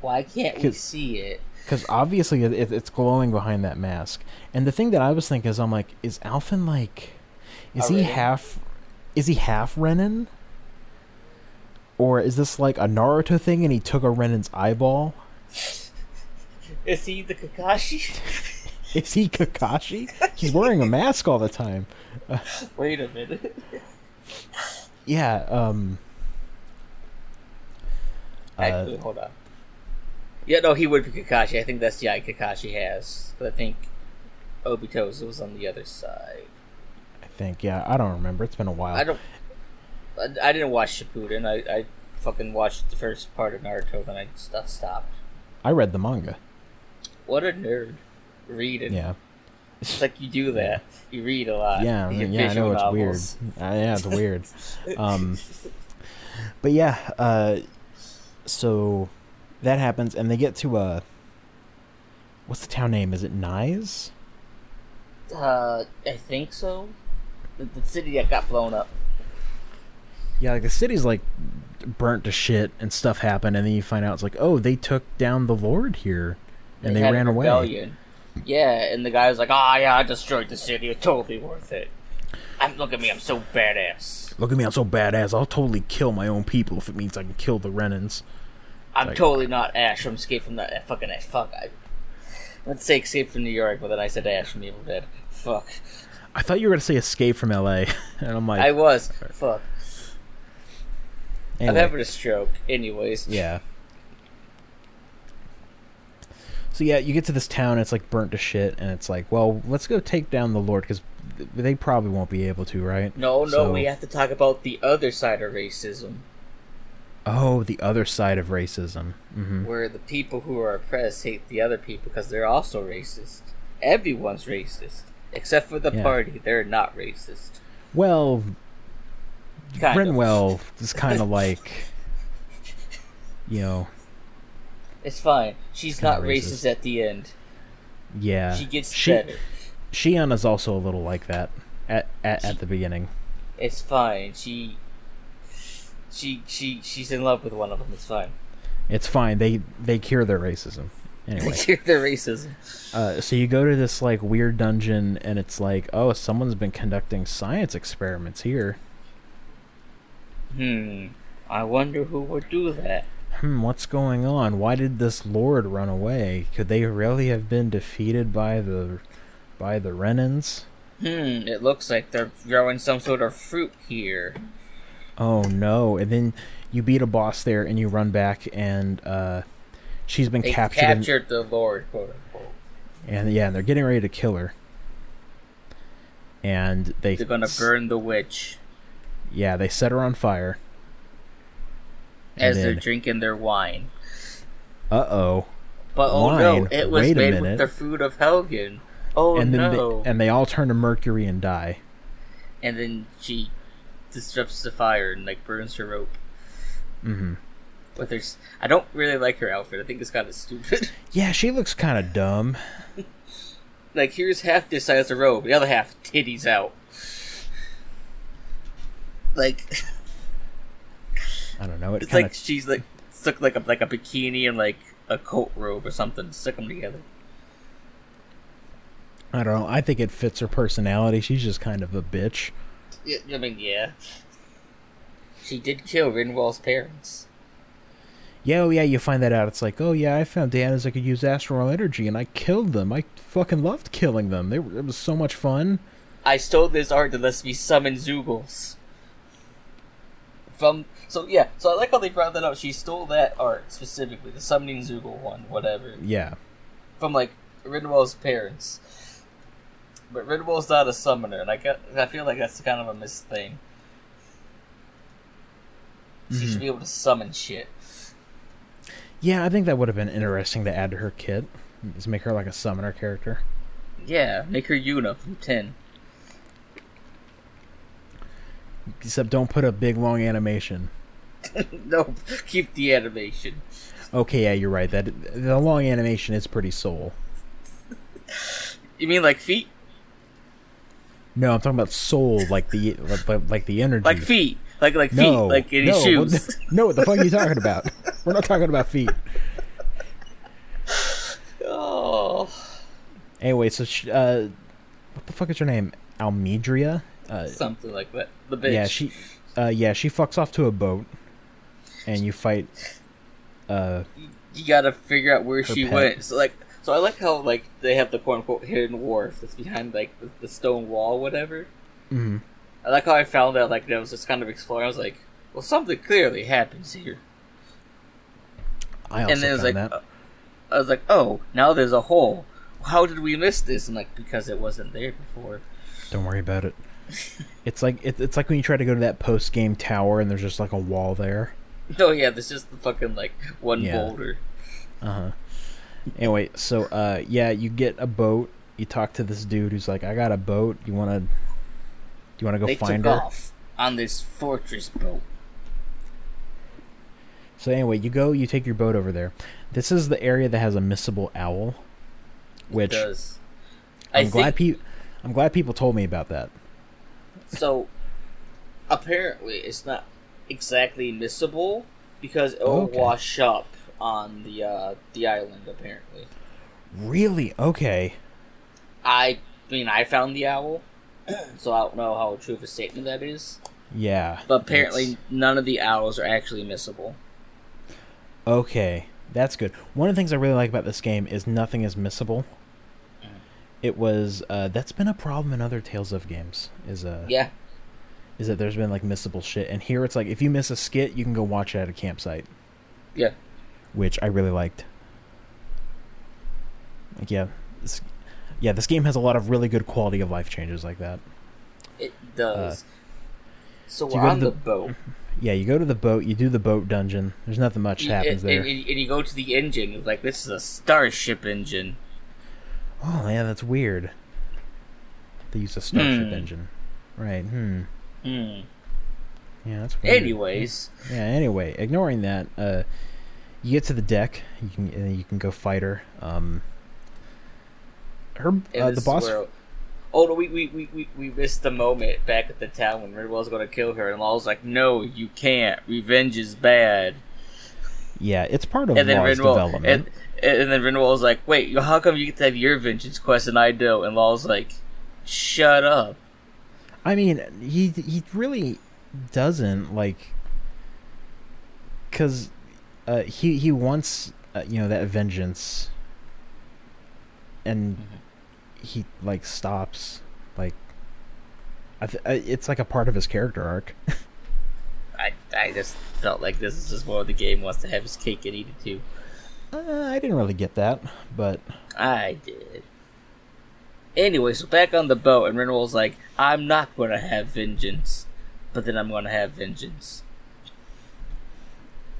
[SPEAKER 4] Why can't we
[SPEAKER 3] 'Cause-
[SPEAKER 4] see it? <laughs>
[SPEAKER 3] cuz obviously it, it, it's glowing behind that mask. And the thing that I was thinking is I'm like is Alphen like is
[SPEAKER 4] A
[SPEAKER 3] he
[SPEAKER 4] Renin?
[SPEAKER 3] half is he half Renin? Or is this like a Naruto thing and he took a Renin's eyeball? <laughs>
[SPEAKER 4] Is he the Kakashi? <laughs>
[SPEAKER 3] Is he Kakashi? He's wearing a mask all the time.
[SPEAKER 4] Wait a minute.
[SPEAKER 3] Yeah, um uh,
[SPEAKER 4] Actually, hold on. Yeah, no, he would be Kakashi. I think that's the eye Kakashi has. But I think Obito's was on the other side.
[SPEAKER 3] I think. Yeah, I don't remember. It's been a while.
[SPEAKER 4] I don't. I, I didn't watch Shippuden. I, I fucking watched the first part of Naruto, then I st- stopped.
[SPEAKER 3] I read the manga.
[SPEAKER 4] What a nerd. Read it.
[SPEAKER 3] Yeah,
[SPEAKER 4] It's like you do that. You read a lot.
[SPEAKER 3] yeah, I
[SPEAKER 4] You
[SPEAKER 3] mean,
[SPEAKER 4] get
[SPEAKER 3] yeah. I know
[SPEAKER 4] visual
[SPEAKER 3] it's
[SPEAKER 4] novels.
[SPEAKER 3] weird. Uh, yeah, it's
[SPEAKER 4] <laughs>
[SPEAKER 3] weird. Um, but yeah, uh, so that happens, and they get to uh, what's the town name? Is it Nyes?
[SPEAKER 4] Uh, I think so. The, the city that got blown up.
[SPEAKER 3] Yeah, like the city's like burnt to shit, and stuff happened, and then you find out it's like, oh, they took down the Lord here, and they,
[SPEAKER 4] had a
[SPEAKER 3] ran away.
[SPEAKER 4] rebellion. Yeah, and the guy was like, "Ah, yeah, I destroyed the city. It's totally worth it." I'm look at me. I'm so badass.
[SPEAKER 3] Look at me, I'm so badass. I'll totally kill my own people if it means I can kill the Renans.
[SPEAKER 4] I'm
[SPEAKER 3] Like-
[SPEAKER 4] totally not Ash from Escape from the eh, fucking Ash. Fuck. I, let's say Escape from New York, but then I said Ash from Evil Dead. Fuck.
[SPEAKER 3] I thought you were gonna say escape from LA, <laughs> and I'm like,
[SPEAKER 4] I was. Fuck. I'm
[SPEAKER 3] anyway.
[SPEAKER 4] having a stroke. Anyways.
[SPEAKER 3] yeah. So yeah, you get to this town, it's like burnt to shit, and it's like, well, let's go take down the Lord because they probably won't be able to, right?
[SPEAKER 4] No, no,
[SPEAKER 3] So-
[SPEAKER 4] we have to talk about the other side of racism,
[SPEAKER 3] Oh, the other side of racism. hmm
[SPEAKER 4] where the people who are oppressed hate the other people because they're also racist. Everyone's racist, except for the
[SPEAKER 3] Yeah.
[SPEAKER 4] party. They're not racist.
[SPEAKER 3] Well,
[SPEAKER 4] Kind of. <laughs>
[SPEAKER 3] Renwell is kind of like, you know,
[SPEAKER 4] It's fine. She's
[SPEAKER 3] Kinda
[SPEAKER 4] not racist.
[SPEAKER 3] racist.
[SPEAKER 4] at the end.
[SPEAKER 3] yeah.
[SPEAKER 4] She gets
[SPEAKER 3] she,
[SPEAKER 4] better.
[SPEAKER 3] Shiana's also a little like that at at, at the beginning.
[SPEAKER 4] It's fine. She, she, she, she's in love with one of them. It's fine. <laughs>
[SPEAKER 3] It's fine. They they cure their racism. Anyway.
[SPEAKER 4] Cure their racism.
[SPEAKER 3] Uh, so you go to this like weird dungeon, and it's like, oh, someone's been conducting science experiments here.
[SPEAKER 4] Hmm. I wonder who would do that.
[SPEAKER 3] Hmm, what's going on? Why did this lord run away? Could they really have been defeated by the by the Renans?
[SPEAKER 4] Hmm. It looks like they're growing some sort of fruit here.
[SPEAKER 3] Oh no! And then you beat a boss there, and you run back, and uh, she's been
[SPEAKER 4] They
[SPEAKER 3] captured. and-
[SPEAKER 4] captured the Lord, quote unquote.
[SPEAKER 3] and yeah, and they're getting ready to kill her. And they
[SPEAKER 4] They're gonna burn the witch
[SPEAKER 3] Yeah, they set her on fire.
[SPEAKER 4] as they're
[SPEAKER 3] then-
[SPEAKER 4] drinking their wine.
[SPEAKER 3] Uh oh.
[SPEAKER 4] But oh no,
[SPEAKER 3] Wine?
[SPEAKER 4] it was
[SPEAKER 3] Wait a
[SPEAKER 4] made with
[SPEAKER 3] minute.
[SPEAKER 4] the food of Helgen. Oh
[SPEAKER 3] and then
[SPEAKER 4] no!
[SPEAKER 3] they, and they all turn to mercury and die.
[SPEAKER 4] and then she disrupts the fire and like burns her rope.
[SPEAKER 3] hmm
[SPEAKER 4] But there's, I don't really like her outfit. I think it's kind of stupid. <laughs>
[SPEAKER 3] Yeah, she looks kind of dumb.
[SPEAKER 4] like here's half this size of robe, the other half titties out. Like <laughs>
[SPEAKER 3] I don't know. It
[SPEAKER 4] it's
[SPEAKER 3] kind
[SPEAKER 4] like
[SPEAKER 3] of
[SPEAKER 4] she's like stuck like a like a bikini and like a coat robe or something. Stick them together.
[SPEAKER 3] I don't know. I think it fits her personality. She's just kind of a bitch.
[SPEAKER 4] Yeah, I mean, yeah. She did kill Rinwall's parents.
[SPEAKER 3] Yeah, oh yeah, you find that out. It's like, oh yeah, I found Diana's I could use astral energy, and I killed them. I fucking loved killing them. They were, it was so much fun.
[SPEAKER 4] I stole this art that lets me summon Zoogles. From so yeah, so I like how they brought that up. She stole that art specifically, the summoning Zoogle one, whatever,
[SPEAKER 3] Yeah,
[SPEAKER 4] from like Ridwell's parents. But Ridwell's not a summoner, and I got, I feel like that's kind of a missed thing. She
[SPEAKER 3] Mm-hmm.
[SPEAKER 4] should be able to summon shit.
[SPEAKER 3] yeah. I think that would have been interesting to add to her kit. Is make her like a summoner character.
[SPEAKER 4] <laughs> Yeah, make her Yuna from ten.
[SPEAKER 3] Except don't put a big long animation.
[SPEAKER 4] Nope. Keep the animation.
[SPEAKER 3] Okay, yeah, you're right. That the long animation is pretty soul.
[SPEAKER 4] You mean like feet?
[SPEAKER 3] No, I'm talking about soul, like the like, like- like the energy.
[SPEAKER 4] Like feet. Like like feet.
[SPEAKER 3] No,
[SPEAKER 4] Like in
[SPEAKER 3] no,
[SPEAKER 4] his shoes.
[SPEAKER 3] What, no, what the fuck are you talking about? We're not talking about feet.
[SPEAKER 4] Oh,
[SPEAKER 3] Anyway, so sh uh, what the fuck is her name? Almedria. Uh,
[SPEAKER 4] something like that. The bitch.
[SPEAKER 3] yeah, she. Uh, yeah, she fucks off to a boat, and you fight. Uh,
[SPEAKER 4] you gotta figure out where
[SPEAKER 3] Her
[SPEAKER 4] she
[SPEAKER 3] pet.
[SPEAKER 4] went. So like, so I like how like they have the quote unquote hidden wharf that's behind like the, the stone wall, whatever.
[SPEAKER 3] mhm.
[SPEAKER 4] I like how I found out like that was just kind of exploring. I was like, well, something clearly happens here,
[SPEAKER 3] I also
[SPEAKER 4] and then it was
[SPEAKER 3] found
[SPEAKER 4] like,
[SPEAKER 3] that.
[SPEAKER 4] uh, I was like, oh, now there's a hole. How did we miss this? And like because it wasn't there before. <laughs>
[SPEAKER 3] Don't worry about it. It's like it, it's like when you try to go to that post game tower and there's just like a wall there.
[SPEAKER 4] Oh yeah, there's just the fucking like one
[SPEAKER 3] Yeah.
[SPEAKER 4] boulder.
[SPEAKER 3] Uh-huh. Anyway, so uh, yeah, you get a boat. You talk to this dude who's like, "I got a boat. You wanna, you wanna go
[SPEAKER 4] They
[SPEAKER 3] find
[SPEAKER 4] took
[SPEAKER 3] her?"
[SPEAKER 4] off on this fortress boat.
[SPEAKER 3] So anyway, you go, you take your boat over there. This is the area that has a missable owl, which
[SPEAKER 4] Does
[SPEAKER 3] I'm
[SPEAKER 4] I
[SPEAKER 3] glad
[SPEAKER 4] think-
[SPEAKER 3] pe- I'm glad people told me about that.
[SPEAKER 4] So apparently, it's not exactly missable because it'll
[SPEAKER 3] Okay.
[SPEAKER 4] wash up on the uh, the island. Apparently,
[SPEAKER 3] Really? Okay.
[SPEAKER 4] I mean, I found the owl, <clears throat> so I don't know how true of a statement that is.
[SPEAKER 3] Yeah.
[SPEAKER 4] But apparently,
[SPEAKER 3] that's-
[SPEAKER 4] none of the owls are actually missable.
[SPEAKER 3] Okay, that's good. One of the things I really like about this game is nothing is missable.
[SPEAKER 4] Mm.
[SPEAKER 3] It was uh, that's been a problem in other Tales of games. Is uh,
[SPEAKER 4] Yeah,
[SPEAKER 3] is that there's been like missable shit, and here it's like if you miss a skit, you can go watch it at a campsite,
[SPEAKER 4] yeah.
[SPEAKER 3] which I really liked. Like yeah, this, yeah, this game has a lot of really good quality of life changes like that.
[SPEAKER 4] It does. so
[SPEAKER 3] Uh. do you
[SPEAKER 4] we're
[SPEAKER 3] go to
[SPEAKER 4] on the,
[SPEAKER 3] the-
[SPEAKER 4] boat,
[SPEAKER 3] Yeah, you go to the boat, you do the boat dungeon. There's nothing much
[SPEAKER 4] You-
[SPEAKER 3] happens
[SPEAKER 4] and,
[SPEAKER 3] there.
[SPEAKER 4] and, and you go to the engine. It's like this is a starship engine.
[SPEAKER 3] Oh yeah, that's weird. They use a starship
[SPEAKER 4] Hmm.
[SPEAKER 3] engine, right? Hmm.
[SPEAKER 4] Hmm.
[SPEAKER 3] Yeah, that's weird.
[SPEAKER 4] Anyways,
[SPEAKER 3] Yeah. Anyway, ignoring that, uh, you get to the deck. You can and you can go fight her. Um, her
[SPEAKER 4] And
[SPEAKER 3] uh,
[SPEAKER 4] this
[SPEAKER 3] the
[SPEAKER 4] is
[SPEAKER 3] boss.
[SPEAKER 4] where- oh no, we we, we, we we missed the moment back at the town when Redwell's going to kill her, and Law's like, "No, you can't. Revenge is bad."
[SPEAKER 3] Yeah, it's part of
[SPEAKER 4] And then
[SPEAKER 3] Law's
[SPEAKER 4] Renwell
[SPEAKER 3] development.
[SPEAKER 4] and, and then Renwell's like, "Wait, how come you get to have your vengeance quest and I don't?" And Law's like, "Shut up."
[SPEAKER 3] I mean, he he really doesn't like because uh, he he wants uh, you know that vengeance, and
[SPEAKER 4] Mm-hmm.
[SPEAKER 3] he like stops like. I th- I- it's like a part of his character arc. <laughs>
[SPEAKER 4] I I just felt like this is just where the game wants to have his cake and eat it too.
[SPEAKER 3] Uh, I didn't really get that, but
[SPEAKER 4] I did. Anyway, so back on the boat, and Renwell's like, "I'm not going to have vengeance, but then I'm going to have vengeance."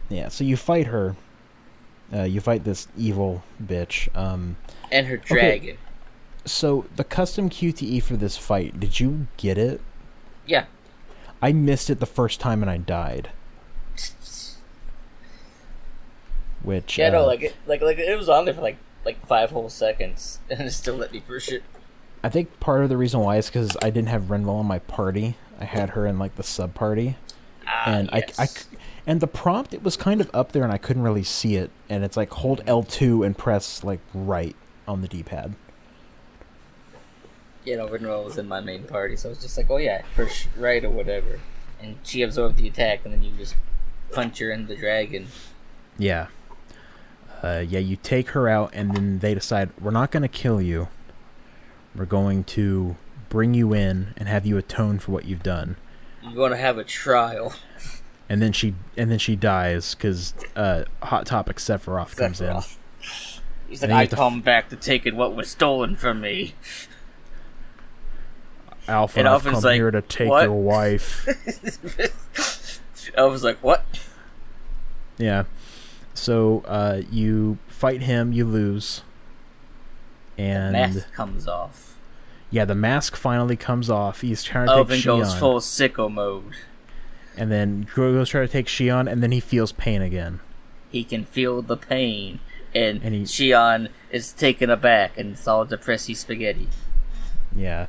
[SPEAKER 3] yeah. So you fight her. Uh, you fight this evil bitch. Um,
[SPEAKER 4] and her dragon.
[SPEAKER 3] so the custom QTE for this fight, did you get it?
[SPEAKER 4] Yeah.
[SPEAKER 3] I missed it the first time and I died. Which
[SPEAKER 4] Yeah, no,
[SPEAKER 3] uh,
[SPEAKER 4] like it, like like it was on there for like like five whole seconds, <laughs> and it still let me push it.
[SPEAKER 3] I think part of the reason why is because I didn't have Renwell on my party. I had her in like the sub party,
[SPEAKER 4] Ah,
[SPEAKER 3] and I-
[SPEAKER 4] yes.
[SPEAKER 3] I, c- and the prompt it was kind of up there and I couldn't really see it. And it's like hold L two and press like right on the D pad.
[SPEAKER 4] you know, Renewal was in my main party, so I was just like, oh yeah, push right or whatever, and she absorbed the attack, and then you just punch her in the dragon.
[SPEAKER 3] Yeah. Uh, yeah, you take her out, and then they decide we're not going to kill you. We're going to bring you in and have you atone for what you've done.
[SPEAKER 4] You're going to have a trial.
[SPEAKER 3] And then she and then she dies because uh, Hot Topic Sephiroth comes in.
[SPEAKER 4] Sephiroth. He's like,
[SPEAKER 3] And you
[SPEAKER 4] I
[SPEAKER 3] have to f-
[SPEAKER 4] come back to take in what was stolen from me. <laughs>
[SPEAKER 3] Alpha,
[SPEAKER 4] And
[SPEAKER 3] I've
[SPEAKER 4] Alpha's
[SPEAKER 3] come
[SPEAKER 4] like,
[SPEAKER 3] here to take
[SPEAKER 4] "What?"
[SPEAKER 3] your
[SPEAKER 4] <laughs>
[SPEAKER 3] wife.
[SPEAKER 4] I was like, what?
[SPEAKER 3] yeah. So uh, you fight him, you lose, and
[SPEAKER 4] Mask comes off.
[SPEAKER 3] Yeah, the mask finally comes off. He's trying to
[SPEAKER 4] Elvin
[SPEAKER 3] take
[SPEAKER 4] goes
[SPEAKER 3] Shion,
[SPEAKER 4] full sicko mode.
[SPEAKER 3] and then Grogo's trying to take Shion, and then he feels pain again.
[SPEAKER 4] He can feel the pain, and,
[SPEAKER 3] And he-
[SPEAKER 4] Shion is taken aback, and it's all depressy spaghetti.
[SPEAKER 3] Yeah.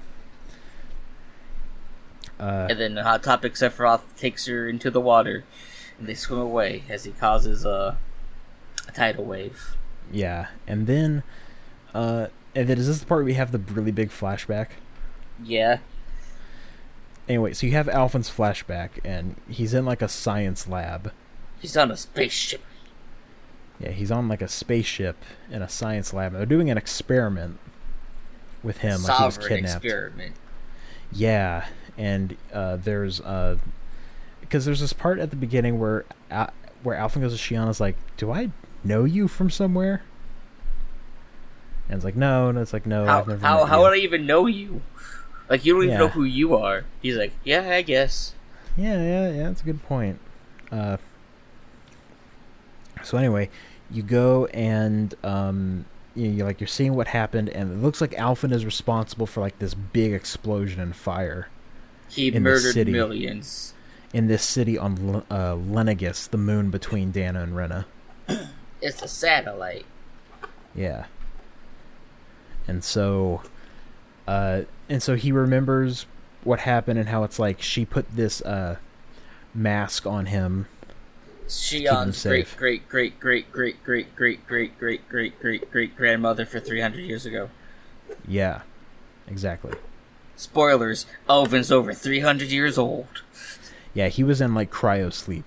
[SPEAKER 3] Uh,
[SPEAKER 4] And then Hot Topic Sephiroth takes her into the water, and they swim away as he causes a, a tidal wave.
[SPEAKER 3] yeah, and then, uh, and then is this the part where we have the really big flashback?
[SPEAKER 4] Yeah,
[SPEAKER 3] Anyway, so you have Alvin's flashback, and he's in like a science lab.
[SPEAKER 4] he's on a spaceship.
[SPEAKER 3] Yeah, he's on like a spaceship in a science lab. They're doing an experiment with him, like he was
[SPEAKER 4] Sovereign
[SPEAKER 3] kidnapped.
[SPEAKER 4] experiment.
[SPEAKER 3] Yeah, and uh, there's uh, because there's this part at the beginning where Al- where Alvin goes to Shiana's like, "Do I know you from somewhere?" And it's like, "No," and it's like, "No,
[SPEAKER 4] how
[SPEAKER 3] Oh, I've never
[SPEAKER 4] how,
[SPEAKER 3] met
[SPEAKER 4] how
[SPEAKER 3] you."
[SPEAKER 4] would I even know you? Like you don't even
[SPEAKER 3] Yeah.
[SPEAKER 4] know who you are. He's like, yeah, I guess.
[SPEAKER 3] Yeah, yeah, yeah. That's a good point. Uh, so anyway, you go and um, you you're like you're seeing what happened, and it looks like Alfin is responsible for like this big explosion and fire
[SPEAKER 4] He
[SPEAKER 3] In the
[SPEAKER 4] murdered
[SPEAKER 3] city.
[SPEAKER 4] millions.
[SPEAKER 3] in this city on L- uh, Lenegus, the moon between Dana and Rena.
[SPEAKER 4] It's a satellite.
[SPEAKER 3] Yeah. And so, uh, and so he remembers what happened and how it's like she put this uh mask on him. him
[SPEAKER 4] Shion's great,
[SPEAKER 3] safe.
[SPEAKER 4] great, great, great, great, great, great, great, great, great, great, great grandmother for 300 years ago.
[SPEAKER 3] Yeah, exactly.
[SPEAKER 4] Spoilers: Elvin's over 300 years old.
[SPEAKER 3] Yeah, he was in like cryo sleep.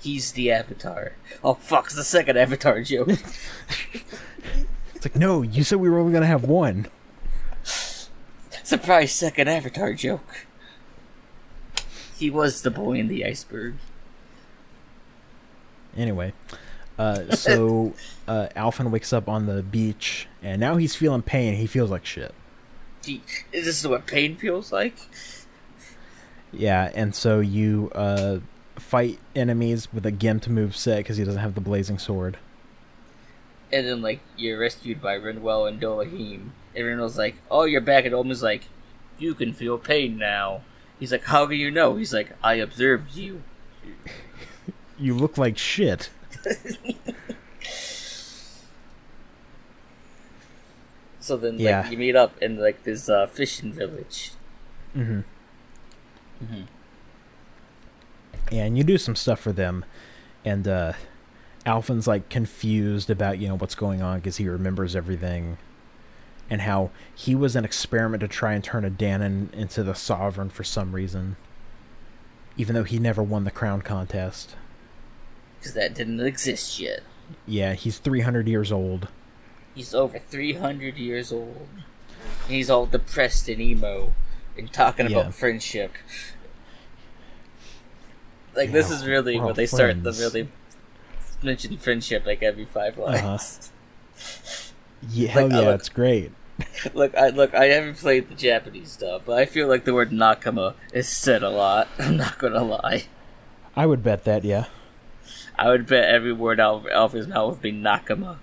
[SPEAKER 4] He's the Avatar. Oh fuck! It's the second Avatar joke.
[SPEAKER 3] It's like, no, you said we were only gonna have one.
[SPEAKER 4] Surprise! Second Avatar joke. He was the boy in the iceberg.
[SPEAKER 3] Anyway, uh, so uh, Alfin wakes up on the beach and now he's feeling pain. He feels like shit.
[SPEAKER 4] Gee, Is this what pain feels like?
[SPEAKER 3] Yeah, and so you uh, fight enemies with a Gimp move set because he doesn't have the blazing sword.
[SPEAKER 4] And then like you're rescued by Renwell and Dolahim. And Renwell's like, "Oh, you're back." And Olman's like, "You can feel pain now." He's like, "How do you know?" He's like, "I observed you."
[SPEAKER 3] You look like shit.
[SPEAKER 4] So then, like,
[SPEAKER 3] Yeah.
[SPEAKER 4] you meet up in like this uh, fishing village.
[SPEAKER 3] Mm-hmm. And you do some stuff for them, and uh, Alfin's like confused about you know what's going on because he remembers everything, and how he was an experiment to try and turn a Danon into the Sovereign for some reason, even though he never won the crown contest.
[SPEAKER 4] because that didn't exist yet.
[SPEAKER 3] Yeah, he's three hundred years old.
[SPEAKER 4] He's over 300 years old. And he's all depressed and emo and talking
[SPEAKER 3] Yeah.
[SPEAKER 4] about friendship. Like, this
[SPEAKER 3] Yeah,
[SPEAKER 4] is really
[SPEAKER 3] we're all
[SPEAKER 4] where they start to
[SPEAKER 3] friends.
[SPEAKER 4] really mention friendship like every five
[SPEAKER 3] Uh-huh.
[SPEAKER 4] <laughs> lines.
[SPEAKER 3] Yeah,
[SPEAKER 4] Like,
[SPEAKER 3] hell
[SPEAKER 4] I
[SPEAKER 3] yeah,
[SPEAKER 4] look-
[SPEAKER 3] it's great.
[SPEAKER 4] look, I look, I haven't played the Japanese stuff, but I feel like the word nakama is said a lot. <laughs> I'm not gonna lie.
[SPEAKER 3] I would bet that. Yeah.
[SPEAKER 4] I would bet every word out of Alpha's mouth would be nakama.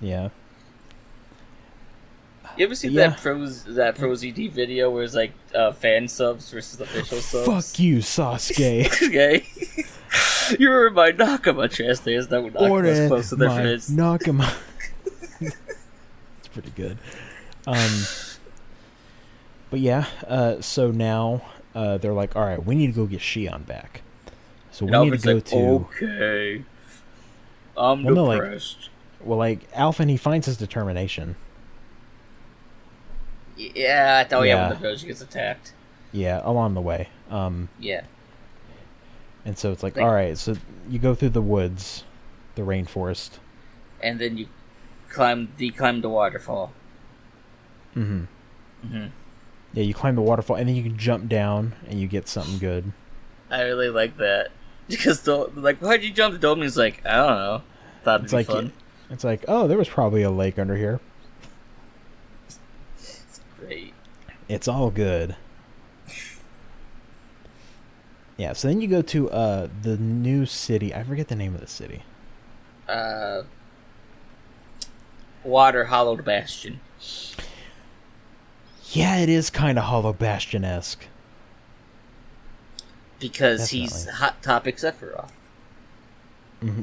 [SPEAKER 3] Yeah.
[SPEAKER 4] You ever seen
[SPEAKER 3] Yeah.
[SPEAKER 4] that pros that pros ED video where it's like uh, fan subs versus official subs?
[SPEAKER 3] Fuck you,
[SPEAKER 4] <laughs>
[SPEAKER 3] Sasuke.
[SPEAKER 4] Okay. you were my Nakama translators that would knock us
[SPEAKER 3] order
[SPEAKER 4] close to their
[SPEAKER 3] my
[SPEAKER 4] friends. <laughs>
[SPEAKER 3] Nakama. it's pretty good. Um, but yeah, uh, so now uh, they're like, all right, we need to go get Shion back. So we
[SPEAKER 4] and
[SPEAKER 3] need to go
[SPEAKER 4] Alfred's
[SPEAKER 3] to
[SPEAKER 4] like, "Oh." Okay. I'm
[SPEAKER 3] Well, no, like-
[SPEAKER 4] depressed.
[SPEAKER 3] well, like Alpha, and he finds his determination.
[SPEAKER 4] yeah, I thought yeah.
[SPEAKER 3] Yeah.
[SPEAKER 4] when the village gets attacked.
[SPEAKER 3] Yeah, along the way. Um,
[SPEAKER 4] Yeah.
[SPEAKER 3] and so it's like,
[SPEAKER 4] Like-
[SPEAKER 3] all right, so you go through the woods, the rainforest.
[SPEAKER 4] And then you climb you climb the waterfall.
[SPEAKER 3] Mm-hmm.
[SPEAKER 4] Mhm.
[SPEAKER 3] Yeah, you climb the waterfall, and then you can jump down, and you get something good.
[SPEAKER 4] I really like that. <laughs> Because Dol- like why'd you jump to Dolman's like, I don't know. Thought it'd
[SPEAKER 3] It's
[SPEAKER 4] be
[SPEAKER 3] like,
[SPEAKER 4] fun.
[SPEAKER 3] it's like, oh, there was probably a lake under here.
[SPEAKER 4] Great.
[SPEAKER 3] It's all good. Yeah, so then you go to uh the new city. I forget the name of the city.
[SPEAKER 4] Uh Water hollowed bastion.
[SPEAKER 3] yeah, it is kind of Hollow Bastion esque.
[SPEAKER 4] because he's
[SPEAKER 3] Definitely.
[SPEAKER 4] Hot Topic Sephiroth.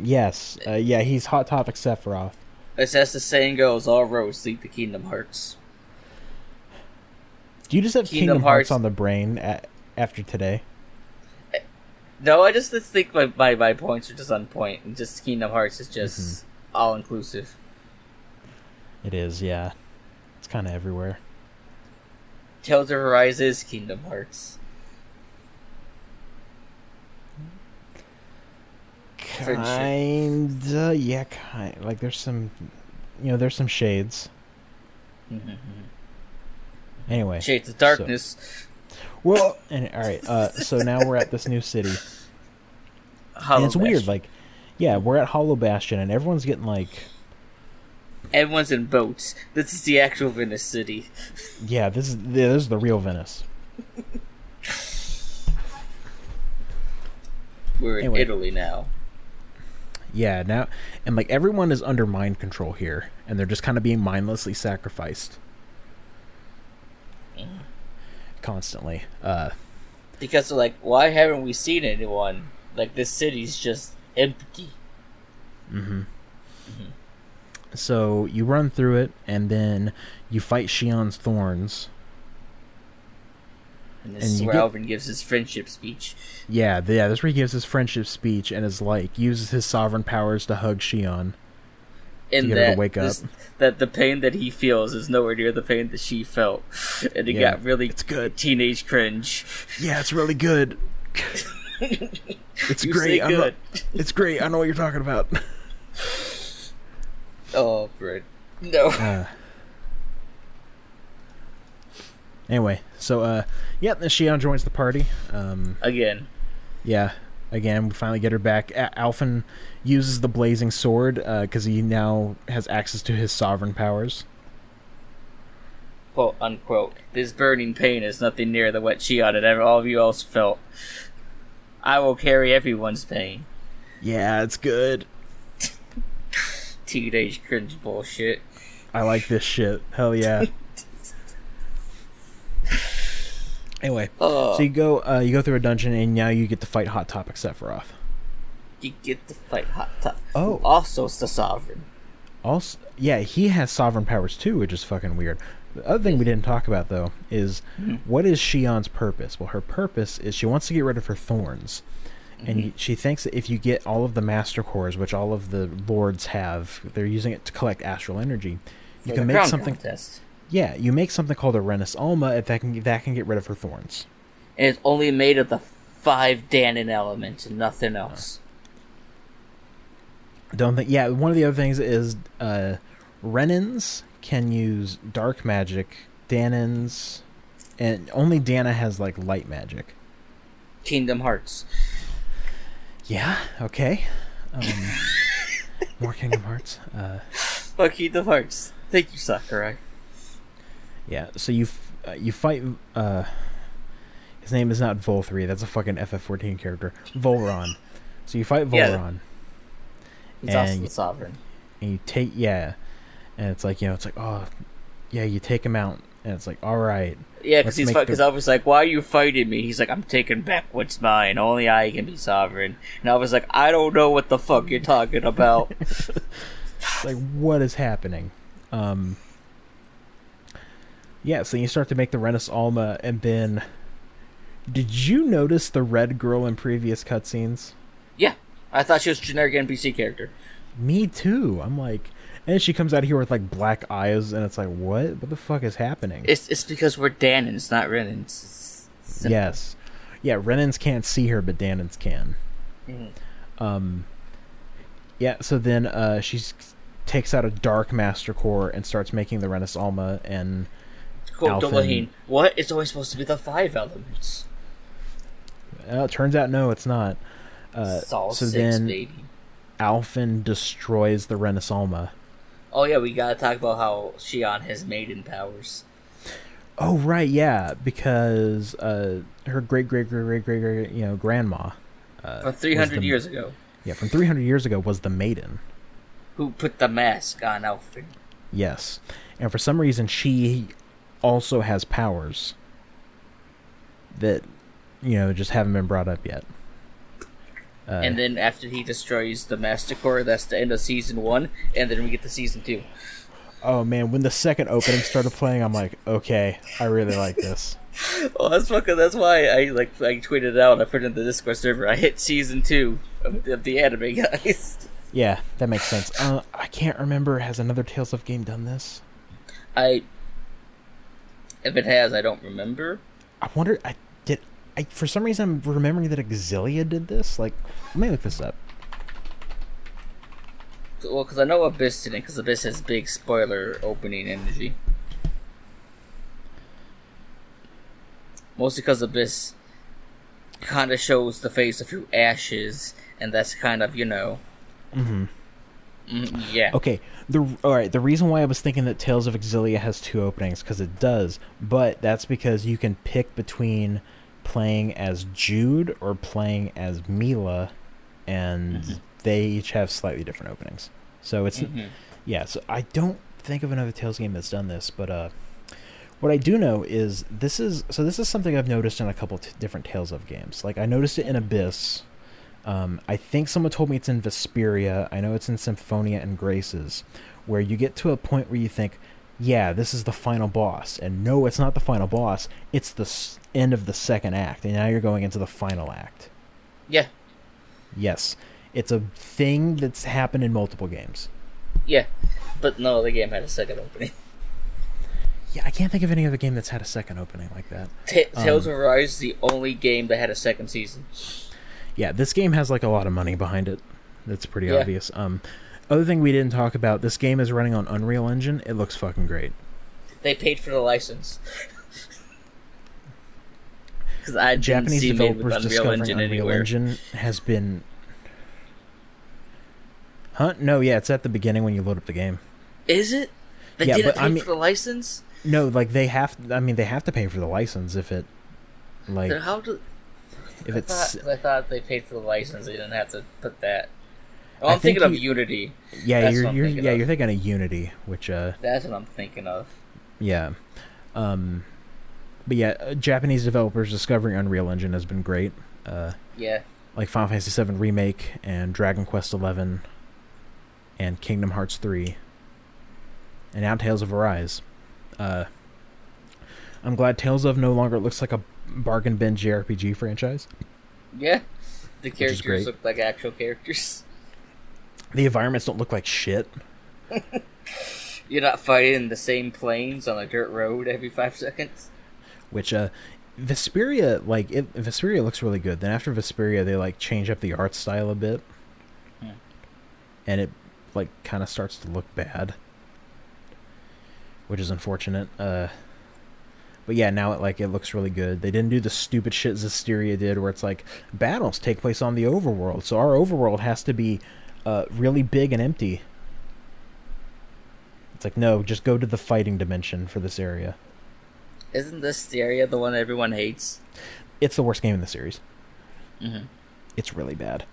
[SPEAKER 3] Yes, uh, yeah, he's Hot Topic Sephiroth.
[SPEAKER 4] As, as the saying goes, all roads lead to Kingdom Hearts.
[SPEAKER 3] Do you just have Kingdom,
[SPEAKER 4] Kingdom
[SPEAKER 3] Hearts,
[SPEAKER 4] Hearts-
[SPEAKER 3] on the brain a after today?
[SPEAKER 4] No, I just think my, my, my points are just on point, and just Kingdom Hearts is just
[SPEAKER 3] Mm-hmm.
[SPEAKER 4] all inclusive.
[SPEAKER 3] It is, yeah. It's kind of everywhere.
[SPEAKER 4] Tales of Arise is Kingdom Hearts. Friendship.
[SPEAKER 3] Kinda, yeah, kind. Like there's some, you know, there's some shades. Mm-hmm. Anyway,
[SPEAKER 4] Shades of Darkness.
[SPEAKER 3] well, and all right. Uh, so now we're at this new city,
[SPEAKER 4] Hollow
[SPEAKER 3] and it's weird.
[SPEAKER 4] Bastion.
[SPEAKER 3] Like, yeah, we're at Hollow Bastion, and everyone's getting like,
[SPEAKER 4] Everyone's in boats. This is the actual Venice City.
[SPEAKER 3] yeah, this is this is the real Venice.
[SPEAKER 4] We're in
[SPEAKER 3] Anyway.
[SPEAKER 4] Italy now.
[SPEAKER 3] Yeah, now and like everyone is under mind control here, and they're just kind of being mindlessly sacrificed constantly. Uh,
[SPEAKER 4] Because they're like, why haven't we seen anyone? Like, this city's just empty.
[SPEAKER 3] so you run through it, and then you fight Shion's thorns.
[SPEAKER 4] And this
[SPEAKER 3] And
[SPEAKER 4] is
[SPEAKER 3] you
[SPEAKER 4] where
[SPEAKER 3] get-
[SPEAKER 4] Alvin gives his friendship speech.
[SPEAKER 3] Yeah, th- yeah. This where he gives his friendship speech and is like uses his sovereign powers to hug Shion.
[SPEAKER 4] And
[SPEAKER 3] get her to
[SPEAKER 4] that,
[SPEAKER 3] wake up.
[SPEAKER 4] this- that the pain that he feels is nowhere near the pain that she felt. <laughs> And it
[SPEAKER 3] Yeah,
[SPEAKER 4] got really
[SPEAKER 3] it's good.
[SPEAKER 4] teenage cringe.
[SPEAKER 3] Yeah, it's really good.
[SPEAKER 4] <laughs>
[SPEAKER 3] it's
[SPEAKER 4] You
[SPEAKER 3] great.
[SPEAKER 4] say
[SPEAKER 3] I know-
[SPEAKER 4] good.
[SPEAKER 3] it's great. I know what you're talking about. <laughs>
[SPEAKER 4] Oh, Brett. No. <laughs>
[SPEAKER 3] Uh, anyway, so uh, yeah, then Shion joins the party. Um,
[SPEAKER 4] Again.
[SPEAKER 3] Yeah. Again, we finally get her back. A- Alphen uses the blazing sword because he now has access to his sovereign powers.
[SPEAKER 4] Quote unquote. This burning pain is nothing near the wet Chion that ever all of you else felt. I will carry everyone's pain.
[SPEAKER 3] Yeah, it's good.
[SPEAKER 4] Teenage cringe bullshit.
[SPEAKER 3] I like this shit. Hell <laughs> yeah. anyway,
[SPEAKER 4] Oh,
[SPEAKER 3] so you go uh, you go through a dungeon and now you get to fight Hot Topic Sephiroth.
[SPEAKER 4] you get to fight Hot Top.
[SPEAKER 3] Oh.
[SPEAKER 4] also it's the Sovereign.
[SPEAKER 3] Also, yeah, he has sovereign powers too, which is fucking weird. The other thing we didn't talk about though is
[SPEAKER 4] Mm-hmm.
[SPEAKER 3] what is Shion's purpose? Well, her purpose is she wants to get rid of her thorns, and
[SPEAKER 4] Mm-hmm.
[SPEAKER 3] y she thinks that if you get all of the master cores, which all of the lords have, they're using it to collect astral energy. You
[SPEAKER 4] For
[SPEAKER 3] can
[SPEAKER 4] the
[SPEAKER 3] make
[SPEAKER 4] crown
[SPEAKER 3] something.
[SPEAKER 4] contest.
[SPEAKER 3] Yeah, you make something called a Renis Alma. If that can that can get rid of her thorns.
[SPEAKER 4] and it's only made of the five Danon elements and nothing else.
[SPEAKER 3] Don't think. Yeah, one of the other things is uh, Renans can use dark magic. Danans, and only Dana has like light magic.
[SPEAKER 4] Kingdom Hearts.
[SPEAKER 3] Yeah. Okay. Um, <laughs> more Kingdom Hearts. Uh,
[SPEAKER 4] Fuck Kingdom Hearts. Thank you, Sakurai.
[SPEAKER 3] yeah. So you f- uh, you fight. Uh, his name is not Vol three. That's a fucking FF14 character. Volron. So you fight
[SPEAKER 4] Yeah.
[SPEAKER 3] Volron.
[SPEAKER 4] He's
[SPEAKER 3] And-
[SPEAKER 4] also the Sovereign.
[SPEAKER 3] and you take yeah and it's like you know it's like oh yeah you take him out and it's like all right
[SPEAKER 4] Yeah,
[SPEAKER 3] Let's
[SPEAKER 4] because he's
[SPEAKER 3] make
[SPEAKER 4] because
[SPEAKER 3] the-
[SPEAKER 4] Alvin's like, "Why are you fighting me?" He's like, "I'm taking back what's mine. Only I can be sovereign." And Alvin's like, "I don't know what the fuck you're
[SPEAKER 3] <laughs>
[SPEAKER 4] talking about."
[SPEAKER 3] it's like what is happening um yeah so you start to make the renis alma and then did you notice the red girl in previous cutscenes
[SPEAKER 4] yeah, I thought she was a generic NPC character.
[SPEAKER 3] me too i'm like and she comes out here with like black eyes and it's like what what the fuck is happening
[SPEAKER 4] It's it's because we're Danons, not Renans.
[SPEAKER 3] Yes. Yeah, Renans can't see her, but Danans can. Um, yeah, so then uh, she takes out a Dark Master Core and starts making the Renis Alma, and
[SPEAKER 4] Cool,
[SPEAKER 3] Alphen.
[SPEAKER 4] Dolaheen. What? It's only supposed to be the five elements.
[SPEAKER 3] uh, it turns out, no, it's not. Uh,
[SPEAKER 4] It's all
[SPEAKER 3] so
[SPEAKER 4] six,
[SPEAKER 3] then
[SPEAKER 4] baby.
[SPEAKER 3] Alphen destroys the Renis Alma.
[SPEAKER 4] Oh yeah, we gotta talk about how Shion has maiden powers.
[SPEAKER 3] Oh, right, yeah, because uh, her great, great, great, great, great, great, you know, grandma,
[SPEAKER 4] From 300
[SPEAKER 3] Uh, the-
[SPEAKER 4] years ago,
[SPEAKER 3] yeah, from 300 years ago, was the maiden.
[SPEAKER 4] who put the mask on Alfred?
[SPEAKER 3] Yes. And for some reason, she also has powers that you know just haven't been brought up yet. Uh,
[SPEAKER 4] and then after he destroys the Mastercore, that's the end of season one, and then we get to season two.
[SPEAKER 3] oh man, when the second opening started playing, I'm like, okay, I really like this.
[SPEAKER 4] <laughs> Oh, that's fucking. That's why I like I tweeted it out. I put it in the Discord server. I hit season two of, of the anime, <laughs> guys.
[SPEAKER 3] <laughs> Yeah, that makes sense. Uh, I can't remember. Has another Tales of game done this?
[SPEAKER 4] I if it has, I don't remember.
[SPEAKER 3] I wonder. I did. I for some reason I'm remembering that Exilia did this. Like, let me look this up.
[SPEAKER 4] Well, because I know Abyss didn't, because Abyss has big spoiler opening energy. Mostly because Abyss kind of shows the face of who Ash is, and that's kind of, you know. Mm hmm. yeah.
[SPEAKER 3] Okay. The all right. The reason why I was thinking that Tales of Exilia has two openings because it does, but that's because you can pick between playing as Jude or playing as Mila, and they each have slightly different openings. So it's
[SPEAKER 4] Mm. Mm-hmm.
[SPEAKER 3] yeah. So I don't think of another Tales game that's done this, but uh, what I do know is this is so this is something I've noticed in a couple t- different Tales of games. Like I noticed it in Abyss. Um, I think someone told me it's in Vesperia. I know it's in Symphonia and Graces, where you get to a point where you think, yeah, this is the final boss. And no, it's not the final boss. It's the s- end of the second act. And now you're going into the final act.
[SPEAKER 4] Yeah.
[SPEAKER 3] Yes. It's a thing that's happened in multiple games.
[SPEAKER 4] Yeah. But no, the game had a second opening. <laughs>
[SPEAKER 3] Yeah, I can't think of any other game that's had a second opening like that.
[SPEAKER 4] Ta Tales of Arise is the only game that had a second season.
[SPEAKER 3] yeah, this game has like a lot of money behind it. That's pretty
[SPEAKER 4] Yeah.
[SPEAKER 3] obvious. Um, other thing we didn't talk about: this game is running on Unreal Engine. It looks fucking great.
[SPEAKER 4] They paid for the license. <laughs> Because I didn't
[SPEAKER 3] Japanese
[SPEAKER 4] see made with
[SPEAKER 3] developers
[SPEAKER 4] Unreal
[SPEAKER 3] discovering
[SPEAKER 4] Engine
[SPEAKER 3] Unreal
[SPEAKER 4] anywhere.
[SPEAKER 3] Engine has been. Huh? No, yeah, it's at the beginning when you load up the game.
[SPEAKER 4] Is it? They
[SPEAKER 3] Yeah,
[SPEAKER 4] didn't
[SPEAKER 3] but
[SPEAKER 4] pay
[SPEAKER 3] I mean-
[SPEAKER 4] for the license.
[SPEAKER 3] No, like they have. I mean, they have to pay for the license if it, like,
[SPEAKER 4] Then how do?
[SPEAKER 3] if
[SPEAKER 4] I thought,
[SPEAKER 3] it's
[SPEAKER 4] I thought they paid for the license. They didn't have to put that. Oh,
[SPEAKER 3] I
[SPEAKER 4] I'm thinking
[SPEAKER 3] think
[SPEAKER 4] of
[SPEAKER 3] you-
[SPEAKER 4] Unity.
[SPEAKER 3] yeah,
[SPEAKER 4] that's
[SPEAKER 3] you're
[SPEAKER 4] what I'm
[SPEAKER 3] you're
[SPEAKER 4] thinking
[SPEAKER 3] yeah
[SPEAKER 4] of.
[SPEAKER 3] you're thinking of Unity, which uh
[SPEAKER 4] That's what I'm thinking of.
[SPEAKER 3] Yeah. Um, but yeah, uh, Japanese developers discovering Unreal Engine has been great. Uh,
[SPEAKER 4] Yeah,
[SPEAKER 3] like Final Fantasy VII Remake and Dragon Quest XI and Kingdom Hearts 3 and now Tales of Arise. Uh, I'm glad Tales of no longer looks like a bargain bin JRPG franchise.
[SPEAKER 4] yeah. The
[SPEAKER 3] is great.
[SPEAKER 4] characters look like actual characters. <laughs>
[SPEAKER 3] The environments don't look like shit.
[SPEAKER 4] You're not fighting the same planes on a dirt road every five seconds.
[SPEAKER 3] which uh Vesperia like it Vesperia looks really good. Then after Vesperia they like change up the art style a bit. And it like kind of starts to look bad. Which is unfortunate. Uh but yeah, now it like it looks really good. They didn't do the stupid shit Zisteria did where it's like battles take place on the overworld. So our overworld has to be uh really big and empty. It's like no, just go to the fighting dimension for this area.
[SPEAKER 4] Isn't this area the one everyone hates?
[SPEAKER 3] it's the worst game in the series. It's really bad.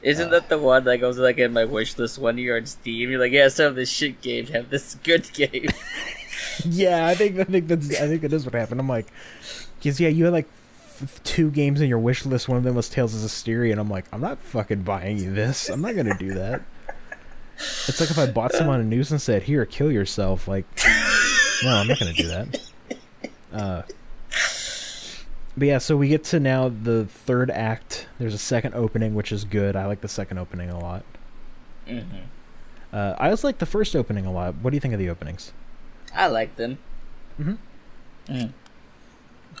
[SPEAKER 4] Isn't that the one that goes like in my wish list one year on Steam? You're like, yeah, some of this shit game have this <laughs> good game.
[SPEAKER 3] Yeah, I think I think that's I think that is what happened. I'm like, because yeah, you had like f- two games in your wish list. One of them was Tales of Asteria, and I'm like, I'm not fucking buying you this. I'm not gonna do that. It's like if I bought someone a news and said, "Here, kill yourself." Like, no, I'm not gonna do that. Uh, but yeah, so we get to now the third act. There's a second opening, which is good. I like the second opening a lot. Uh, I also like the first opening a lot. What do you think of the openings?
[SPEAKER 4] I like them. Mm.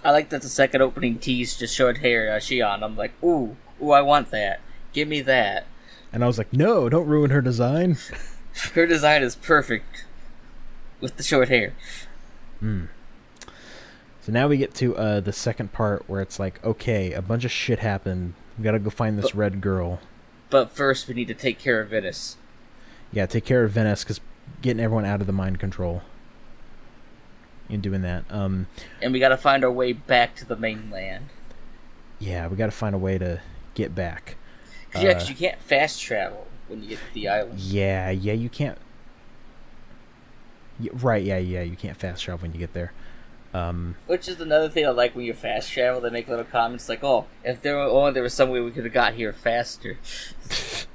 [SPEAKER 4] I like that the second opening tease just showed hair uh, Shion. I'm like, ooh, ooh, I want that. Give me that. <laughs>
[SPEAKER 3] And I was like, no, don't ruin her design.
[SPEAKER 4] Her design is perfect with the short hair.
[SPEAKER 3] So now we get to uh, the second part where it's like, okay, a bunch of shit happened. We gotta go find this red girl.
[SPEAKER 4] But first, we need to take care of Venice.
[SPEAKER 3] Yeah, take care of Venice because getting everyone out of the mind control. And doing that. Um,
[SPEAKER 4] And we gotta find our way back to the mainland.
[SPEAKER 3] yeah, we gotta find a way to get back.
[SPEAKER 4] Cause, yeah, 'cause you can't fast travel when you get to the island.
[SPEAKER 3] Yeah, yeah, you can't. Y- Right, yeah, yeah, you can't fast travel when you get there. Um,
[SPEAKER 4] Which is another thing I like when you fast travel. They make little comments like, "Oh, if there were only there was some way we could have got here faster."
[SPEAKER 3] it's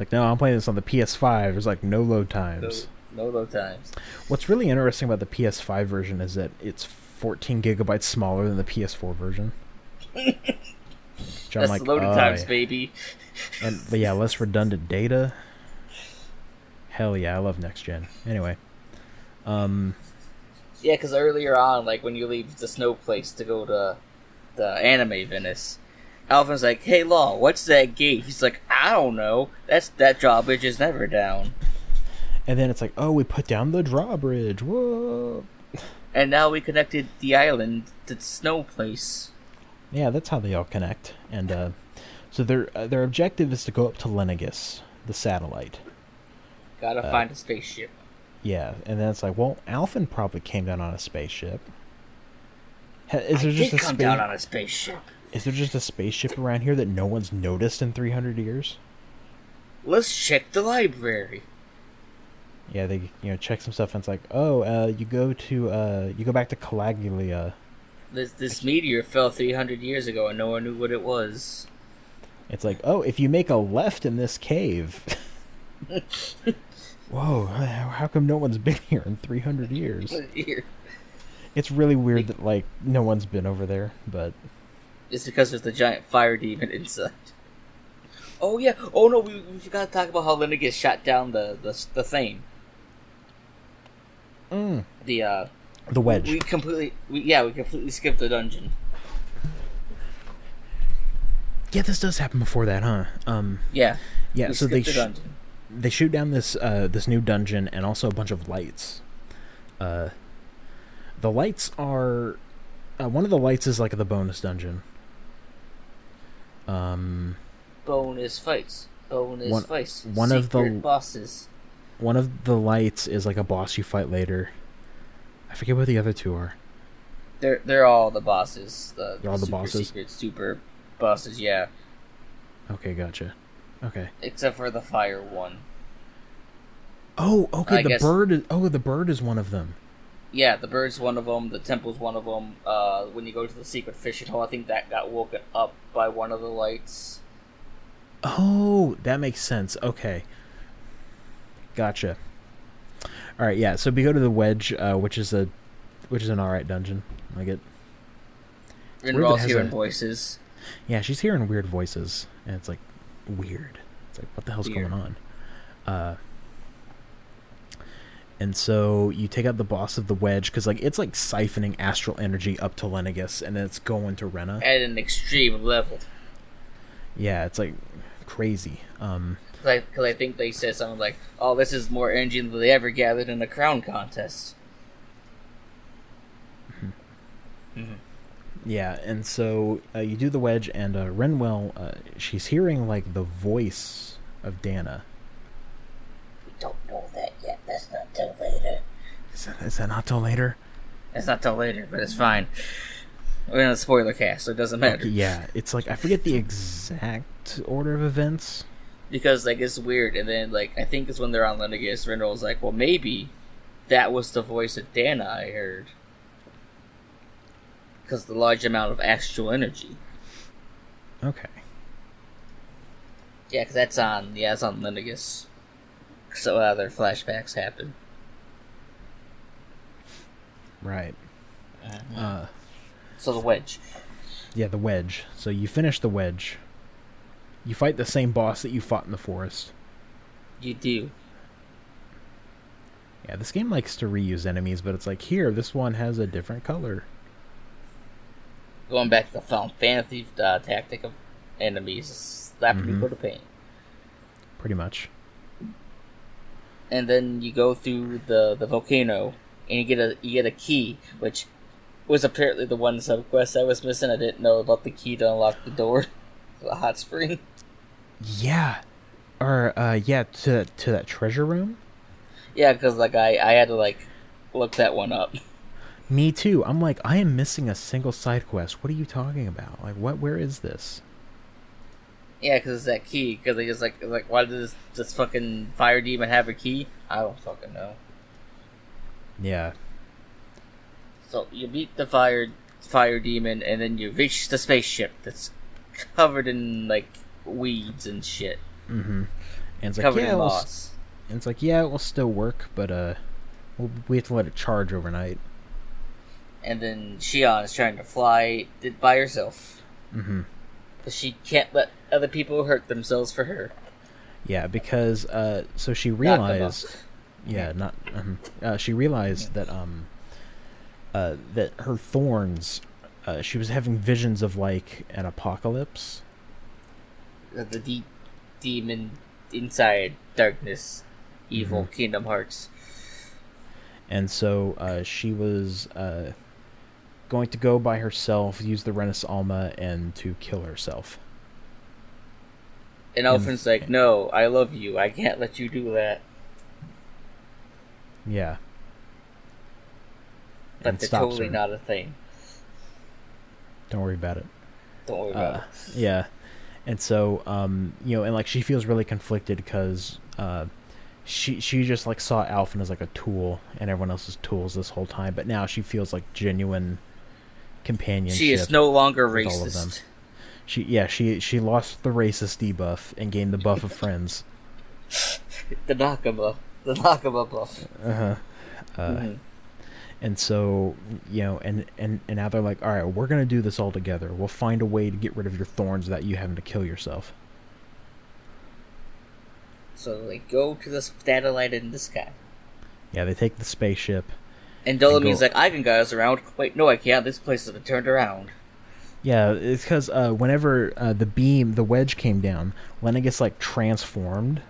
[SPEAKER 3] like, no, I'm playing this on the PS5. There's like no load
[SPEAKER 4] No,
[SPEAKER 3] times.
[SPEAKER 4] no low times.
[SPEAKER 3] What's really interesting about the PS5 version is that it's 14 gigabytes smaller than the PS4 version. Which I'm
[SPEAKER 4] That's
[SPEAKER 3] like,
[SPEAKER 4] loading
[SPEAKER 3] "Oh,
[SPEAKER 4] times,
[SPEAKER 3] yeah."
[SPEAKER 4] baby.
[SPEAKER 3] and but yeah, less redundant data. Hell yeah, I love next gen. Anyway, um,
[SPEAKER 4] Yeah, because earlier on, like when you leave the snow place to go to the anime Venice, Alvin's like, "Hey, Law, what's that gate?" He's like, "I don't know. That's that drawbridge is never down."
[SPEAKER 3] and then it's like, oh, we put down the drawbridge. Whoa.
[SPEAKER 4] And now we connected the island to the snow place.
[SPEAKER 3] Yeah, that's how they all connect. And uh, so their uh, their objective is to go up to Lenegus, the satellite.
[SPEAKER 4] Gotta
[SPEAKER 3] Uh,
[SPEAKER 4] find a spaceship.
[SPEAKER 3] Yeah, and then it's like, well, Alphen probably came down on a spaceship. Ha- Is there
[SPEAKER 4] Did
[SPEAKER 3] just a
[SPEAKER 4] come
[SPEAKER 3] spa-
[SPEAKER 4] down on a spaceship.
[SPEAKER 3] is there just a spaceship around here that no one's noticed in 300 years?
[SPEAKER 4] Let's check the library.
[SPEAKER 3] Yeah, they you know check some stuff and it's like, oh, uh, you go to uh, you go back to Calaglia.
[SPEAKER 4] This this meteor fell 300 years ago and no one knew what it was. <laughs>
[SPEAKER 3] It's like, oh, if you make a left in this <laughs> cave. Whoa! How how come no one's been here in 300 years?
[SPEAKER 4] Here.
[SPEAKER 3] It's really weird that like no one's been over there, but
[SPEAKER 4] It's because there's the giant fire demon inside. Oh yeah. Oh no, we, we forgot to talk about how Linda gets shot down the the the thing.
[SPEAKER 3] Mm.
[SPEAKER 4] The uh
[SPEAKER 3] the wedge.
[SPEAKER 4] we completely we, yeah, we completely skipped the dungeon.
[SPEAKER 3] yeah, this does happen before that, huh? Um,
[SPEAKER 4] Yeah.
[SPEAKER 3] yeah.
[SPEAKER 4] we
[SPEAKER 3] so they
[SPEAKER 4] skipped
[SPEAKER 3] sh-
[SPEAKER 4] the dungeon.
[SPEAKER 3] they shoot down this uh, this new dungeon and also a bunch of lights. Uh, the lights are uh, one of the lights is like the bonus dungeon. Um,
[SPEAKER 4] Bonus fights. Bonus
[SPEAKER 3] One-
[SPEAKER 4] fights.
[SPEAKER 3] one of the-
[SPEAKER 4] Secret bosses.
[SPEAKER 3] one of the lights is like a boss you fight later. I forget what the other two are.
[SPEAKER 4] They're they're all the bosses. The
[SPEAKER 3] They're all the
[SPEAKER 4] super
[SPEAKER 3] bosses?
[SPEAKER 4] Secret super bosses. Yeah,
[SPEAKER 3] Okay, gotcha. Okay.
[SPEAKER 4] except for the fire one.
[SPEAKER 3] Oh, okay.
[SPEAKER 4] I
[SPEAKER 3] the
[SPEAKER 4] guess-
[SPEAKER 3] bird is. Oh, the bird is one of them.
[SPEAKER 4] Yeah, the bird's one of them. The temple's one of them. Uh, when you go to the secret fishing hole, I think that got woken up by one of the lights.
[SPEAKER 3] Oh, that makes sense. Okay. Gotcha. All right, yeah. So we go to the wedge, uh, which is a, which is an all right dungeon. I get. weird
[SPEAKER 4] And we're
[SPEAKER 3] that
[SPEAKER 4] all
[SPEAKER 3] it has
[SPEAKER 4] hearing
[SPEAKER 3] a-
[SPEAKER 4] voices.
[SPEAKER 3] Yeah, she's hearing weird voices, and it's like weird. It's like what the hell's
[SPEAKER 4] Weird.
[SPEAKER 3] going on? Uh, and so you take out the boss of the wedge because like it's like siphoning astral energy up to Lenegus, and then it's going to Rena.
[SPEAKER 4] at an extreme level.
[SPEAKER 3] Yeah, it's like crazy. Um,
[SPEAKER 4] Because I, 'cause I think they said something like, "Oh, this is more energy than they ever gathered in a crown contest."
[SPEAKER 3] yeah, and so uh, you do the wedge, and uh, Renwell, uh, she's hearing like the voice of Dana.
[SPEAKER 4] We don't know that yet. That's not till later.
[SPEAKER 3] Is that, is that not till later?
[SPEAKER 4] That's not till later, but it's fine. We're in a spoiler cast, so it doesn't matter.
[SPEAKER 3] Yeah, it's like I forget the exact order of events.
[SPEAKER 4] because like it's weird and then like i think it's when they're on lenegas Rendell's like well maybe that was the voice of dana i heard because the large amount of astral energy
[SPEAKER 3] Okay.
[SPEAKER 4] yeah because that's on yeah it's on lenegas so uh, their flashbacks happen
[SPEAKER 3] Right. Uh,
[SPEAKER 4] so the wedge
[SPEAKER 3] Yeah, the wedge. So you finish the wedge. You fight the same boss that you fought in the forest.
[SPEAKER 4] you do
[SPEAKER 3] Yeah, this game likes to reuse enemies, but it's like here, this one has a different color.
[SPEAKER 4] going back to the Final fantasy uh, tactic of enemies slapping people to pain
[SPEAKER 3] Pretty much.
[SPEAKER 4] and then you go through the, the volcano and you get a you get a key which was apparently the one sub quest I was missing. I didn't know about the key to unlock the door <laughs> to the hot spring.
[SPEAKER 3] Yeah. Or uh yeah, to to that treasure room?
[SPEAKER 4] Yeah, because like I, I had to like look that one up. <laughs>
[SPEAKER 3] Me too. I'm like, I am missing a single side quest. What are you talking about? Like what where is this?
[SPEAKER 4] Yeah, because it's that key. Because they just like like why does this, this fucking fire demon have a key? I don't fucking know.
[SPEAKER 3] Yeah.
[SPEAKER 4] So you beat the fire fire demon, and then you reach the spaceship that's covered in like weeds and shit,
[SPEAKER 3] And it's like,
[SPEAKER 4] covered
[SPEAKER 3] yeah,
[SPEAKER 4] in
[SPEAKER 3] we'll s-
[SPEAKER 4] moss.
[SPEAKER 3] and it's like, yeah, it will still work, but uh, we'll, we have to let it charge overnight.
[SPEAKER 4] And then Shion is trying to fly it by herself,
[SPEAKER 3] Mm-hmm.
[SPEAKER 4] but she can't let other people hurt themselves for her.
[SPEAKER 3] Yeah, because uh, so she
[SPEAKER 4] Knock 'em off.
[SPEAKER 3] realized, yeah, not um, uh, she realized that um, uh, that her thorns, uh, she was having visions of like an apocalypse.
[SPEAKER 4] that Uh, the deep demon inside darkness, evil
[SPEAKER 3] Mm-hmm.
[SPEAKER 4] Kingdom Hearts.
[SPEAKER 3] and so uh, she was uh, going to go by herself, use the Renis Alma, and to kill herself.
[SPEAKER 4] And Alfred's like, "No, I love you. I can't let you do that."
[SPEAKER 3] Yeah.
[SPEAKER 4] But
[SPEAKER 3] And
[SPEAKER 4] they're
[SPEAKER 3] stops
[SPEAKER 4] totally
[SPEAKER 3] her.
[SPEAKER 4] not a thing.
[SPEAKER 3] Don't worry about it.
[SPEAKER 4] Don't worry
[SPEAKER 3] Uh,
[SPEAKER 4] about it.
[SPEAKER 3] yeah, and so um, you know, and like she feels really conflicted because uh, she she just like saw Alfin as like a tool and everyone else's tools this whole time, but now she feels like genuine companionship.
[SPEAKER 4] She is no longer
[SPEAKER 3] with all of them.
[SPEAKER 4] racist.
[SPEAKER 3] She yeah she she lost the racist debuff and gained the buff of friends.
[SPEAKER 4] The Nakama, the Nakama
[SPEAKER 3] Uh,
[SPEAKER 4] buff. Mhm.
[SPEAKER 3] And so, you know, and, and, and now they're like, all right, we're going to do this all together. We'll find a way to get rid of your thorns without you having to kill yourself.
[SPEAKER 4] So like, go to the satellite in the sky.
[SPEAKER 3] Yeah, they take the spaceship.
[SPEAKER 4] And
[SPEAKER 3] go-
[SPEAKER 4] Dolomine's like, "I can guide us around." Wait, no, I can't. This place has been turned around.
[SPEAKER 3] Yeah, it's because uh, whenever uh, the beam, the wedge came down, Lena gets like transformed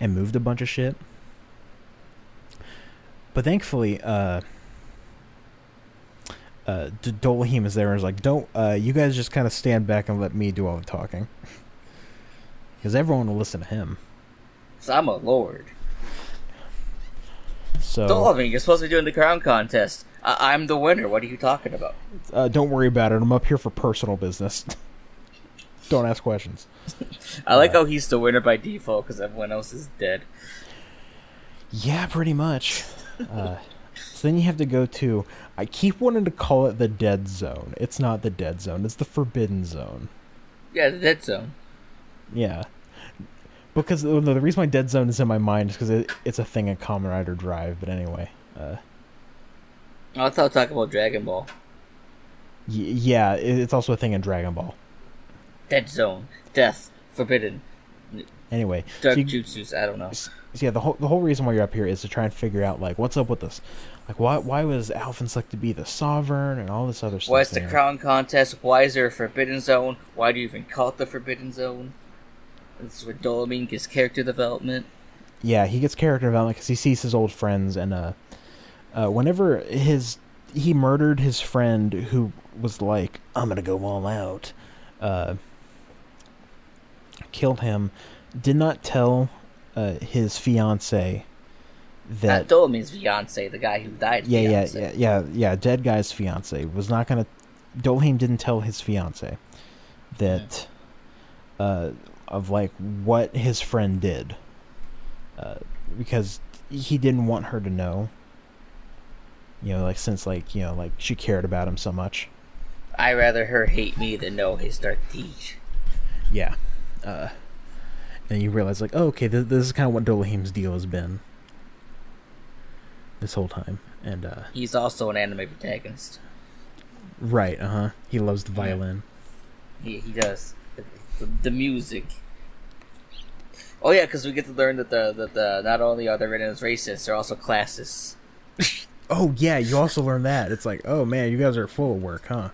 [SPEAKER 3] and moved a bunch of shit. But thankfully, uh, uh, D- Dolheim is there and is like, don't, uh, you guys just kind of stand back and let me do all the talking. Because everyone will listen to him.
[SPEAKER 4] So I'm a lord.
[SPEAKER 3] So
[SPEAKER 4] Dolomine, you're supposed to be doing the crown contest. I- I'm the winner. What are you talking about?
[SPEAKER 3] uh, don't worry about it. I'm up here for personal business. <laughs> don't ask questions.
[SPEAKER 4] I like how he's the winner by default because everyone else is dead.
[SPEAKER 3] Yeah, pretty
[SPEAKER 4] <laughs>
[SPEAKER 3] much. Uh, so then you have to go to. I keep wanting to call it the dead zone. It's not the dead zone. It's the forbidden zone.
[SPEAKER 4] Yeah, the dead zone.
[SPEAKER 3] Yeah. Because the, the reason why dead zone is in my mind is because it, it's a thing in Common Rider Drive. But anyway, uh,
[SPEAKER 4] I thought I'd talk about Dragon Ball.
[SPEAKER 3] y- yeah, it, it's also a thing in Dragon Ball.
[SPEAKER 4] Dead zone. Death. Forbidden.
[SPEAKER 3] Anyway, so
[SPEAKER 4] Dark
[SPEAKER 3] you-
[SPEAKER 4] jutsus. I don't know.
[SPEAKER 3] s- so yeah, the whole the whole reason why you're up here is to try and figure out like what's up with this, like why why was Alfin selected to be the sovereign and all this other stuff.
[SPEAKER 4] Why is the
[SPEAKER 3] there.
[SPEAKER 4] crown contest? Why is there a forbidden zone? Why do you even call it the forbidden zone? This is where Dolomine gets character development.
[SPEAKER 3] Yeah, he gets character development because he sees his old friends and uh, uh, whenever his he murdered his friend who was like, "I'm gonna go all out," uh, killed him, did not tell uh his fiance that
[SPEAKER 4] Not Dolomine's fiance, the guy who died.
[SPEAKER 3] yeah, yeah,
[SPEAKER 4] fiance.
[SPEAKER 3] yeah, yeah, yeah. Dead guy's fiance was not gonna. Dolheim didn't tell his fiance that uh, of like what his friend did, uh, because he didn't want her to know. You know, like since like you know, like she cared about him so much.
[SPEAKER 4] I rather her hate me than know his dark deed.
[SPEAKER 3] Yeah. Uh, and you realize like, oh, okay, th- this is kind of what Dolheim's deal has been this whole time, and uh,
[SPEAKER 4] He's also an anime protagonist.
[SPEAKER 3] right, uh huh. He loves the violin.
[SPEAKER 4] He, he does. The, the, the music. Oh yeah, because we get to learn that the that the not only are the Renans racist, they're also classist.
[SPEAKER 3] Oh yeah, you also learn that. It's like, oh man, you guys are full of work, huh?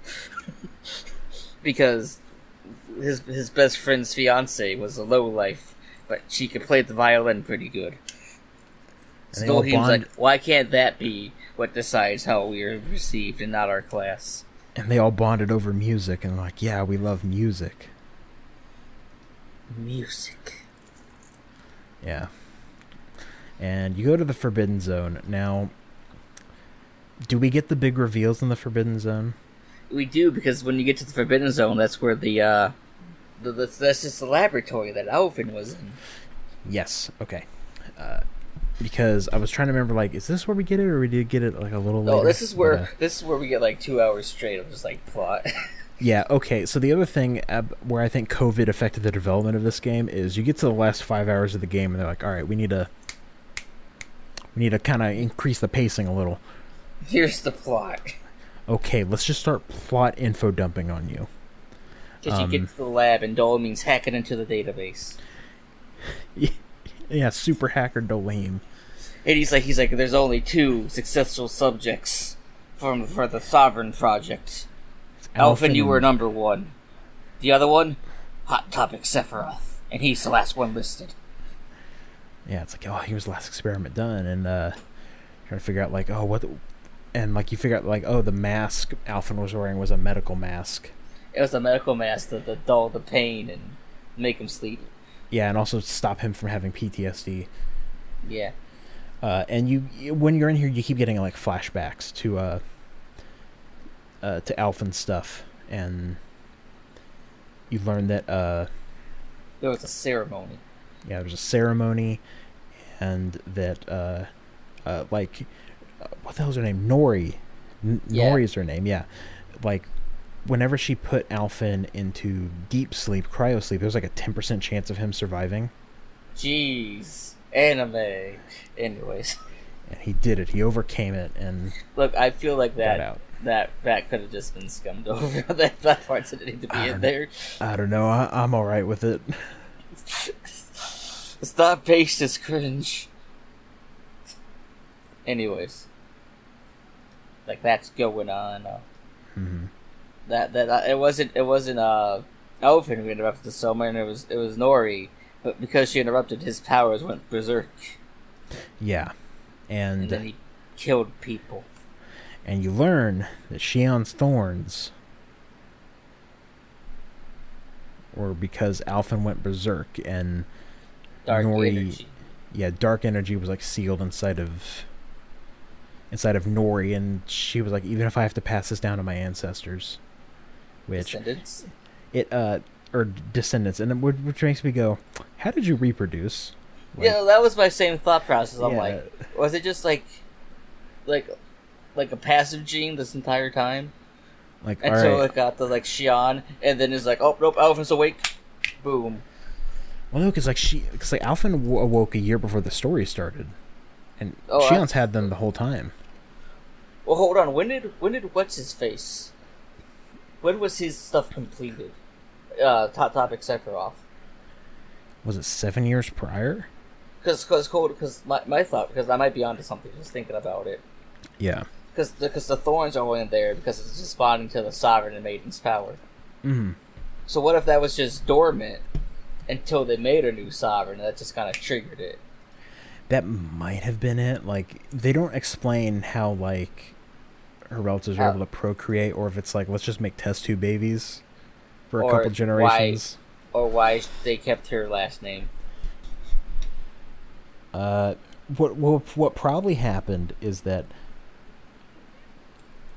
[SPEAKER 4] Because his his best friend's fiance was a lowlife, but she could play the violin pretty good.
[SPEAKER 3] And they all
[SPEAKER 4] Still, he was
[SPEAKER 3] bond-
[SPEAKER 4] like, why can't that be what decides how we are received and not our class?
[SPEAKER 3] And they all bonded over music and like, yeah, we love music.
[SPEAKER 4] Music.
[SPEAKER 3] Yeah. And you go to the Forbidden Zone. Now do we get the big reveals in the Forbidden Zone?
[SPEAKER 4] We do because when you get to the Forbidden Zone, that's where the uh, the, that's that's just the laboratory that Alvin was in.
[SPEAKER 3] Yes. Okay. Uh, because I was trying to remember like, is this where we get it, or we did get it like a little
[SPEAKER 4] No,
[SPEAKER 3] later?
[SPEAKER 4] this is where
[SPEAKER 3] But, uh,
[SPEAKER 4] this is where we get like two hours straight of just like plot. <laughs>
[SPEAKER 3] Yeah, okay. So the other thing uh, where I think COVID affected the development of this game is you get to the last 5 hours of the game and they're like, "All right, we need to we need to kind of increase the pacing a little.
[SPEAKER 4] Here's the plot.
[SPEAKER 3] Okay, let's just start plot info dumping on you."
[SPEAKER 4] Because you get to the lab and Dole means hacking into the database.
[SPEAKER 3] Yeah, super hacker Doleem.
[SPEAKER 4] And he's like, he's like, there's only two successful subjects from for the Sovereign Project. Elfin, you were number one. The other one, Hot Topic Sephiroth, and he's the last one listed.
[SPEAKER 3] yeah, it's like, oh, here's the last experiment done, and uh, trying to figure out like, oh, what, the, and like you figure out like, oh, the mask Alfin was wearing was a medical mask.
[SPEAKER 4] It was the medical mask that that dull the pain and make him sleep.
[SPEAKER 3] Yeah, and also stop him from having PTSD.
[SPEAKER 4] Yeah,
[SPEAKER 3] Uh, and you, you- when you're in here, you keep getting like flashbacks to uh, uh to Alfin stuff, and you learn that uh,
[SPEAKER 4] there was a ceremony.
[SPEAKER 3] yeah, there was a ceremony, and that uh, uh, like, uh, what the hell's her name? Nori. N-
[SPEAKER 4] Yeah.
[SPEAKER 3] Nori is her name. Yeah, like, whenever she put Alfin into deep sleep, cryo sleep, there was like a ten percent chance of him surviving,
[SPEAKER 4] Jeez, anime. Anyways,
[SPEAKER 3] and he did it. He overcame it, and
[SPEAKER 4] look, I feel like
[SPEAKER 3] Got out.
[SPEAKER 4] that that that could have just been scummed <laughs> over. that that part didn't need to be
[SPEAKER 3] Uh-huh.
[SPEAKER 4] in there.
[SPEAKER 3] I don't know. I, I'm all right with it.
[SPEAKER 4] Stop paste is cringe. Anyways, like that's going on. Uh,
[SPEAKER 3] Mm-hmm.
[SPEAKER 4] That that uh, it wasn't it wasn't uh Elfin who interrupted the summer, and it was it was Nori, but because she interrupted, his powers went berserk,
[SPEAKER 3] Yeah, and uh,
[SPEAKER 4] and then he killed people.
[SPEAKER 3] and you learn that Shion's thorns were because Alfin went berserk and
[SPEAKER 4] Dark
[SPEAKER 3] Nori-
[SPEAKER 4] energy.
[SPEAKER 3] yeah, dark energy was like sealed inside of inside of Nori and she was like even if I have to pass this down to my ancestors which
[SPEAKER 4] Descendants.
[SPEAKER 3] it uh or descendants and then which- which makes me go how did you reproduce? Like,
[SPEAKER 4] yeah, that was my same thought process. I'm
[SPEAKER 3] Yeah.
[SPEAKER 4] like, was it just like, like, like a passive gene this entire time?
[SPEAKER 3] like all
[SPEAKER 4] until
[SPEAKER 3] right.
[SPEAKER 4] it got the like Shion, and then it's like, oh nope, Elephant's awake. Boom.
[SPEAKER 3] Well, no, because like she, because like Alfin wo- awoke a year before the story started, and
[SPEAKER 4] Oh, I-
[SPEAKER 3] Shion's had them the whole time.
[SPEAKER 4] Well, hold on. When did when did what's his face? When was his stuff completed? Uh, Top Topic Sephiroth.
[SPEAKER 3] was it seven years prior?
[SPEAKER 4] Because because cold because my, my thought because I might be onto something just thinking about it
[SPEAKER 3] Yeah.
[SPEAKER 4] because because the thorns are in there because it's responding to the sovereign and maiden's power.
[SPEAKER 3] Mm.
[SPEAKER 4] So what if that was just dormant until they made a new sovereign? And that just kind of triggered it.
[SPEAKER 3] That might have been it. Like they don't explain how like her relatives were
[SPEAKER 4] How-
[SPEAKER 3] able to procreate, or if it's like let's just make test tube babies for a
[SPEAKER 4] Or
[SPEAKER 3] couple
[SPEAKER 4] why-
[SPEAKER 3] generations.
[SPEAKER 4] Or why they kept her last name.
[SPEAKER 3] Uh, what what what probably happened is that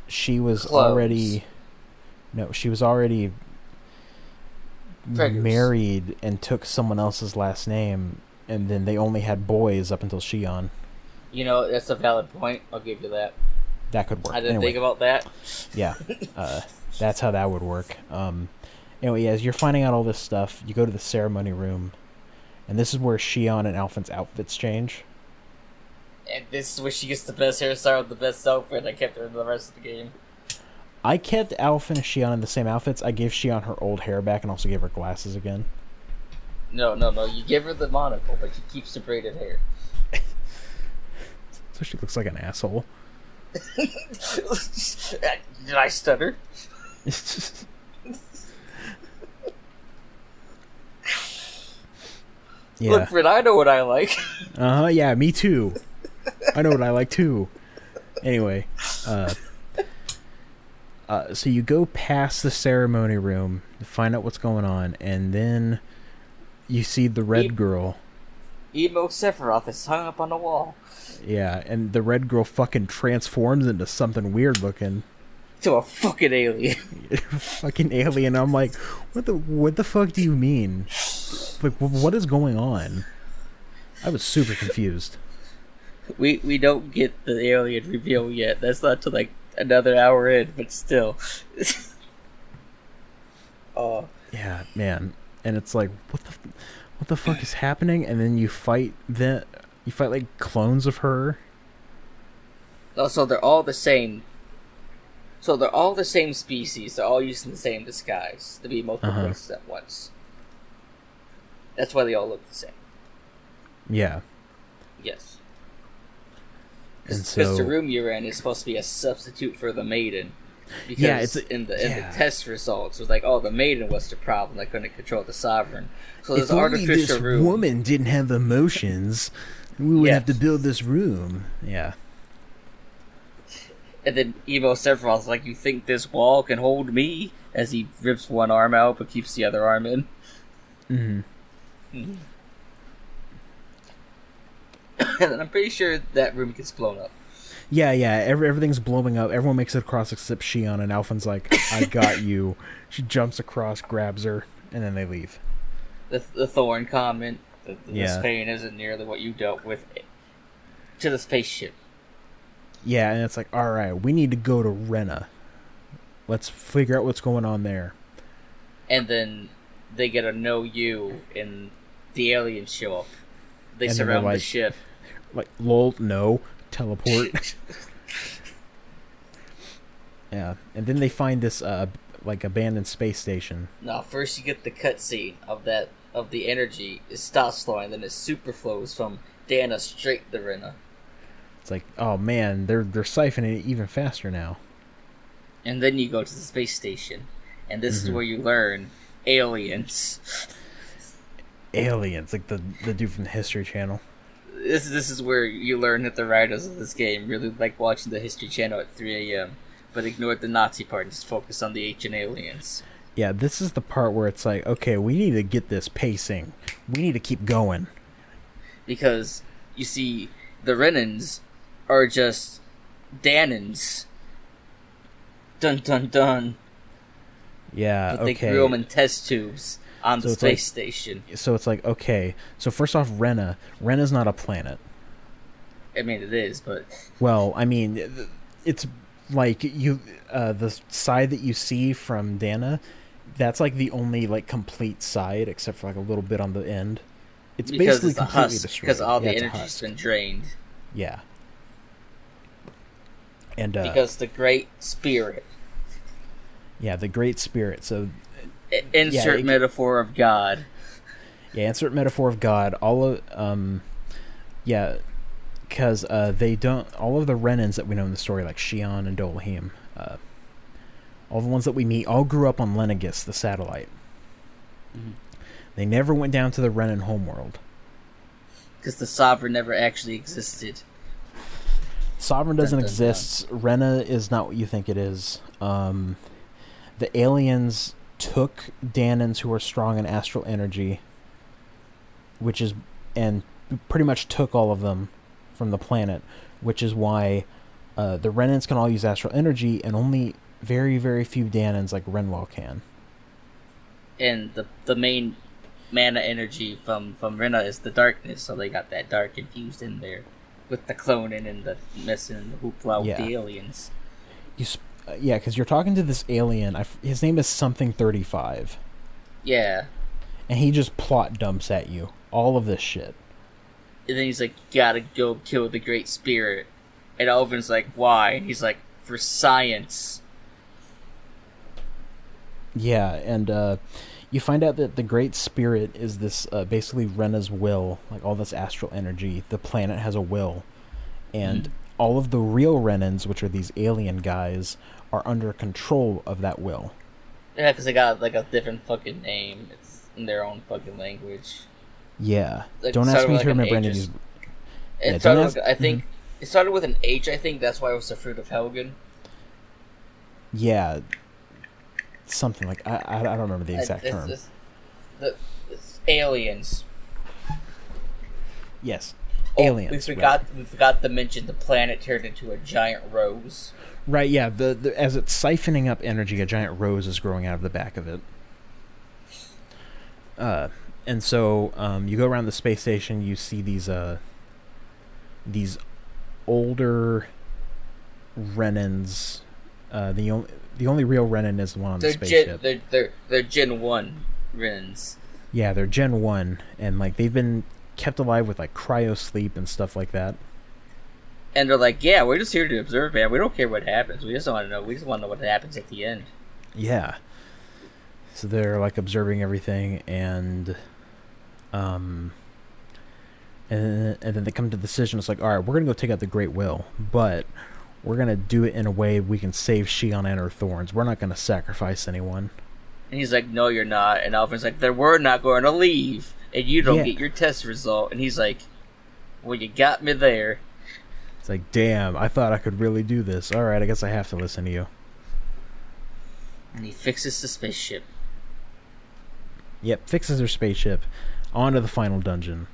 [SPEAKER 3] she was
[SPEAKER 4] Clones.
[SPEAKER 3] already no, she was already
[SPEAKER 4] Preggers.
[SPEAKER 3] married and took someone else's last name, and then they only had boys up until Shion.
[SPEAKER 4] You know, that's a valid point. I'll give you that.
[SPEAKER 3] That could work.
[SPEAKER 4] I didn't
[SPEAKER 3] Anyway.
[SPEAKER 4] think about that.
[SPEAKER 3] yeah uh, that's how that would work um, anyway as you're finding out all this stuff you go to the ceremony room and this is where Shion and Alphin's outfits change
[SPEAKER 4] And this is where she gets the best hairstyle with the best outfit. I kept her in the rest of the game.
[SPEAKER 3] I kept Alphin and Shion in the same outfits I gave Shion her old hair back and also gave her glasses again
[SPEAKER 4] No, no, no. You give her the monocle, but she keeps the braided hair. <laughs>
[SPEAKER 3] so she looks like an asshole
[SPEAKER 4] Did I stutter?
[SPEAKER 3] yeah
[SPEAKER 4] Look, Fred, I know what I like. <laughs>
[SPEAKER 3] uh-huh yeah me too I know what I like too anyway uh Uh, so you go past the ceremony room to find out what's going on, and then you see the red
[SPEAKER 4] Beep.
[SPEAKER 3] girl.
[SPEAKER 4] Emo Sephiroth is hung up on the wall
[SPEAKER 3] Yeah, and the red girl fucking transforms into something weird looking, <laughs>
[SPEAKER 4] to a fucking alien. <laughs>
[SPEAKER 3] fucking alien. I'm like, what the what the fuck do you mean? Like, wh- what is going on? I was super confused.
[SPEAKER 4] we we don't get the alien reveal yet. That's not till like another hour in, but still. <laughs> oh,
[SPEAKER 3] Yeah, man. And it's like, what the, what the fuck is happening? And then you fight the, you fight like clones of her.
[SPEAKER 4] also they're all the same. So they're all the same species. They're all using the same disguise to be multiple
[SPEAKER 3] Uh-huh.
[SPEAKER 4] places at once. That's why they all look the same.
[SPEAKER 3] Yeah.
[SPEAKER 4] Yes.
[SPEAKER 3] And
[SPEAKER 4] Because the
[SPEAKER 3] so,
[SPEAKER 4] room you're in is supposed to be a substitute for the maiden. Because
[SPEAKER 3] Yeah, it's-
[SPEAKER 4] in the in
[SPEAKER 3] yeah.
[SPEAKER 4] the test results it was like, oh, the maiden was the problem. They couldn't control the sovereign. So there's
[SPEAKER 3] if
[SPEAKER 4] an
[SPEAKER 3] only
[SPEAKER 4] artificial
[SPEAKER 3] this
[SPEAKER 4] room.
[SPEAKER 3] woman didn't have emotions, we would
[SPEAKER 4] Yeah.
[SPEAKER 3] have to build this room. Yeah.
[SPEAKER 4] And then Evo Sephiroth's like, you think this wall can hold me? As he rips one arm out but keeps the other arm in. <laughs>
[SPEAKER 3] Mm-hmm.
[SPEAKER 4] and I'm pretty sure that room gets blown up.
[SPEAKER 3] Yeah, yeah. Every, everything's blowing up. Everyone makes it across except Shion, and Alphen's like, "I got you." She jumps across, grabs her, and then they leave.
[SPEAKER 4] The, the thorn comment. The, the, This
[SPEAKER 3] Yeah.
[SPEAKER 4] pain isn't nearly what you dealt with to the spaceship.
[SPEAKER 3] Yeah, and it's like, all right, we need to go to Rena. Let's figure out what's going on there.
[SPEAKER 4] and then they get a no you and the aliens show up they
[SPEAKER 3] And then they're
[SPEAKER 4] surround the
[SPEAKER 3] like-
[SPEAKER 4] ship
[SPEAKER 3] Like, lol, no, teleport. yeah, and then they find this uh like abandoned space station.
[SPEAKER 4] now first you get the cutscene of that of the energy it stops flowing then it superflows from dana straight to rena
[SPEAKER 3] It's like, oh man, they're they're siphoning it even faster now.
[SPEAKER 4] and then you go to the space station and this
[SPEAKER 3] Mm-hmm.
[SPEAKER 4] is where you learn aliens <laughs>
[SPEAKER 3] Aliens, like the the dude from the History Channel.
[SPEAKER 4] this, this is where you learn that the writers of this game really like watching the history channel at 3 a.m but ignored the nazi part and just focused on the ancient aliens
[SPEAKER 3] Yeah, this is the part where it's like, okay, we need to get this pacing. We need to keep going.
[SPEAKER 4] because you see the Renans are just Danans. Dun dun dun.
[SPEAKER 3] Yeah,
[SPEAKER 4] But They
[SPEAKER 3] okay.
[SPEAKER 4] grew them in test tubes on
[SPEAKER 3] So
[SPEAKER 4] the
[SPEAKER 3] it's like-
[SPEAKER 4] space station.
[SPEAKER 3] so it's like, okay, so first off, Rena. Rena's not a planet.
[SPEAKER 4] I mean, it is, but
[SPEAKER 3] Well, I mean, th- it's like you uh, the side that you see from Dana. That's like the only like complete side, except for like a little bit on the end. It's
[SPEAKER 4] because
[SPEAKER 3] basically
[SPEAKER 4] it's a
[SPEAKER 3] completely
[SPEAKER 4] husk,
[SPEAKER 3] destroyed.
[SPEAKER 4] because all
[SPEAKER 3] Yeah,
[SPEAKER 4] the
[SPEAKER 3] it's a
[SPEAKER 4] energy's
[SPEAKER 3] husk.
[SPEAKER 4] been drained.
[SPEAKER 3] Yeah. And uh,
[SPEAKER 4] Because the Great Spirit,
[SPEAKER 3] yeah, the Great Spirit. So
[SPEAKER 4] I- insert
[SPEAKER 3] it-
[SPEAKER 4] metaphor of God,
[SPEAKER 3] Yeah, insert metaphor of God. All of um, yeah, because uh, they don't. All of the Renans that we know in the story, like Shion and Dolahim, uh, all the ones that we meet, all grew up on Lenegus, the satellite. They never went down to the Renan homeworld.
[SPEAKER 4] because the Sovereign never actually existed.
[SPEAKER 3] Sovereign doesn't
[SPEAKER 4] dun, dun.
[SPEAKER 3] exist. Rena is not what you think it is. Um, the aliens took Danans who are strong in astral energy, which is and pretty much took all of them from the planet, which is why uh, the Renans can all use astral energy, and only very very few Danans like Renwell can.
[SPEAKER 4] And the the main mana energy from from Rena is the darkness, so they got that dark infused in there with the cloning and the messing and the hoopla with
[SPEAKER 3] Yeah.
[SPEAKER 4] the aliens.
[SPEAKER 3] You sp- uh, yeah, because you're talking to this alien. I f- his name is something thirty five,
[SPEAKER 4] Yeah,
[SPEAKER 3] and he just plot dumps at you all of this shit.
[SPEAKER 4] and then he's like, "You "Gotta go kill the Great Spirit," and Alvin's like, "Why?" And he's like, "For science."
[SPEAKER 3] Yeah, and uh, you find out that the Great Spirit is this uh, basically Rena's will, like all this astral energy. The planet has a will, and
[SPEAKER 4] Mm-hmm.
[SPEAKER 3] all of the real Renans, which are these alien guys, are under control of that will.
[SPEAKER 4] Yeah, because they got like a different fucking name. It's in their own fucking language.
[SPEAKER 3] Yeah,
[SPEAKER 4] Like,
[SPEAKER 3] don't
[SPEAKER 4] sort
[SPEAKER 3] ask
[SPEAKER 4] of
[SPEAKER 3] me
[SPEAKER 4] like
[SPEAKER 3] to
[SPEAKER 4] an
[SPEAKER 3] remember any of
[SPEAKER 4] aegis.
[SPEAKER 3] these.
[SPEAKER 4] It
[SPEAKER 3] Yeah,
[SPEAKER 4] started.
[SPEAKER 3] don't Mm-hmm.
[SPEAKER 4] With,
[SPEAKER 3] ask-
[SPEAKER 4] I think it started with an H. I think that's why it was the fruit of Helgen.
[SPEAKER 3] Yeah, something like I I, I don't remember the exact
[SPEAKER 4] it's,
[SPEAKER 3] term.
[SPEAKER 4] It's, the, it's aliens.
[SPEAKER 3] yes,
[SPEAKER 4] Oh,
[SPEAKER 3] aliens.
[SPEAKER 4] We
[SPEAKER 3] right.
[SPEAKER 4] forgot. We forgot to mention the planet turned into a giant rose.
[SPEAKER 3] Right, yeah. The, the as it's siphoning up energy, a giant rose is growing out of the back of it. Uh, and so um, you go around the space station. You see these uh, these older Renans. Uh, the only the only real Renan is the one on
[SPEAKER 4] They're
[SPEAKER 3] the
[SPEAKER 4] Gen,
[SPEAKER 3] spaceship.
[SPEAKER 4] they're, they're, they're Gen 1 Rins.
[SPEAKER 3] yeah, they're Gen One, and like they've been kept alive with like cryo sleep and stuff like that.
[SPEAKER 4] And they're like, yeah, we're just here to observe, man. We don't care what happens. We just want to know. We just want to know what happens at the end.
[SPEAKER 3] Yeah. So they're like observing everything and um and and then they come to the decision it's like, all right, we're gonna go take out the Great Will, but we're gonna do it in a way we can save Shion and her thorns. We're not gonna sacrifice anyone.
[SPEAKER 4] And he's like, no, you're not. And Alvin's like, then we're not going to leave. And you don't
[SPEAKER 3] Yeah.
[SPEAKER 4] get your test result. And he's like, well, you got me there.
[SPEAKER 3] It's like, damn, I thought I could really do this. All right, I guess I have to listen to you.
[SPEAKER 4] And he fixes the spaceship.
[SPEAKER 3] Yep, fixes her spaceship. On to the final dungeon.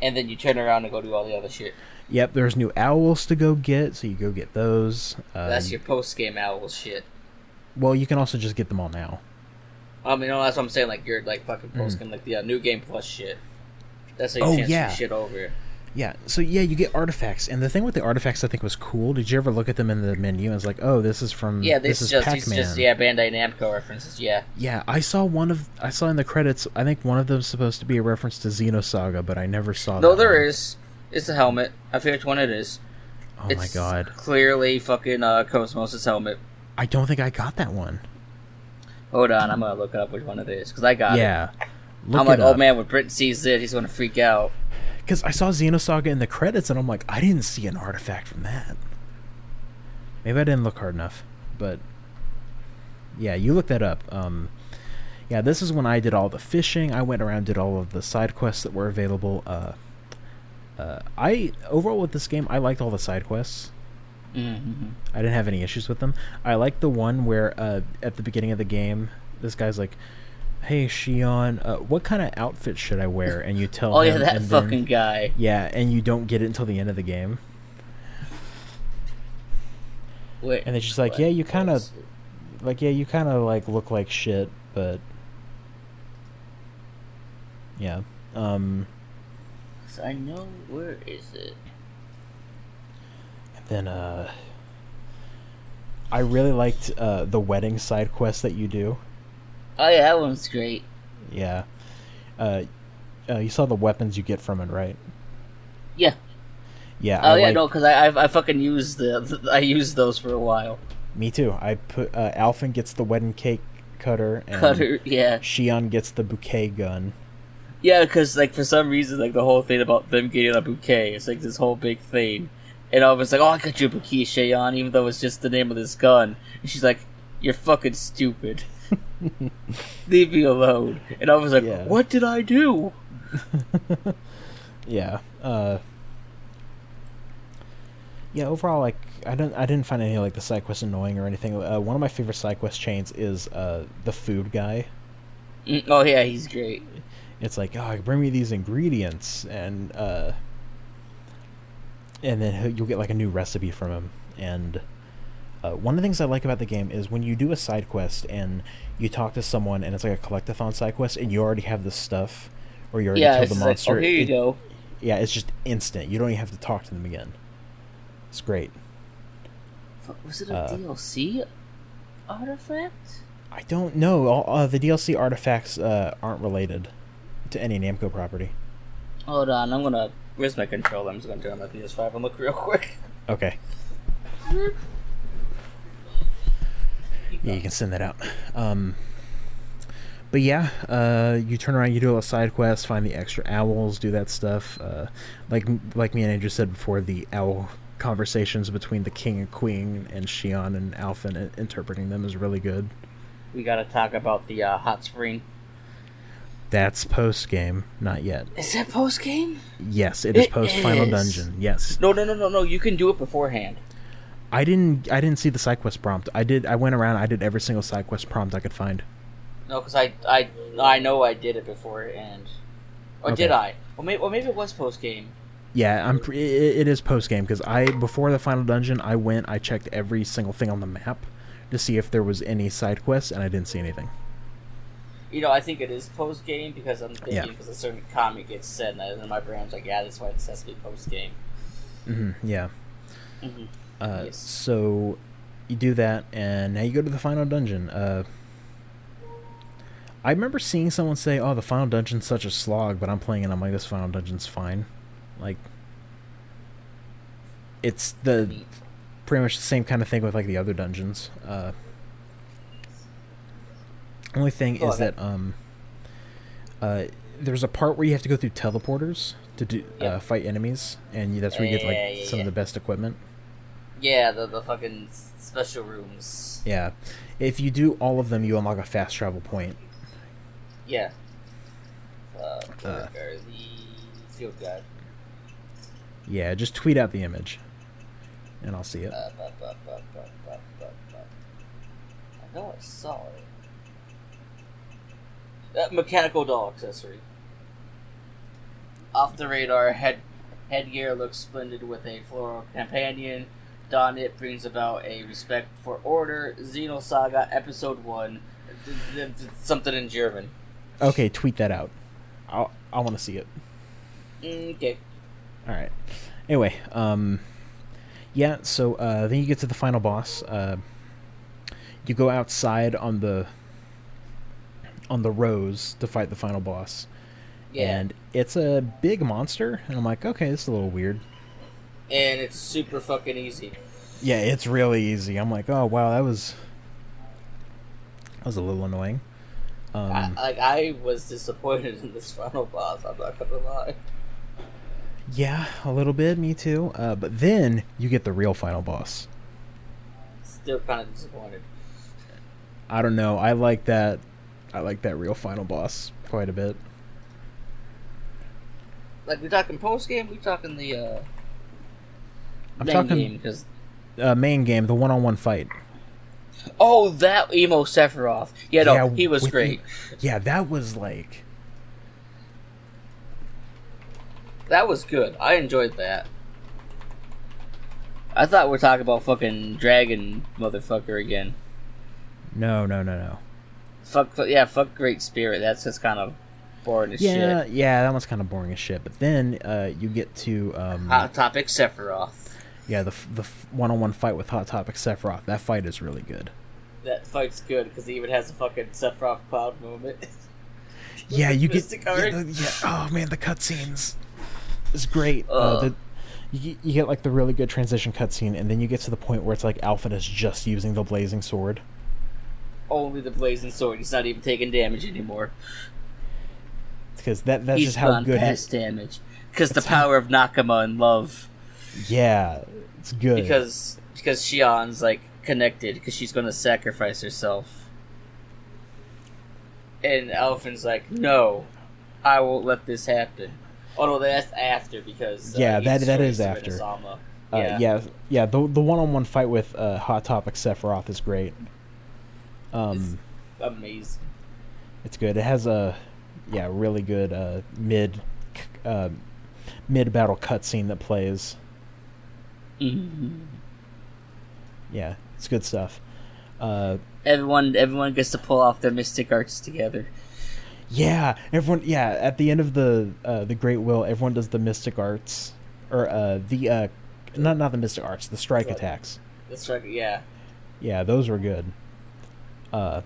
[SPEAKER 4] And then you turn around and go do all the other shit.
[SPEAKER 3] Yep, there's new owls to go get, so you go get those. Um,
[SPEAKER 4] That's your post game owl shit.
[SPEAKER 3] well, you can also just get them all now.
[SPEAKER 4] I mean, no, Um, that's what I'm saying. Like you're like fucking post game, like the uh, new game plus shit. That's how you
[SPEAKER 3] Hmm. Oh,
[SPEAKER 4] chance
[SPEAKER 3] yeah.
[SPEAKER 4] the shit over.
[SPEAKER 3] Yeah. So yeah, you get artifacts, and the thing with the artifacts I think was cool. Did you ever look at them in the menu? and It's like, oh, this is from
[SPEAKER 4] Yeah,
[SPEAKER 3] this,
[SPEAKER 4] this,
[SPEAKER 3] is
[SPEAKER 4] just
[SPEAKER 3] Pac
[SPEAKER 4] these
[SPEAKER 3] Man.
[SPEAKER 4] just yeah Bandai Namco references. Yeah,
[SPEAKER 3] Yeah, I saw one of I saw in the credits. I think one of them's supposed to be a reference to Xenosaga, but I never saw.
[SPEAKER 4] no,
[SPEAKER 3] that
[SPEAKER 4] there
[SPEAKER 3] one.
[SPEAKER 4] is. It's a helmet. I forget which one it is.
[SPEAKER 3] Oh
[SPEAKER 4] it's
[SPEAKER 3] my god,
[SPEAKER 4] Clearly, fucking uh, Cosmos' helmet.
[SPEAKER 3] I don't think I got that one.
[SPEAKER 4] Hold on, I'm gonna look up which one it is because I got it.
[SPEAKER 3] yeah. Look
[SPEAKER 4] I'm like,
[SPEAKER 3] it
[SPEAKER 4] oh
[SPEAKER 3] up.
[SPEAKER 4] man, when Brent sees it, he's gonna freak out.
[SPEAKER 3] because I saw Xenosaga in the credits, and I'm like, I didn't see an artifact from that. Maybe I didn't look hard enough, but yeah, you look that up. Um, yeah, this is when I did all the fishing. I went around, did all of the side quests that were available. Uh, uh, I overall with this game, I liked all the side quests.
[SPEAKER 4] Mm-hmm.
[SPEAKER 3] I didn't have any issues with them. I like the one where uh, at the beginning of the game, this guy's like, "Hey, Shion, uh, what kind of outfit should I wear?" And you tell
[SPEAKER 4] Oh yeah,
[SPEAKER 3] him,
[SPEAKER 4] that
[SPEAKER 3] and then-
[SPEAKER 4] fucking guy.
[SPEAKER 3] yeah, and you don't get it until the end of the game.
[SPEAKER 4] Wait,
[SPEAKER 3] And they're just like,
[SPEAKER 4] what?
[SPEAKER 3] yeah, you kinda-
[SPEAKER 4] What's-
[SPEAKER 3] Like, yeah, you kind of like look like shit, but yeah. Um,
[SPEAKER 4] So I know where is it.
[SPEAKER 3] and then uh, I really liked uh the wedding side quest that you do.
[SPEAKER 4] Oh yeah, that one's great.
[SPEAKER 3] Yeah. Uh, uh you saw the weapons you get from it, right?
[SPEAKER 4] Yeah.
[SPEAKER 3] Yeah.
[SPEAKER 4] Oh
[SPEAKER 3] I
[SPEAKER 4] yeah,
[SPEAKER 3] like-
[SPEAKER 4] no, because I, I I fucking used the I used those for a while.
[SPEAKER 3] Me too. I put uh, Alfin gets the wedding cake cutter. And
[SPEAKER 4] <laughs> Cutter, yeah,
[SPEAKER 3] Shion gets the bouquet gun.
[SPEAKER 4] yeah, because like for some reason, like the whole thing about them getting a bouquet, it's like this whole big thing, and I was like, oh, I got you a bouquet, Cheyenne, even though it's just the name of this gun. And she's like, you're
[SPEAKER 3] <laughs>
[SPEAKER 4] fucking stupid. Leave me alone. And I was like,
[SPEAKER 3] Yeah.
[SPEAKER 4] what did I do?
[SPEAKER 3] yeah uh yeah overall like i don't i didn't find any like the side quests annoying or anything uh, one of my favorite side quest chains is uh the food guy
[SPEAKER 4] Mm, Oh yeah, he's great.
[SPEAKER 3] it's like oh bring me these ingredients and uh and then he'll- you'll get like a new recipe from him and uh, one of the things i like about the game is when you do a side quest and you talk to someone and it's like a collectathon side quest and you already have the stuff or you already
[SPEAKER 4] Yeah,
[SPEAKER 3] killed
[SPEAKER 4] it's
[SPEAKER 3] the
[SPEAKER 4] just
[SPEAKER 3] monster
[SPEAKER 4] like, oh, here you
[SPEAKER 3] it-
[SPEAKER 4] go.
[SPEAKER 3] yeah, it's just instant. You don't even have to talk to them again. It's great.
[SPEAKER 4] Fuck, Was it a
[SPEAKER 3] uh,
[SPEAKER 4] DLC artifact?
[SPEAKER 3] I don't know. All, uh, the DLC artifacts uh, aren't related to any Namco property.
[SPEAKER 4] Hold on, I'm gonna. Where's my controller? I'm just gonna turn on my PS5 and look real quick.
[SPEAKER 3] Okay. Yeah, you can send that out. Um, but yeah, uh, you turn around, you do a little side quest, find the extra owls, do that stuff. Uh, like like me and Andrew said before, the owl conversations between the king and queen and Shion and Alpha and interpreting them is really good.
[SPEAKER 4] We gotta talk about the uh, hot spring.
[SPEAKER 3] That's post game, not yet.
[SPEAKER 4] Is that post game?
[SPEAKER 3] Yes, it is
[SPEAKER 4] It
[SPEAKER 3] post Final
[SPEAKER 4] is.
[SPEAKER 3] Dungeon. Yes,
[SPEAKER 4] No, no, no, no, no. You can do it beforehand.
[SPEAKER 3] I didn't. I didn't see the side quest prompt. I did. I went around. I did every single side quest prompt I could find.
[SPEAKER 4] No, because I, I, I know I did it beforehand. Or did
[SPEAKER 3] Okay.
[SPEAKER 4] I? Well, maybe, well, maybe it was post game.
[SPEAKER 3] Yeah, I'm. Pre- it, it is post game because I before the Final Dungeon, I went. I checked every single thing on the map to see if there was any side quests, and I didn't see anything.
[SPEAKER 4] You know, I think it is post game because I'm thinking
[SPEAKER 3] Yeah.
[SPEAKER 4] because a certain comment gets said, and then my brain's like, yeah, that's why it has to be post game.
[SPEAKER 3] Mhm, yeah.
[SPEAKER 4] Mhm.
[SPEAKER 3] Uh,
[SPEAKER 4] Yes.
[SPEAKER 3] So you do that, and now you go to the final dungeon. Uh, I remember seeing someone say, "Oh, the final dungeon's such a slog," but I'm playing and I'm like, "This final dungeon's fine." Like, it's the
[SPEAKER 4] Neat.
[SPEAKER 3] pretty much the same kind of thing with like the other dungeons. Uh, only thing
[SPEAKER 4] Oh,
[SPEAKER 3] is
[SPEAKER 4] that-
[SPEAKER 3] that um, uh, there's a part where you have to go through teleporters to do
[SPEAKER 4] Yep.
[SPEAKER 3] uh, fight enemies, and that's where you get like
[SPEAKER 4] Yeah, yeah,
[SPEAKER 3] some
[SPEAKER 4] yeah.
[SPEAKER 3] of the best equipment.
[SPEAKER 4] Yeah, the the fucking s- special rooms.
[SPEAKER 3] Yeah, if you do all of them, you unlock a fast travel point.
[SPEAKER 4] Yeah. Uh,
[SPEAKER 3] Uh.
[SPEAKER 4] or the field guide.
[SPEAKER 3] Yeah, just tweet out the image, and I'll see it.
[SPEAKER 4] Uh, bu- bu- bu- bu- bu- bu- bu- I know I saw it. That mechanical doll accessory. Off the radar, head headgear looks splendid with a floral companion. Don it brings about a respect for order. Xenosaga Episode One, D- d- d- something in German.
[SPEAKER 3] Okay, tweet that out. I I want to see it.
[SPEAKER 4] Mm, Okay.
[SPEAKER 3] All right. Anyway, um, yeah. So uh, then you get to the final boss. Uh, you go outside on the on the rows to fight the final boss,
[SPEAKER 4] Yeah.
[SPEAKER 3] and it's a big monster. And I'm like, okay, this is a little weird.
[SPEAKER 4] and it's super fucking easy.
[SPEAKER 3] Yeah, it's really easy. I'm like, oh wow, that was that was a little annoying. Um,
[SPEAKER 4] I, like I was disappointed in this <laughs> final boss. I'm not gonna lie.
[SPEAKER 3] yeah, a little bit. Me too. Uh, but then you get the real final boss.
[SPEAKER 4] Still kind of disappointed.
[SPEAKER 3] I don't know. I like that. I like that real final boss quite a bit.
[SPEAKER 4] Like we talking post game, we talking the uh,
[SPEAKER 3] I'm
[SPEAKER 4] main
[SPEAKER 3] talking-
[SPEAKER 4] game because
[SPEAKER 3] uh, main game, the one-on-one fight.
[SPEAKER 4] oh that emo Sephiroth. Yeah, no,
[SPEAKER 3] Yeah,
[SPEAKER 4] he was
[SPEAKER 3] with
[SPEAKER 4] great.
[SPEAKER 3] the- yeah, that was like
[SPEAKER 4] That was good. I enjoyed that. I thought we are talking about fucking dragon motherfucker again.
[SPEAKER 3] no, no, no, no.
[SPEAKER 4] Fuck, fuck yeah, fuck great spirit. That's just kind of boring as
[SPEAKER 3] Yeah,
[SPEAKER 4] shit.
[SPEAKER 3] yeah, that one's kind of boring as shit. But then uh, you get to um,
[SPEAKER 4] Hot topic Sephiroth.
[SPEAKER 3] yeah the f- the f- one-on-one fight with Hot Topic Sephiroth. That fight is really good.
[SPEAKER 4] That fight's good because he even has a fucking Sephiroth cloud moment.
[SPEAKER 3] Yeah, you get
[SPEAKER 4] Mystic
[SPEAKER 3] yeah,
[SPEAKER 4] Art.
[SPEAKER 3] the- yeah, Oh man, the cutscenes is great. Uh,
[SPEAKER 4] Ugh.
[SPEAKER 3] the, you, you get like the really good transition cutscene, and then you get to the point where it's like Alfred is just using the blazing sword.
[SPEAKER 4] <laughs> Only the blazing sword. He's not even taking damage anymore.
[SPEAKER 3] Because that that's
[SPEAKER 4] He's
[SPEAKER 3] just how
[SPEAKER 4] gone
[SPEAKER 3] good. His,
[SPEAKER 4] past damage because the power of Nakama and love.
[SPEAKER 3] yeah, it's good.
[SPEAKER 4] Because because Shion's like connected because she's going to sacrifice herself. And Elfin's like, no, I won't let this happen. Oh no, that's after because uh,
[SPEAKER 3] Yeah,
[SPEAKER 4] he
[SPEAKER 3] that- that
[SPEAKER 4] destroys
[SPEAKER 3] is after.
[SPEAKER 4] Tsurunosama.
[SPEAKER 3] Uh, yeah, yeah. The the one-on-one fight with uh, Hot Topic Sephiroth is great. Um,
[SPEAKER 4] amazing.
[SPEAKER 3] it's, good. It has a yeah, really good uh, mid c- uh, mid battle cutscene that plays. Mm-hmm. Yeah, it's good stuff. Uh,
[SPEAKER 4] Everyone, everyone gets to pull off their mystic arts together.
[SPEAKER 3] yeah, everyone. Yeah, at the end of the uh, the Great Will, everyone does the Mystic Arts or uh, the uh, not not the Mystic Arts, the Strike
[SPEAKER 4] Strike.
[SPEAKER 3] attacks.
[SPEAKER 4] That's right. Yeah,
[SPEAKER 3] Yeah, those were good. Uh,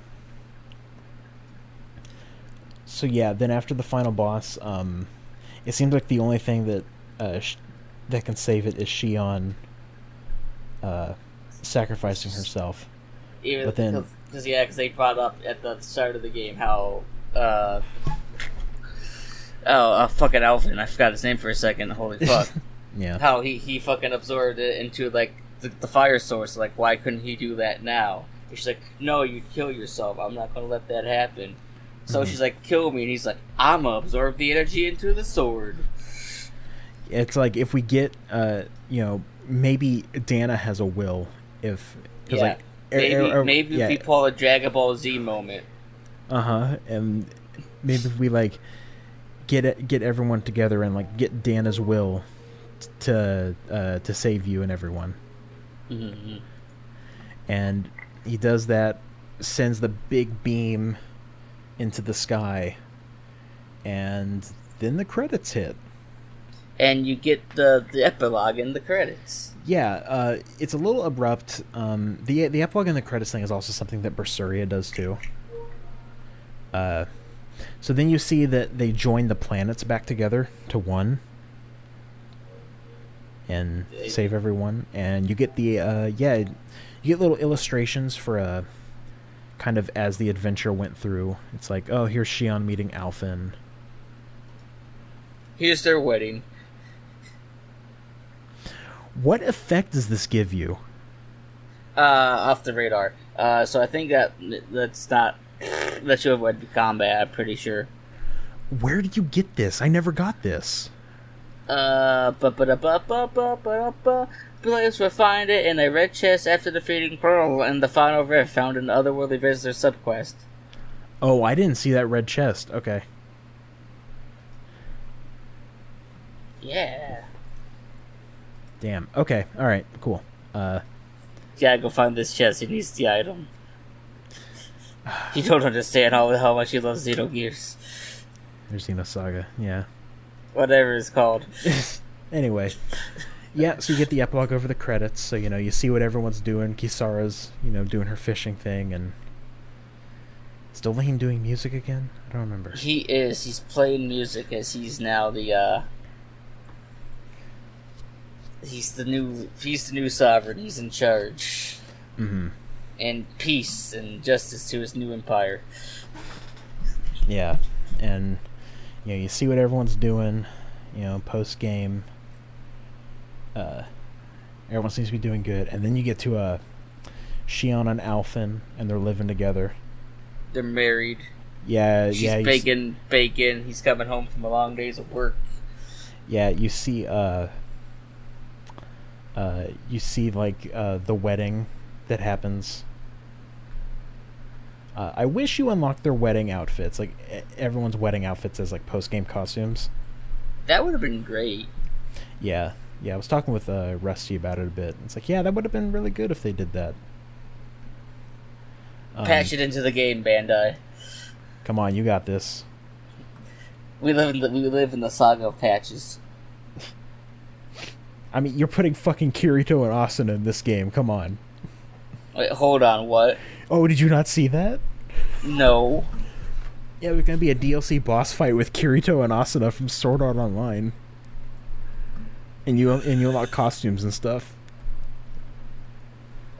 [SPEAKER 3] so yeah, then after the final boss, um, it seems like the only thing that uh, sh- that can save it is Shion uh, sacrificing herself.
[SPEAKER 4] even
[SPEAKER 3] But then-
[SPEAKER 4] because yeah, because they brought up at the start of the game how uh oh uh, fucking Alvin, I forgot his name for a second. Holy
[SPEAKER 3] <laughs>
[SPEAKER 4] fuck!
[SPEAKER 3] Yeah,
[SPEAKER 4] how he he fucking absorbed it into like the, the fire source. Like why couldn't he do that now? And she's like, no, you kill yourself. I'm not gonna let that happen. So
[SPEAKER 3] Mm-hmm.
[SPEAKER 4] she's like, kill me, and he's like, I'ma absorb the energy into the sword.
[SPEAKER 3] it's like if we get uh, you know maybe Dana has a will if 'cause,
[SPEAKER 4] Yeah.
[SPEAKER 3] like er-
[SPEAKER 4] Maybe,
[SPEAKER 3] er- er-
[SPEAKER 4] maybe
[SPEAKER 3] yeah,
[SPEAKER 4] if we pull a Dragon Ball Z moment.
[SPEAKER 3] Uh huh. And maybe if we like get it, get everyone together and like get Dana's will t- to uh, to save you and everyone. Mm-hmm.
[SPEAKER 4] Mhm.
[SPEAKER 3] And he does that, sends the big beam into the sky, and then the credits hit.
[SPEAKER 4] and you get the, the epilogue and the credits.
[SPEAKER 3] Yeah, uh, it's a little abrupt. Um, the the epilogue and the credits thing is also something that Berseria does too. Uh, so then you see that they join the planets back together to one, and
[SPEAKER 4] They-
[SPEAKER 3] save everyone. And you get the uh, yeah, you get little illustrations for uh kind of as the adventure went through. It's like oh here's Shion meeting Alfin.
[SPEAKER 4] Here's their wedding.
[SPEAKER 3] What effect does this give you?
[SPEAKER 4] Uh, off the radar. Uh, so I think that that's not that you avoid the combat. I'm pretty sure.
[SPEAKER 3] Where did you get this? I never got this.
[SPEAKER 4] Uh, ba ba da ba ba ba ba ba. Players will find it in a red chest after defeating Pearl and the final rift found in the Otherworldly Visitor subquest.
[SPEAKER 3] Oh, I didn't see that red chest. Okay.
[SPEAKER 4] Yeah.
[SPEAKER 3] Damn. Okay. All right. Cool. Uh,
[SPEAKER 4] Yeah, go find this chest. He needs the item. You don't understand how, how much he loves Zero Gears.
[SPEAKER 3] there's Xeno Saga. Yeah.
[SPEAKER 4] Whatever it's called.
[SPEAKER 3] Anyway. <laughs> Yeah, so you get the epilogue over the credits, so you know, you see what everyone's doing. Kisara's, you know, doing her fishing thing and still Lane doing music again? I don't remember.
[SPEAKER 4] He is. He's playing music as he's now the uh He's the new he's the new sovereign, he's in charge.
[SPEAKER 3] Mm-hmm.
[SPEAKER 4] And peace and justice to his new empire.
[SPEAKER 3] Yeah. And you know, you see what everyone's doing, you know, post game. Uh everyone seems to be doing good. And then you get to uh Shion and Alfin and they're living together.
[SPEAKER 4] They're married.
[SPEAKER 3] Yeah,
[SPEAKER 4] She's
[SPEAKER 3] Uh, yeah. you s-
[SPEAKER 4] baking bacon. He's coming home from a long day's of work.
[SPEAKER 3] yeah you see uh uh you see like uh the wedding that happens uh, I wish you unlocked their wedding outfits. Like e- everyone's wedding outfits as like post game costumes.
[SPEAKER 4] That would have been great.
[SPEAKER 3] Yeah, yeah. I was talking with uh, Rusty about it a bit. It's like, yeah, that would have been really good if they did that. Um,
[SPEAKER 4] Patch it into the game, Bandai.
[SPEAKER 3] Come on, you got this.
[SPEAKER 4] We live in the we live in the saga of patches.
[SPEAKER 3] I mean, you're putting fucking Kirito and Asuna in this game. Come on.
[SPEAKER 4] Wait, hold on, what?
[SPEAKER 3] Oh, did you not see that?
[SPEAKER 4] No.
[SPEAKER 3] Yeah, there's gonna be a DLC boss fight with Kirito and Asuna from Sword Art Online, and you and you unlock costumes and stuff.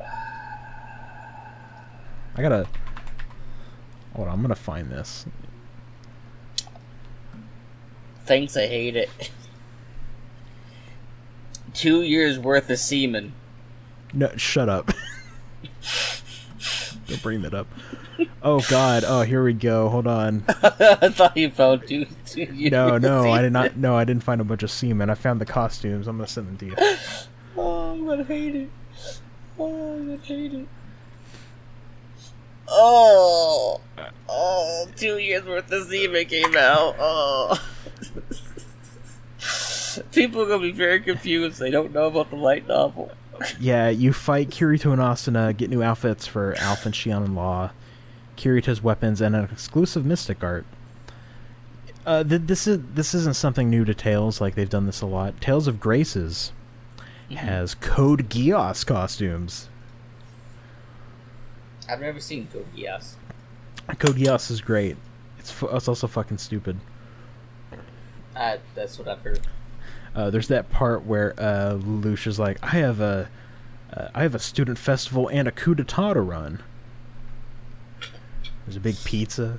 [SPEAKER 3] I gotta hold on. I'm gonna find this.
[SPEAKER 4] Thanks, I hate it. Two years worth of semen. <laughs>
[SPEAKER 3] No, shut up. <laughs> Don't bring that up. Oh God. Oh, here we go. Hold on.
[SPEAKER 4] I thought you found two, two years.
[SPEAKER 3] No,
[SPEAKER 4] of
[SPEAKER 3] no, I did
[SPEAKER 4] semen.
[SPEAKER 3] not. No, I didn't find a bunch of semen. I found the costumes. I'm gonna send them to you.
[SPEAKER 4] Oh, I'm gonna hate it. Oh, I'm gonna hate it. Oh, oh, two years worth of semen came out. Oh. <laughs> People are gonna be very confused. They don't know about the light novel.
[SPEAKER 3] Yeah, you fight Kirito and Asuna, get new outfits for Alf and Shion and Law, Kirito's weapons, and an exclusive Mystic art. Uh, th- this is this isn't something new to Tales. Like they've done this a lot. Tales of Graces has Code Geass costumes.
[SPEAKER 4] I've never seen Code Geass.
[SPEAKER 3] Code Geass is great. It's fu- it's also fucking stupid.
[SPEAKER 4] Uh, that's what I've heard.
[SPEAKER 3] Uh, there's that part where uh, Lelouch is like, "I have a, uh, I have a student festival and a coup d'état to run." There's a big pizza.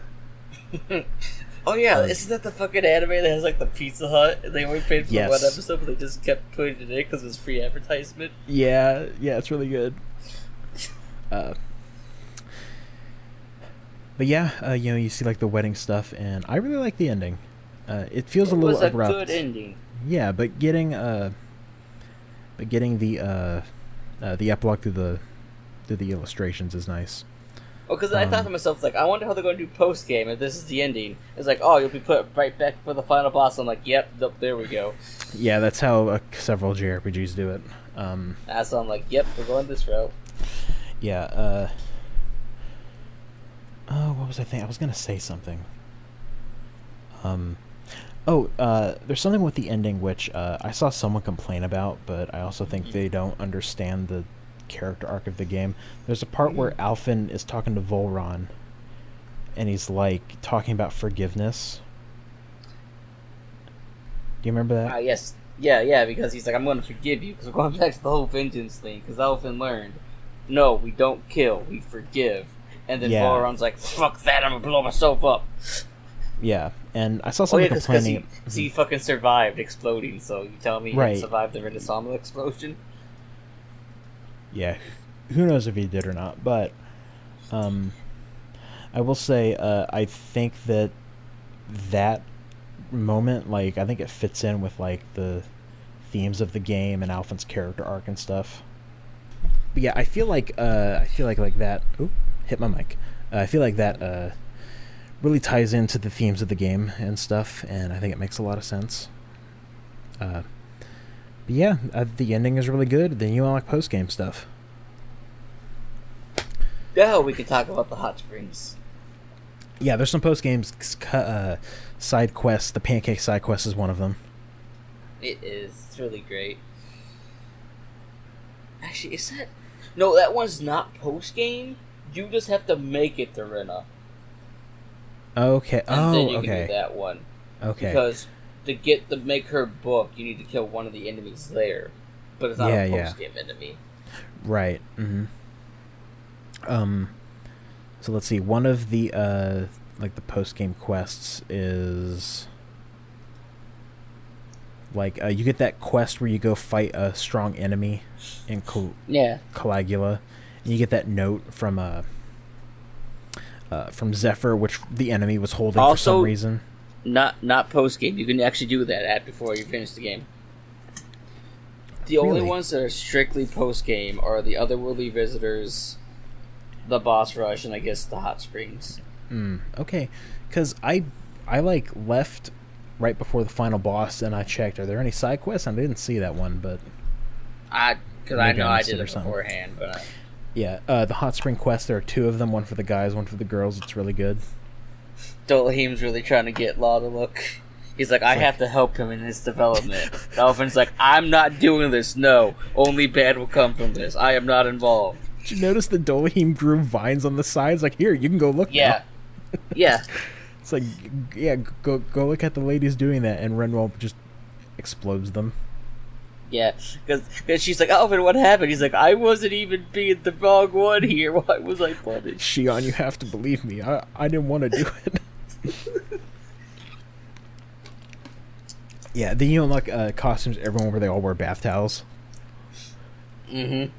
[SPEAKER 4] Oh yeah,
[SPEAKER 3] Um,
[SPEAKER 4] isn't that the fucking anime that has like the Pizza Hut? And they only paid for
[SPEAKER 3] Yes.
[SPEAKER 4] one episode, but they just kept putting it in because it was free advertisement.
[SPEAKER 3] Yeah, yeah, it's really good. Uh, but yeah, uh, you know, you see like the wedding stuff, and I really like the ending. Uh, it feels a
[SPEAKER 4] it
[SPEAKER 3] little
[SPEAKER 4] was a
[SPEAKER 3] abrupt.
[SPEAKER 4] good ending.
[SPEAKER 3] yeah, but getting uh, but getting the uh, uh, the epilogue through the through the illustrations is nice.
[SPEAKER 4] Oh, because I
[SPEAKER 3] Um,
[SPEAKER 4] thought to myself, like, I wonder how they're going to do post game if this is the ending. It's like, oh, you'll be put right back for the final boss. I'm like, yep, nope, there we go.
[SPEAKER 3] Yeah, that's how uh, several JRPGs do it. Um,
[SPEAKER 4] And so I'm like, yep, we're going this route.
[SPEAKER 3] yeah. Uh, oh, what was I thinking? I was gonna say something. Um, Oh, uh, there's something with the ending which uh, I saw someone complain about, but I also think they don't understand the character arc of the game. There's a part where
[SPEAKER 4] Mm-hmm.
[SPEAKER 3] Alfin is talking to Volron, and he's like talking about forgiveness. Do you remember that?
[SPEAKER 4] Ah, yes. Yeah, yeah, because he's like, I'm going to forgive you, because we're going <laughs> back to the whole vengeance thing, because Elfin learned, no, we don't kill, we forgive. And then
[SPEAKER 3] Yeah.
[SPEAKER 4] Volron's like, fuck that, I'm going to blow myself up.
[SPEAKER 3] Yeah, and I saw
[SPEAKER 4] Oh, yeah,
[SPEAKER 3] someone
[SPEAKER 4] because he,
[SPEAKER 3] complaining.
[SPEAKER 4] 'cause he fucking survived exploding, so you tell me he
[SPEAKER 3] Right.
[SPEAKER 4] didn't survive the Renisama explosion?
[SPEAKER 3] yeah, who knows if he did or not? But, um, I will say, uh, I think that that moment, like, I think it fits in with like the themes of the game and Alphin's character arc and stuff. But yeah, I feel like uh, I feel like like that. Oop, hit my mic. Uh, I feel like that uh, really ties into the themes of the game and stuff, and I think it makes a lot of sense. Uh, but yeah, uh, the ending is really good. The new Alec post game stuff.
[SPEAKER 4] Now we can talk about the hot springs.
[SPEAKER 3] Yeah, there's some post games uh, side quests. The pancake side quest is one of them.
[SPEAKER 4] It is. It's really great. Actually, is that. No, that one's not post game. You just have to make it to Rena.
[SPEAKER 3] Okay.
[SPEAKER 4] And then
[SPEAKER 3] Oh,
[SPEAKER 4] you can do
[SPEAKER 3] okay.
[SPEAKER 4] that one.
[SPEAKER 3] Okay.
[SPEAKER 4] Because to get to make her book, you need to kill one of the enemies there. But it's not a
[SPEAKER 3] Yeah, yeah.
[SPEAKER 4] post game enemy.
[SPEAKER 3] Right. hmm Um, so let's see. One of the uh, like the post game quests is like uh, you get that quest where you go fight a strong enemy in Col-
[SPEAKER 4] Yeah.
[SPEAKER 3] Caligula, and you get that note from uh, uh from Zephyr, which the enemy was holding for some
[SPEAKER 4] Also-
[SPEAKER 3] reason.
[SPEAKER 4] Not not post game. You can actually do that at before you finish the game. The only
[SPEAKER 3] Really?
[SPEAKER 4] ones that are strictly post game are the otherworldly visitors, the boss rush, and I guess the hot springs.
[SPEAKER 3] Mm, okay, because I I like left right before the final boss, and I checked. Are there any side quests? And I didn't see that one, but
[SPEAKER 4] I because I
[SPEAKER 3] Maybe I
[SPEAKER 4] know I
[SPEAKER 3] missed it
[SPEAKER 4] did
[SPEAKER 3] or
[SPEAKER 4] it
[SPEAKER 3] something.
[SPEAKER 4] beforehand, but I,
[SPEAKER 3] yeah, uh, the hot spring quest. There are two of them. One for the guys, one for the girls. It's really good.
[SPEAKER 4] Dolheim's really trying to get Law to look. <laughs> He's like, I
[SPEAKER 3] like-
[SPEAKER 4] have to help him in his development. <laughs> Dolphin's like, I'm not doing this. No, only bad will come from this. I am not involved.
[SPEAKER 3] Did you notice the Dolheim grew vines on the sides? Like here, you can go look. now."
[SPEAKER 4] Yeah, yeah.
[SPEAKER 3] <laughs> it's like g- yeah, g- go go look at the ladies doing that, and Renwall just explodes them.
[SPEAKER 4] Yeah, because she's like, Alvin, what happened? He's like, I wasn't even being the wrong one here. <laughs> Why was I punished?
[SPEAKER 3] Shion, you have to believe me. I I didn't want to do it. yeah, then you unlock uh, costumes. Everyone where they all wear bath towels.
[SPEAKER 4] Mm-hmm.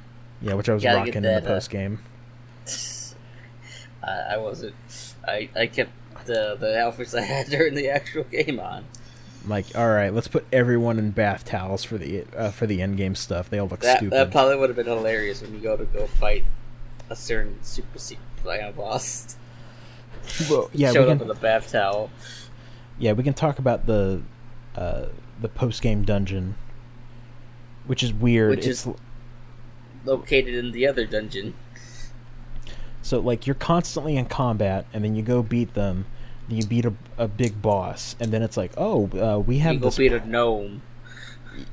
[SPEAKER 3] Yeah, which I was
[SPEAKER 4] Gotta get
[SPEAKER 3] rocking in
[SPEAKER 4] that,
[SPEAKER 3] the
[SPEAKER 4] uh,
[SPEAKER 3] post game.
[SPEAKER 4] I, I wasn't. I, I kept the the outfits I had <laughs> during the actual game on.
[SPEAKER 3] Like, all right, let's put everyone in bath towels for the uh, for the end game stuff. They all look
[SPEAKER 4] That,
[SPEAKER 3] stupid.
[SPEAKER 4] that probably would have been hilarious when you go to go fight a certain super secret final boss. <laughs>
[SPEAKER 3] Well, yeah,
[SPEAKER 4] showed
[SPEAKER 3] we
[SPEAKER 4] up
[SPEAKER 3] can,
[SPEAKER 4] with a bath towel.
[SPEAKER 3] yeah, we can talk about the uh, the post game dungeon, which is weird.
[SPEAKER 4] Which
[SPEAKER 3] it's
[SPEAKER 4] is- located in the other dungeon.
[SPEAKER 3] So like you're constantly in combat, and then you go beat them, then you beat a, a big boss, and then it's like, oh, uh, we have
[SPEAKER 4] You go
[SPEAKER 3] this,
[SPEAKER 4] beat a gnome.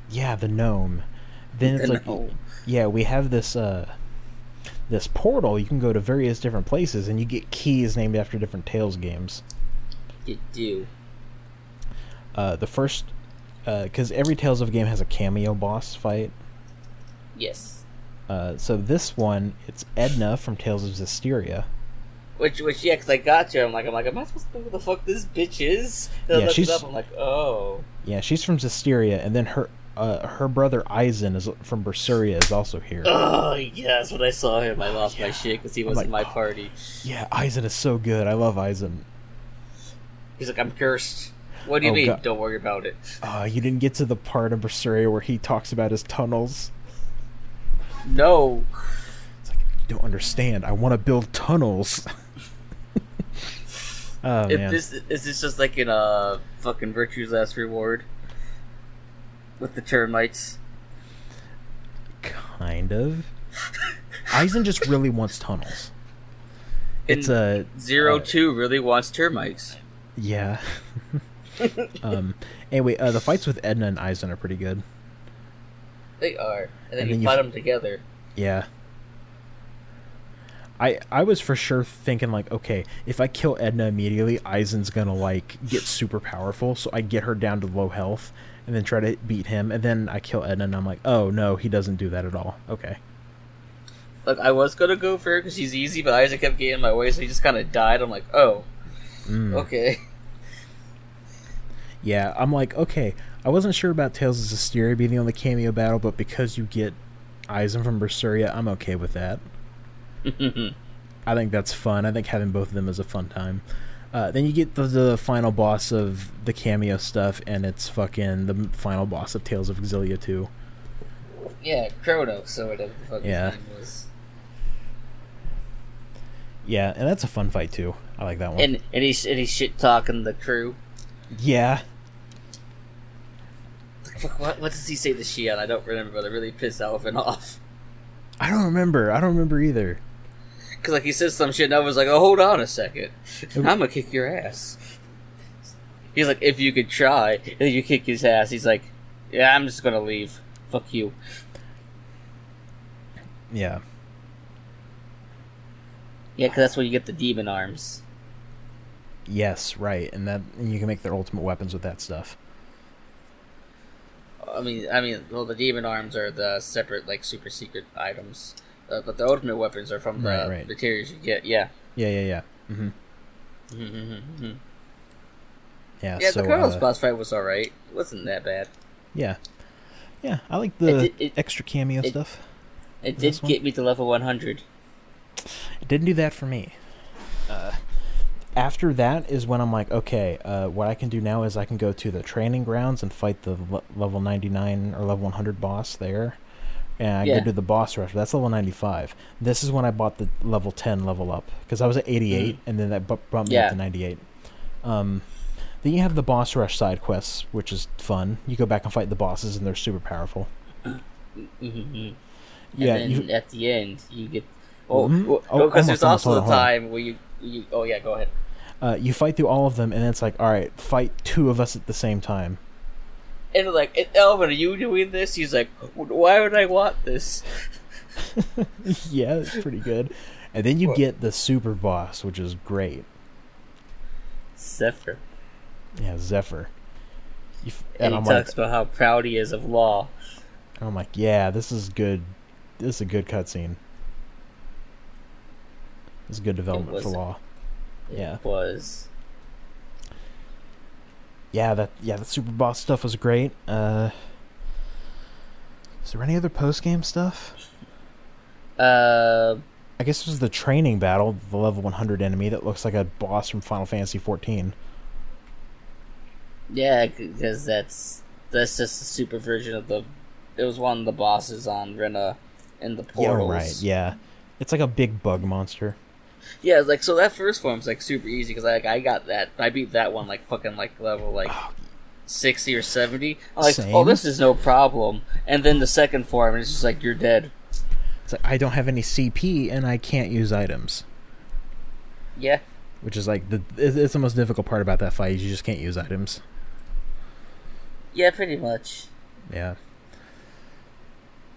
[SPEAKER 3] yeah, the gnome. Then it's
[SPEAKER 4] The
[SPEAKER 3] like,
[SPEAKER 4] gnome.
[SPEAKER 3] yeah, we have this uh, this portal. You can go to various different places, and you get keys named after different Tales games.
[SPEAKER 4] You do.
[SPEAKER 3] Uh, the first, because every Tales of game has a cameo boss fight.
[SPEAKER 4] Yes.
[SPEAKER 3] Uh, so this one, it's Edna from Tales of Zestiria.
[SPEAKER 4] Which, which, yeah, 'cause I got you. I'm like, I'm like, am I supposed to know who the fuck this bitch is? And I
[SPEAKER 3] Yeah,
[SPEAKER 4] looked it
[SPEAKER 3] she's-
[SPEAKER 4] up. I'm like, oh,
[SPEAKER 3] Yeah, she's from Zestiria, and then her uh, her brother Aizen is from Berseria is also here.
[SPEAKER 4] oh, yes. When I saw him, I lost my shit because he was
[SPEAKER 3] like,
[SPEAKER 4] in my
[SPEAKER 3] oh.
[SPEAKER 4] party.
[SPEAKER 3] Yeah, Aizen is so good. I love Aizen.
[SPEAKER 4] He's like, I'm cursed. What do you
[SPEAKER 3] Oh,
[SPEAKER 4] mean?
[SPEAKER 3] God.
[SPEAKER 4] Don't worry about it.
[SPEAKER 3] Uh, you didn't get to the part of Berseria where he talks about his tunnels.
[SPEAKER 4] No.
[SPEAKER 3] It's like, you don't understand. I want to build tunnels. <laughs> oh,
[SPEAKER 4] If
[SPEAKER 3] man.
[SPEAKER 4] this is this just like in a fucking virtue's last reward with the termites?
[SPEAKER 3] Kind of. Aizen just really wants tunnels. It's
[SPEAKER 4] In-
[SPEAKER 3] a.
[SPEAKER 4] Zero
[SPEAKER 3] Uh,
[SPEAKER 4] Two really wants termites.
[SPEAKER 3] Yeah. <laughs> um, anyway, uh, the fights with Edna and Aizen are pretty good.
[SPEAKER 4] They are, and then
[SPEAKER 3] And
[SPEAKER 4] you
[SPEAKER 3] then you
[SPEAKER 4] fight
[SPEAKER 3] f-
[SPEAKER 4] them together.
[SPEAKER 3] Yeah. I I was for sure thinking like, okay, if I kill Edna immediately, Aizen's gonna like get super powerful, so I get her down to low health and then try to beat him, and then I kill Edna and I'm like, oh no, he doesn't do that at all. Okay.
[SPEAKER 4] Like I was gonna go for her because she's easy, but Isaac kept getting in my way, so he just kind of died. I'm like, oh,
[SPEAKER 3] Mm.
[SPEAKER 4] okay. <laughs>
[SPEAKER 3] Yeah, I'm like, okay, I wasn't sure about Tails' Asteria being the only cameo battle, but because you get Aizen from Berseria, I'm okay with that. I think that's fun. I think having both of them is a fun time. Uh, then you get the, the final boss of the cameo stuff, and it's fucking the m- final boss of Tales of Exilia 2.
[SPEAKER 4] yeah, Kronos or whatever the fuck
[SPEAKER 3] Yeah.
[SPEAKER 4] his name was.
[SPEAKER 3] Yeah, and that's a fun fight too. I like that one.
[SPEAKER 4] And and he's and he's shit talking the crew.
[SPEAKER 3] yeah,
[SPEAKER 4] Fuck, What, what does he say to Shion? I don't remember, but it really pissed Elephant off. <laughs>
[SPEAKER 3] I don't remember. I don't remember either.
[SPEAKER 4] Because, like, he says some shit, and I was like, oh, hold on a second. I'm going to kick your ass. He's like, if you could try. And then you kick his ass. He's like, yeah, I'm just going to leave. Fuck you.
[SPEAKER 3] Yeah,
[SPEAKER 4] Yeah, because that's where you get the demon arms.
[SPEAKER 3] yes, right, and that and you can make their ultimate weapons with that stuff.
[SPEAKER 4] I mean, I mean, well, the demon arms are the separate, like, super secret items. Uh, but the ultimate weapons are from the
[SPEAKER 3] Right, right.
[SPEAKER 4] materials you get. Yeah.
[SPEAKER 3] Yeah, yeah, yeah. Mm-hmm.
[SPEAKER 4] Mhm.
[SPEAKER 3] Yeah,
[SPEAKER 4] yeah,
[SPEAKER 3] so
[SPEAKER 4] the Kronos
[SPEAKER 3] uh,
[SPEAKER 4] boss fight was alright. It wasn't that bad.
[SPEAKER 3] yeah, yeah, I like the
[SPEAKER 4] It- it- it-
[SPEAKER 3] extra cameo
[SPEAKER 4] it-
[SPEAKER 3] stuff.
[SPEAKER 4] It
[SPEAKER 3] This
[SPEAKER 4] did
[SPEAKER 3] one?
[SPEAKER 4] get me to level 100.
[SPEAKER 3] didn't do that for me. Uh, after that is when I'm like, okay, uh, what I can do now is I can go to the training grounds and fight the le- level 99 or level 100 boss there. And I
[SPEAKER 4] Yeah.
[SPEAKER 3] go do the boss rush. That's level 95. This is when I bought the level 10 level up because I was at 88 and then that bu- bumped me
[SPEAKER 4] Mm. Yeah.
[SPEAKER 3] up to 98. Um, then you have the boss rush side quests, which is fun. You go back and fight the bosses and they're super powerful.
[SPEAKER 4] hmm
[SPEAKER 3] Yeah,
[SPEAKER 4] and
[SPEAKER 3] you-
[SPEAKER 4] then at the end you get oh
[SPEAKER 3] Mhm.
[SPEAKER 4] because
[SPEAKER 3] Oh,
[SPEAKER 4] there's
[SPEAKER 3] almost, almost,
[SPEAKER 4] also
[SPEAKER 3] hold
[SPEAKER 4] the
[SPEAKER 3] on, hold on.
[SPEAKER 4] time where you, you oh yeah go ahead
[SPEAKER 3] Uh, you fight through all of them and it's like, all right, fight two of us at the same time.
[SPEAKER 4] and like "Eh, Elvin are you doing this he's like why would I want this
[SPEAKER 3] <laughs> yeah, it's pretty good. And then you get the super boss, which is great.
[SPEAKER 4] Zephyr
[SPEAKER 3] Yeah, Zephyr. You f-
[SPEAKER 4] and,
[SPEAKER 3] and I'm
[SPEAKER 4] he
[SPEAKER 3] like,
[SPEAKER 4] talks about how proud he is of law
[SPEAKER 3] I'm like, yeah, this is good. This is a good cutscene. This is good development for
[SPEAKER 4] was.
[SPEAKER 3] Law.
[SPEAKER 4] It
[SPEAKER 3] Yeah.
[SPEAKER 4] was
[SPEAKER 3] Yeah, that yeah, that super boss stuff was great. Uh, is there any other post game stuff?
[SPEAKER 4] uh
[SPEAKER 3] I guess it was the training battle, the level 100 enemy that looks like a boss from Final Fantasy 14.
[SPEAKER 4] yeah because that's that's just a super version of the it was one of the bosses on Rena in the portals
[SPEAKER 3] Yeah, right. Yeah, it's like a big bug monster.
[SPEAKER 4] yeah like so that first form's like super easy because like I got that I beat that one like fucking like level like sixty or seventy. I'm like,
[SPEAKER 3] Same.
[SPEAKER 4] oh, this is no problem. And then the second form, and it's just like you're dead.
[SPEAKER 3] It's like I don't have any CP and I can't use items,
[SPEAKER 4] Yeah,
[SPEAKER 3] which is like the it's it's the most difficult part about that fight. Is you just can't use items.
[SPEAKER 4] yeah, pretty much.
[SPEAKER 3] Yeah.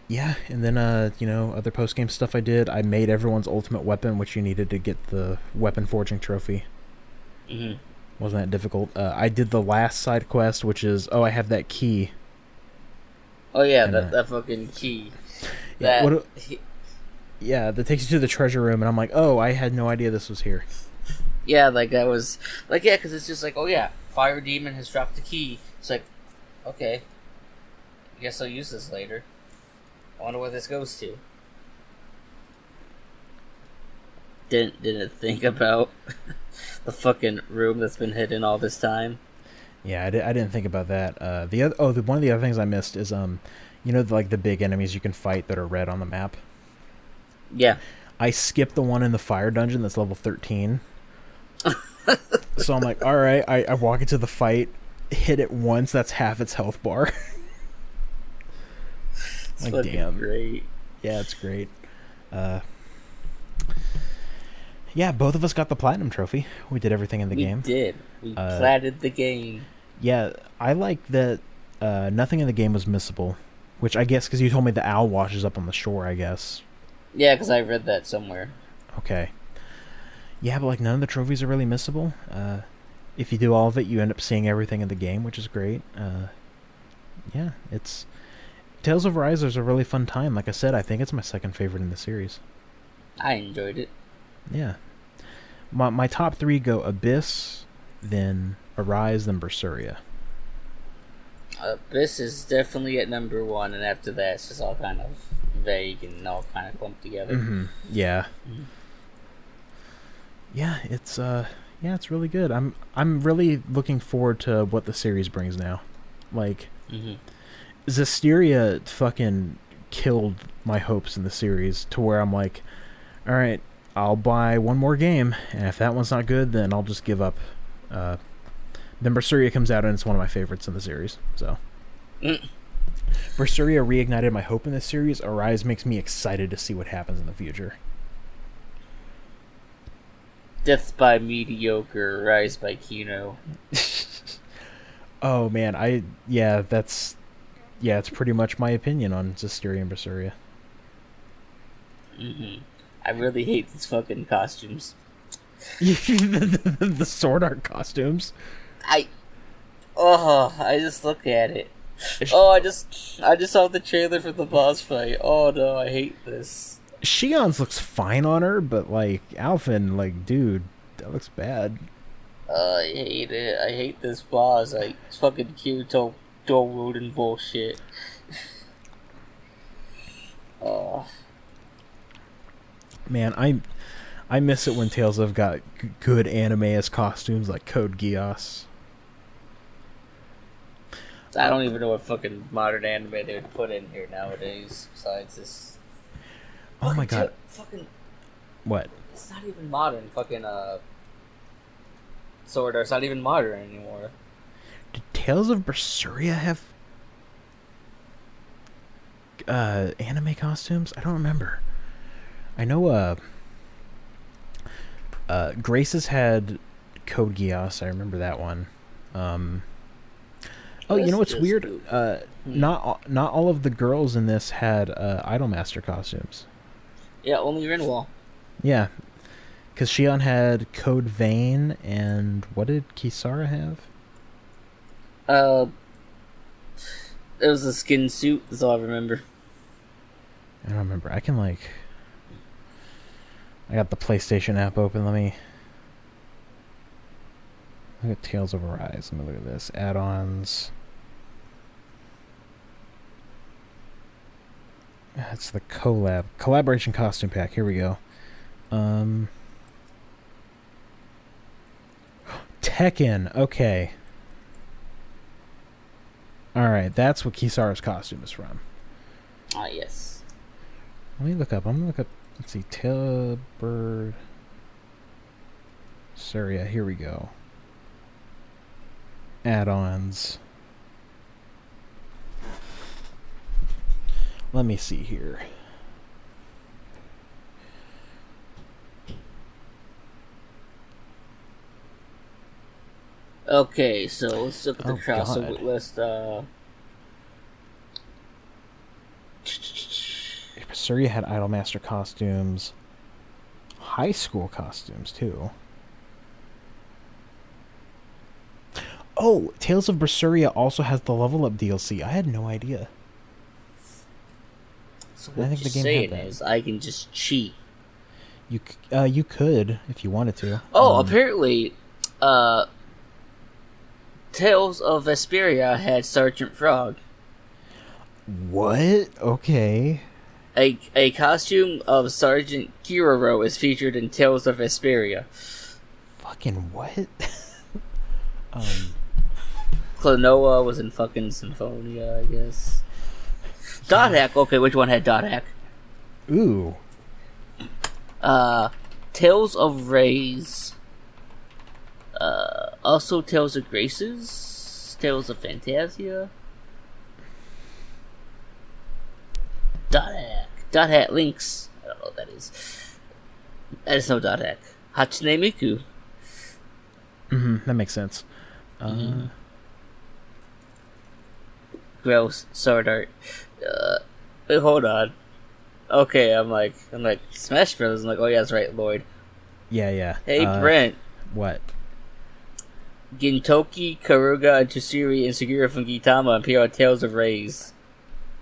[SPEAKER 3] Yeah, and then uh, you know, other post game stuff I did. I made everyone's ultimate weapon, which you needed to get the weapon forging trophy.
[SPEAKER 4] Mhm.
[SPEAKER 3] Wasn't that difficult? Uh, I did the last side quest, which is oh, I have that key.
[SPEAKER 4] Oh yeah,
[SPEAKER 3] And,
[SPEAKER 4] that
[SPEAKER 3] uh,
[SPEAKER 4] that fucking key.
[SPEAKER 3] Yeah,
[SPEAKER 4] That
[SPEAKER 3] what do-
[SPEAKER 4] he-
[SPEAKER 3] Yeah, that takes you to the treasure room, and I'm like, oh, I had no idea this was here.
[SPEAKER 4] yeah, like that was like yeah, because it's just like oh yeah, fire demon has dropped the key. It's like okay, I guess I'll use this later. I wonder what this goes to. Didn't didn't think about <laughs> the fucking room that's been hidden all this time.
[SPEAKER 3] Yeah, I, di- I didn't think about that. Uh, the other oh, the, one of the other things I missed is um, you know, like the big enemies you can fight that are red on the map.
[SPEAKER 4] Yeah,
[SPEAKER 3] I skipped the one in the fire dungeon that's level thirteen. so I'm like, all right, I, I walk into the fight, hit it once, that's half its health bar. <laughs>
[SPEAKER 4] it's
[SPEAKER 3] Like,
[SPEAKER 4] fucking
[SPEAKER 3] damn.
[SPEAKER 4] great.
[SPEAKER 3] yeah, it's great. Uh, yeah, both of us got the platinum trophy. We did everything in the
[SPEAKER 4] we
[SPEAKER 3] game.
[SPEAKER 4] did. We
[SPEAKER 3] Uh,
[SPEAKER 4] platted the game.
[SPEAKER 3] Yeah, I like that uh, nothing in the game was missable, which I guess because you told me the owl washes up on the shore, I guess.
[SPEAKER 4] Yeah, because I read that somewhere.
[SPEAKER 3] Okay. Yeah, but like none of the trophies are really missable. Uh, if you do all of it, you end up seeing everything in the game, which is great. Uh, yeah, it's Tales of Rise is a really fun time. Like I said, I think it's my second favorite in the series.
[SPEAKER 4] I enjoyed it.
[SPEAKER 3] Yeah, my my top three go Abyss, then Arise, then Berseria.
[SPEAKER 4] Abyss Uh, is definitely at number one, and after that, it's just all kind of vague and all kind of clumped together. Mm-hmm.
[SPEAKER 3] Mm-hmm. Yeah. Yeah, it's uh yeah, it's really good. I'm I'm really looking forward to what the series brings now. Like
[SPEAKER 4] Mm-hmm.
[SPEAKER 3] Zisteria fucking killed my hopes in the series to where I'm like, all right, I'll buy one more game, and if that one's not good, then I'll just give up. Uh, then Berseria comes out, and it's one of my favorites in the series. So,
[SPEAKER 4] Mm.
[SPEAKER 3] Berseria reignited my hope in this series. Arise makes me excited to see what happens in the future.
[SPEAKER 4] Death by Mediocre, Rise by Kino.
[SPEAKER 3] Oh man, I yeah, that's yeah, it's pretty much my opinion on Zisteria and Berseria. <laughs>
[SPEAKER 4] Mm-hmm. I really hate these fucking costumes.
[SPEAKER 3] the, the, the sword art costumes.
[SPEAKER 4] I, oh, I just look at it. Oh, I just, I just saw the trailer for the boss fight. Oh no, I hate this.
[SPEAKER 3] Shion's looks fine on her, but like Alfin, like dude, that looks bad.
[SPEAKER 4] Uh, I hate it. I hate this boss. Like it's fucking Kyoto door rodent bullshit. <laughs> oh,
[SPEAKER 3] Man, I I miss it when Tales of got g- good anime as costumes like Code Geass.
[SPEAKER 4] I don't even know what fucking modern anime they would put in here nowadays. Besides this,
[SPEAKER 3] Oh my
[SPEAKER 4] Fucking
[SPEAKER 3] god,
[SPEAKER 4] J- fucking
[SPEAKER 3] what?
[SPEAKER 4] It's not even modern. Fucking uh, Sword Art's not even modern anymore.
[SPEAKER 3] Did Tales of Berseria have uh anime costumes? I don't remember. I know uh uh Grace's had Code Geass, I remember that one. Um Oh, you know what's
[SPEAKER 4] Yes, yes.
[SPEAKER 3] weird? Uh
[SPEAKER 4] Hmm.
[SPEAKER 3] not all, not all of the girls in this had uh Idolmaster costumes.
[SPEAKER 4] Yeah, only Renwall.
[SPEAKER 3] Yeah. Cuz Shion had Code Vein and what did Kisara have?
[SPEAKER 4] Uh, it was a skin suit. That's all I remember.
[SPEAKER 3] I don't remember. I can like. I got the PlayStation app open. Let me. Look at Tales of Arise. Let me look at this. Add-ons. That's the collab collaboration costume pack. Here we go. Um. <gasps> Tekken. Okay. All right, that's what Kisara's costume is from.
[SPEAKER 4] Ah, yes.
[SPEAKER 3] Let me look up. I'm gonna look up. Let's see. Tilburg. Syria. Here we go. Add-ons. Let me see here.
[SPEAKER 4] Okay, so let's look at the
[SPEAKER 3] Oh,
[SPEAKER 4] crossover
[SPEAKER 3] God.
[SPEAKER 4] list. Uh,
[SPEAKER 3] Syria had Idolmaster costumes. High school costumes too. Oh, Tales of Berseria also has the level up DLC. I had no idea.
[SPEAKER 4] so
[SPEAKER 3] I
[SPEAKER 4] what
[SPEAKER 3] think
[SPEAKER 4] you're
[SPEAKER 3] the game had
[SPEAKER 4] saying
[SPEAKER 3] that.
[SPEAKER 4] is I can just cheat.
[SPEAKER 3] You c- uh, you could if you wanted to.
[SPEAKER 4] Oh,
[SPEAKER 3] Um,
[SPEAKER 4] apparently, uh, Tales of Vesperia had Sergeant Frog.
[SPEAKER 3] What? Okay.
[SPEAKER 4] A, a costume of Sergeant Kiroro is featured in Tales of Vesperia.
[SPEAKER 3] Fucking what? <laughs> um,
[SPEAKER 4] Klonoa was in fucking Symphonia, I guess. Dot Hack, okay, which one had Dot Hack?
[SPEAKER 3] ooh.
[SPEAKER 4] Uh, Tales of Rays. Uh, also Tales of Graces. Tales of Fantasia. Dot Hack. Dot Hack Links. I don't know what that is. I just know Dot Hack. Hatsune Miku.
[SPEAKER 3] hmm that makes sense. Uh,
[SPEAKER 4] gross sword art. Uh, wait, hold on. Okay, I'm like, I'm like Smash Brothers. I'm like, oh yeah, that's right, Lloyd.
[SPEAKER 3] Yeah, yeah.
[SPEAKER 4] Hey
[SPEAKER 3] Uh,
[SPEAKER 4] Brent,
[SPEAKER 3] What?
[SPEAKER 4] Gintoki, Karuga, and Tsuri and Segura from Gintama appear on Tales of Rays.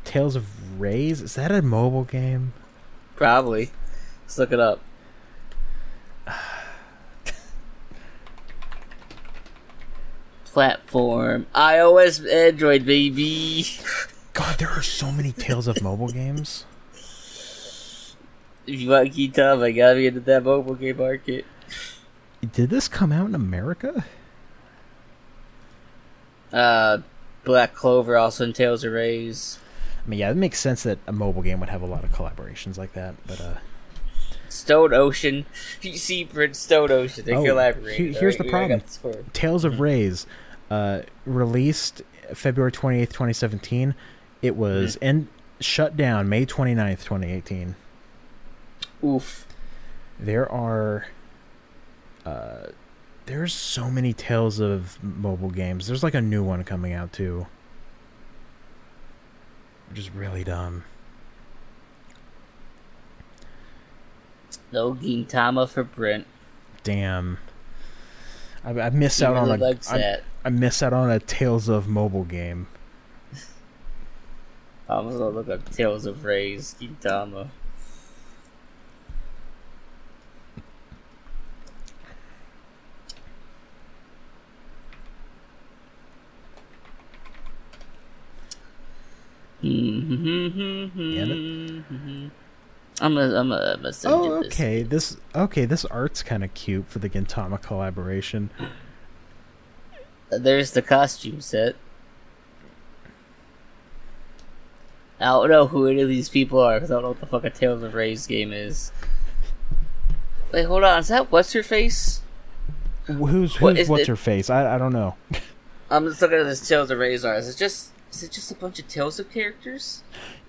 [SPEAKER 3] Tales of Rays? Is that a mobile game?
[SPEAKER 4] Probably. Let's look it up. <sighs> Platform iOS, Android, baby.
[SPEAKER 3] God, there are so many Tales of mobile games.
[SPEAKER 4] If you want Gintama, you gotta be into that mobile game market.
[SPEAKER 3] Did this come out in America?
[SPEAKER 4] Uh, Black Clover also entails a raise.
[SPEAKER 3] I mean, yeah, it makes sense that a mobile game would have a lot of collaborations like that. But uh,
[SPEAKER 4] Stone Ocean. <laughs> You see, Prince Stone Ocean. They
[SPEAKER 3] Oh,
[SPEAKER 4] collaborate.
[SPEAKER 3] he- here's the problem.
[SPEAKER 4] problem.
[SPEAKER 3] Tales of Rays, uh, released February twenty eighth, twenty seventeen. It was and shut down May 29th, twenty eighteen.
[SPEAKER 4] Oof.
[SPEAKER 3] There are, uh, there's so many Tales of mobile games. There's like a new one coming out too, which is really dumb.
[SPEAKER 4] No Gintama for Brent.
[SPEAKER 3] Damn. I, I miss
[SPEAKER 4] He
[SPEAKER 3] out
[SPEAKER 4] really
[SPEAKER 3] on a
[SPEAKER 4] likes
[SPEAKER 3] I-
[SPEAKER 4] that.
[SPEAKER 3] I miss out on a Tales of mobile game.
[SPEAKER 4] I'm gonna look up Tales of Rays
[SPEAKER 3] <laughs>
[SPEAKER 4] Gintama. I'm gonna, I'm gonna, I'm gonna send
[SPEAKER 3] Oh,
[SPEAKER 4] you this.
[SPEAKER 3] okay. This okay. This art's kind of cute for the Gintama collaboration.
[SPEAKER 4] There's the costume set. I don't know who any of these people are because I don't know what the fuck a Tales of Rays game is. Wait, hold on. Is that what's her face?
[SPEAKER 3] Who's who's
[SPEAKER 4] What is
[SPEAKER 3] what's
[SPEAKER 4] it?
[SPEAKER 3] her face? I I don't know.
[SPEAKER 4] I'm just looking at this Tales of Rays art. Is it just is it just a bunch of Tales of characters?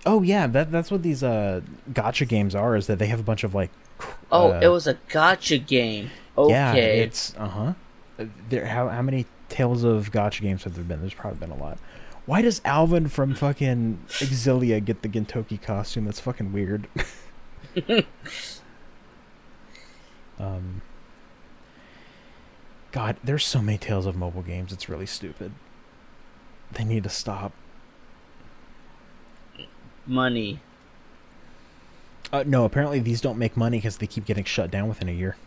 [SPEAKER 3] Oh yeah, that that's what these uh gotcha games are. Is that they have a bunch of like. cr-
[SPEAKER 4] Oh,
[SPEAKER 3] uh,
[SPEAKER 4] it was a gotcha game. Okay.
[SPEAKER 3] Yeah, it's uh-huh. uh There, how how many tales of gotcha games have there been? There's probably been a lot. Why does Alvin from fucking Exilia get the Gintoki costume? That's fucking
[SPEAKER 4] <laughs>
[SPEAKER 3] weird. um, God, there's so many tales of mobile games. It's really stupid. They need to stop.
[SPEAKER 4] money.
[SPEAKER 3] Uh, no, apparently these don't make money because they keep getting shut down within a year.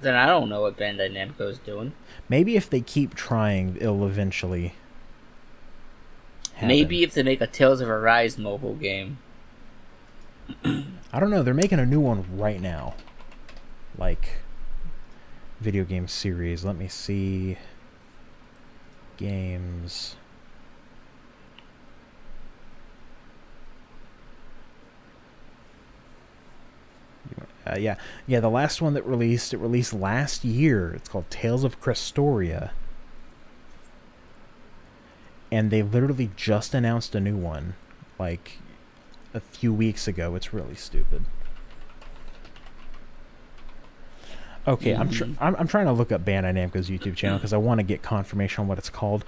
[SPEAKER 4] Then I don't know what Bandai Namco is doing.
[SPEAKER 3] Maybe if they keep trying, it'll eventually. happen.
[SPEAKER 4] Maybe if they make a Tales of Arise mobile game.
[SPEAKER 3] I don't know. They're making a new one right now. Like video game series. Let me see. Games. You want- Uh, yeah, yeah. The last one that released, it released last year. It's called Tales of Crestoria, and they literally just announced a new one, like a few weeks ago. It's really stupid. Okay, I'm, tr-
[SPEAKER 4] Mm-hmm.
[SPEAKER 3] I'm I'm trying to look up Bandai Namco's YouTube channel
[SPEAKER 4] <clears throat>
[SPEAKER 3] because I want to get confirmation on what it's called.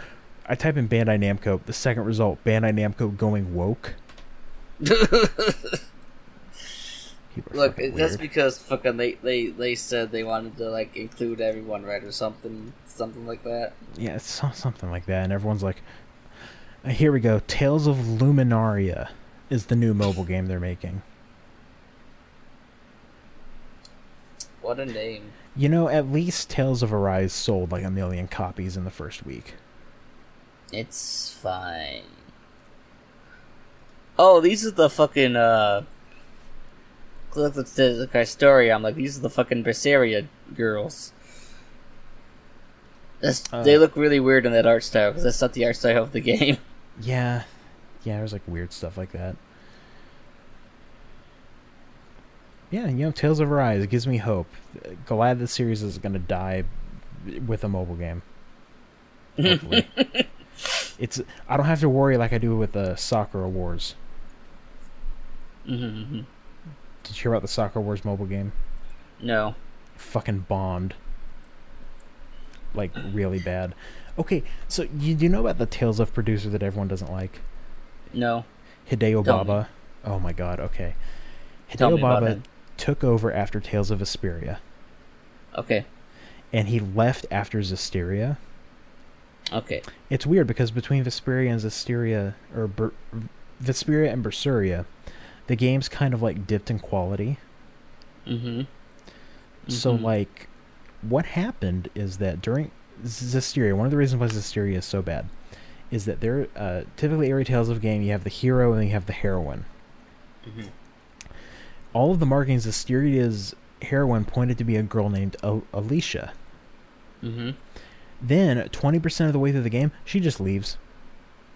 [SPEAKER 3] I type in Bandai Namco. The second result, Bandai Namco going
[SPEAKER 4] <laughs>
[SPEAKER 3] woke. People are
[SPEAKER 4] Look,
[SPEAKER 3] fucking
[SPEAKER 4] that's
[SPEAKER 3] weird.
[SPEAKER 4] because fucking they, they they said they wanted to like include everyone, right, or something, something like that.
[SPEAKER 3] yeah, it's so- something like that. And everyone's like, Uh, "Here we go." Tales of Luminaria is the new mobile game they're making.
[SPEAKER 4] What a name!
[SPEAKER 3] You know, at least Tales of Arise sold like a million copies in the first week.
[SPEAKER 4] It's fine. Oh, these are the fucking uh. Look at the look at story. I'm like, these are the fucking Berseria girls. That's, they
[SPEAKER 3] Uh.
[SPEAKER 4] look really weird in that art style because that's not the art style of the game. <laughs>
[SPEAKER 3] Yeah, yeah, there's like weird stuff like that. Yeah, you know, Tales of Arise it gives me hope. Uh, Glad the series is gonna die with a mobile game. Hopefully, it's I don't have to worry like I do with the Soccer Wars.
[SPEAKER 4] hmm
[SPEAKER 3] Did you hear about the Soccer Wars mobile game?
[SPEAKER 4] No,
[SPEAKER 3] Fucking bombed. like really bad. Okay, so you you know about the Tales of producer that everyone doesn't like?
[SPEAKER 4] No.
[SPEAKER 3] Hideo
[SPEAKER 4] Tell me.
[SPEAKER 3] Baba. Oh my god, okay.
[SPEAKER 4] Tell
[SPEAKER 3] Hideo
[SPEAKER 4] me about
[SPEAKER 3] Baba
[SPEAKER 4] him.
[SPEAKER 3] took over after Tales of Vesperia
[SPEAKER 4] Okay.
[SPEAKER 3] and he left after Zisteria.
[SPEAKER 4] Okay.
[SPEAKER 3] It's weird because between Vesperia and Zisteria or Ber- Vesperia and Berseria, the game's kind of like dipped in quality.
[SPEAKER 4] Mm-hmm.
[SPEAKER 3] So
[SPEAKER 4] Mhm.
[SPEAKER 3] like, what happened is that during Zisteria, one of the reasons why Zisteria is so bad is that there uh, typically every Tales of game you have the hero and then you have the heroine.
[SPEAKER 4] Mhm.
[SPEAKER 3] All of the markings Zysteria's heroine pointed to be a girl named o- Alicia.
[SPEAKER 4] Mm-hmm.
[SPEAKER 3] Then twenty percent of the way through the game, she just leaves,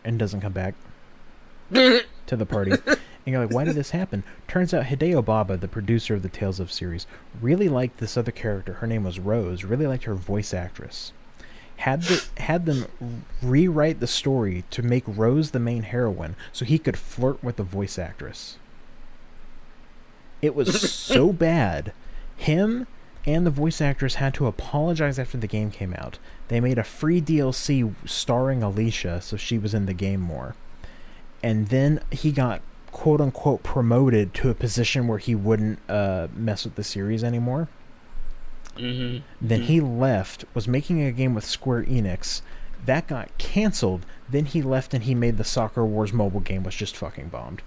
[SPEAKER 3] and doesn't come back to the party. and you're like, why did this happen? Turns out Hideo Baba, the producer of the Tales of series, really liked this other character. Her name was Rose. Really liked her voice actress. Had the, had them rewrite the story to make Rose the main heroine, so he could flirt with the voice actress. It was so bad. Him and the voice actress had to apologize after the game came out. They made a free DLC starring Alicia, so she was in the game more and then he got quote unquote promoted to a position where he wouldn't uh, mess with the series anymore.
[SPEAKER 4] Mm-hmm.
[SPEAKER 3] Then he left, was making a game with Square Enix. That got canceled. Then he left and he made the Soccer Wars mobile game, which just fucking bombed.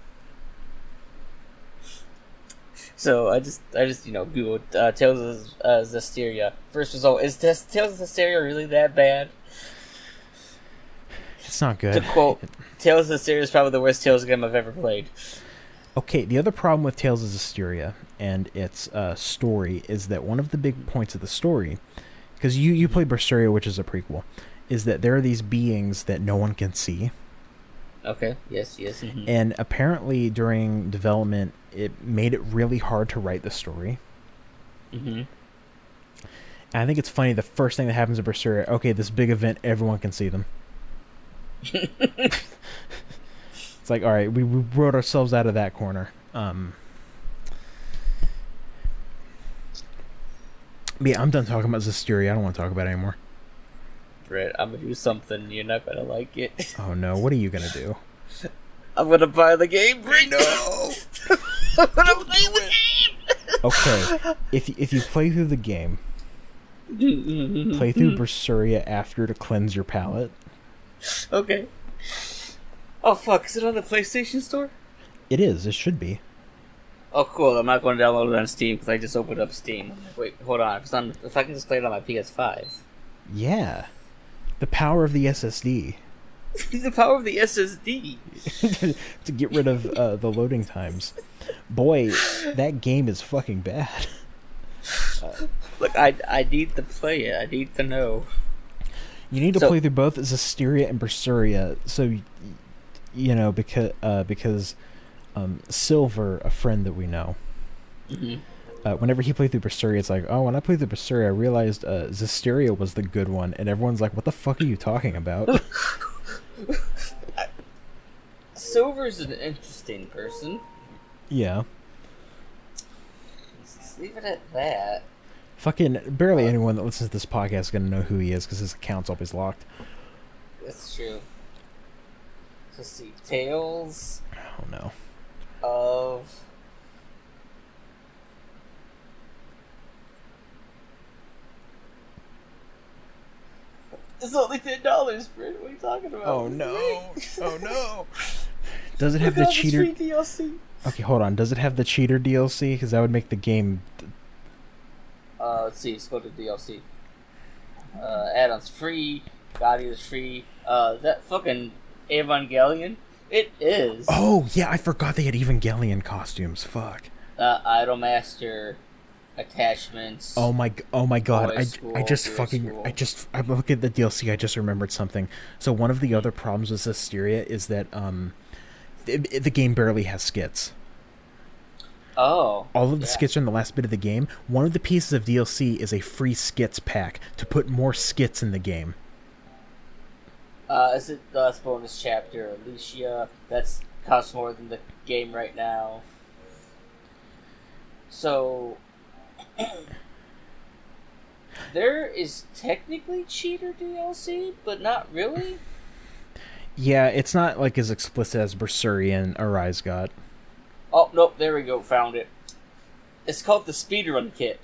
[SPEAKER 4] So I just, I just, you know, Google uh, Tales of uh, Zestiria. First result is this Tales of Zestiria really that bad?
[SPEAKER 3] It's not
[SPEAKER 4] To
[SPEAKER 3] good.
[SPEAKER 4] quote, Tales of Zestiria is probably the worst Tales game I've ever played.
[SPEAKER 3] Okay, the other problem with Tales of Asteria and its uh, story is that one of the big points of the story, because you, you play Berseria, which is a prequel, is that there are these beings that no one can see.
[SPEAKER 4] Okay. Yes. Yes. mhm.
[SPEAKER 3] and apparently during development it made it really hard to write the story
[SPEAKER 4] Mhm.
[SPEAKER 3] and i think it's funny the first thing that happens at berseria okay this big event everyone can see them it's like all right we, we wrote ourselves out of that corner um but yeah i'm done talking about zisteria i don't want to talk about it anymore
[SPEAKER 4] Brett, I'm gonna do something. You're not gonna like it. <laughs>
[SPEAKER 3] oh no what are you gonna do
[SPEAKER 4] I'm gonna buy the game. Brett. No. <laughs> I'm gonna play the
[SPEAKER 3] okay if, if you play through the game
[SPEAKER 4] game. Mm-hmm.
[SPEAKER 3] play through berseria after to cleanse your palate
[SPEAKER 4] okay. Oh fuck! Is it on the PlayStation Store?
[SPEAKER 3] It is. It should be.
[SPEAKER 4] Oh, cool. I'm not going to download it on Steam because I just opened up Steam. Wait, hold on. If, it's on, if I can just play it on my PS5.
[SPEAKER 3] Yeah. The power of the SSD
[SPEAKER 4] <laughs> the power of the SSD.
[SPEAKER 3] <laughs> to get rid of uh, the loading times. Boy, that game is fucking bad. <laughs>
[SPEAKER 4] Look, I, I need to play it. I need to know.
[SPEAKER 3] You need to
[SPEAKER 4] So-
[SPEAKER 3] play through both Zisteria and Berseria, so y- you know because uh, because um, Silver, a friend that we know, uh, whenever he played through Berseria, it's like, oh, when I played through Berseria, I realized uh, Zisteria was the good one, and everyone's like, what the fuck are you talking about?
[SPEAKER 4] Silver's an interesting person.
[SPEAKER 3] yeah.
[SPEAKER 4] Let's just leave it at that.
[SPEAKER 3] Fucking barely anyone that listens to this podcast is gonna know who he is because his account's always locked.
[SPEAKER 4] That's true. Let's see. Tales
[SPEAKER 3] Oh no.
[SPEAKER 4] of. It's only ten dollars, Brent. What are you talking about? This is great.
[SPEAKER 3] Oh no. Oh, <laughs> Does it have the
[SPEAKER 4] Look at all
[SPEAKER 3] cheater?
[SPEAKER 4] free DLC.
[SPEAKER 3] Okay, hold on. Does it have the cheater DLC? Because that would make the game.
[SPEAKER 4] Uh, let's see. Let's go to DLC. Uh, add-ons free. God is free. Uh, that fucking Evangelion. It is.
[SPEAKER 3] Oh yeah, I forgot they had Evangelion costumes. Fuck.
[SPEAKER 4] Uh, Idolmaster attachments.
[SPEAKER 3] Oh my. g- Oh my God. I,
[SPEAKER 4] Boys'
[SPEAKER 3] I just
[SPEAKER 4] school,
[SPEAKER 3] fucking.
[SPEAKER 4] girls'
[SPEAKER 3] I
[SPEAKER 4] school.
[SPEAKER 3] just. I look at the DLC. I just remembered something. So one of the other problems with Asteria is that um, the, the game barely has skits.
[SPEAKER 4] Oh.
[SPEAKER 3] all of the
[SPEAKER 4] Yeah.
[SPEAKER 3] skits are in the last bit of the game. One of the pieces of DLC is a free skits pack to put more skits in the game.
[SPEAKER 4] Uh, is it the last bonus chapter? Alicia. That's costs more than the game right now. So <coughs> There is technically cheater DLC, but not really.
[SPEAKER 3] Yeah, it's not like as explicit as Bersurian or Rise God.
[SPEAKER 4] Oh nope, there we go. Found it. It's called the speedrun kit.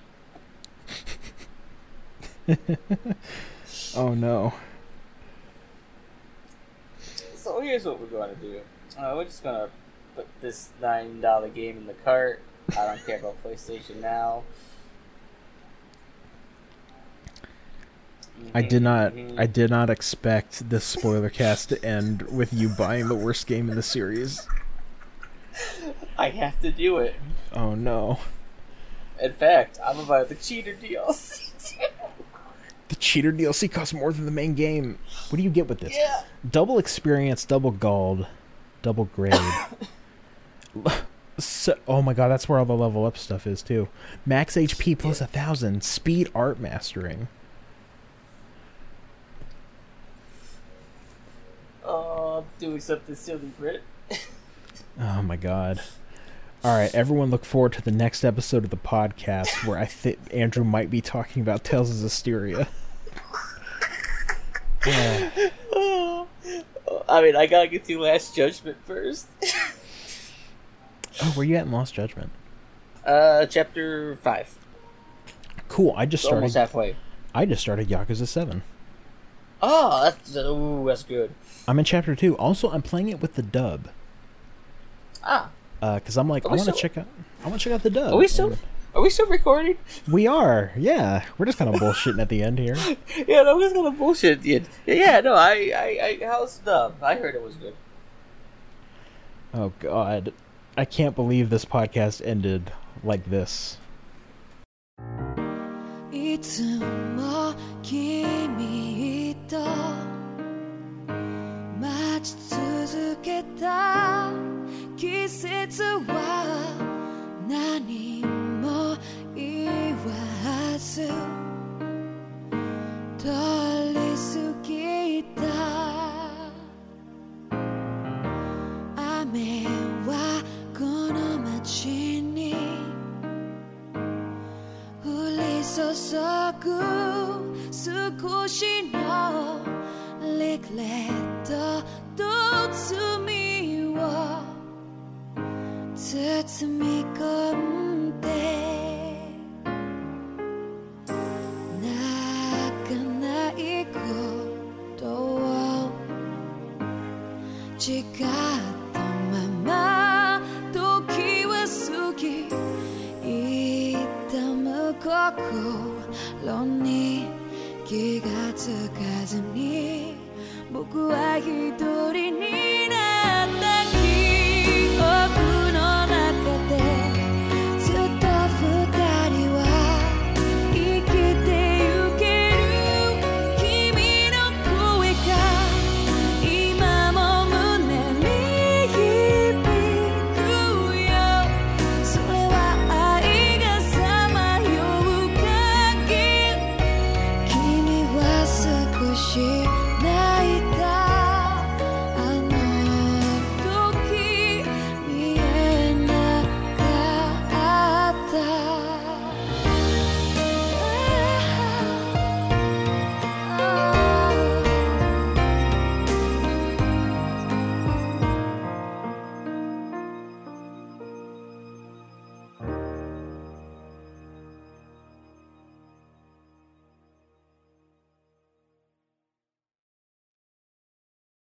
[SPEAKER 3] Oh no.
[SPEAKER 4] So here's what we're going to do. Uh, we're just going to put this nine dollar game in the cart. I don't care about PlayStation now.
[SPEAKER 3] I did not
[SPEAKER 4] Mhm.
[SPEAKER 3] I did not expect this spoiler cast to end with you buying the worst game in the series.
[SPEAKER 4] I have to do it.
[SPEAKER 3] Oh no.
[SPEAKER 4] In fact, I'm about the cheater DLC.
[SPEAKER 3] The cheater DLC costs more than the main game. What do you get with this?
[SPEAKER 4] yeah.
[SPEAKER 3] Double experience, double gold, double grade. so, oh my god, that's where all the level up stuff is too. Max HP plus a thousand, speed art mastering.
[SPEAKER 4] <laughs> Oh, do accept this silly
[SPEAKER 3] <sighs>
[SPEAKER 4] Brit.
[SPEAKER 3] Oh my god. All right, everyone look forward to the next episode of the podcast where I think Andrew might be talking about Tales of
[SPEAKER 4] <laughs>
[SPEAKER 3] Hysteria. Yeah.
[SPEAKER 4] Oh, I mean, I gotta get through Last Judgment first.
[SPEAKER 3] Oh, where you at in Lost Judgment?
[SPEAKER 4] Uh, chapter five.
[SPEAKER 3] Cool. I just
[SPEAKER 4] It's almost
[SPEAKER 3] started.
[SPEAKER 4] halfway.
[SPEAKER 3] I just started Yakuza Seven.
[SPEAKER 4] Oh, that's ooh, that's good.
[SPEAKER 3] I'm in chapter two. Also, I'm playing it with the dub
[SPEAKER 4] Ah,
[SPEAKER 3] because I'm like,
[SPEAKER 4] Are
[SPEAKER 3] I
[SPEAKER 4] we
[SPEAKER 3] want to
[SPEAKER 4] still-
[SPEAKER 3] check out. I want to check out the dub.
[SPEAKER 4] are we still? Are we still recording? <laughs>
[SPEAKER 3] We are. Yeah, we're just kind of bullshitting at the end
[SPEAKER 4] <laughs>
[SPEAKER 3] here.
[SPEAKER 4] Yeah, no, was gonna bullshit. Yeah, yeah, no, I, I, I, how's dumb? I heard it was good.
[SPEAKER 3] Oh God, I can't believe this podcast ended like this.
[SPEAKER 1] いつも君と待ち続けた季節は何も言わず通り過ぎた雨はこの街に降り注ぐ少しのリクレットと罪を包み込んで泣かないことを誓ったまま時は過ぎ痛む心に気がつかずに僕は一人に Oh.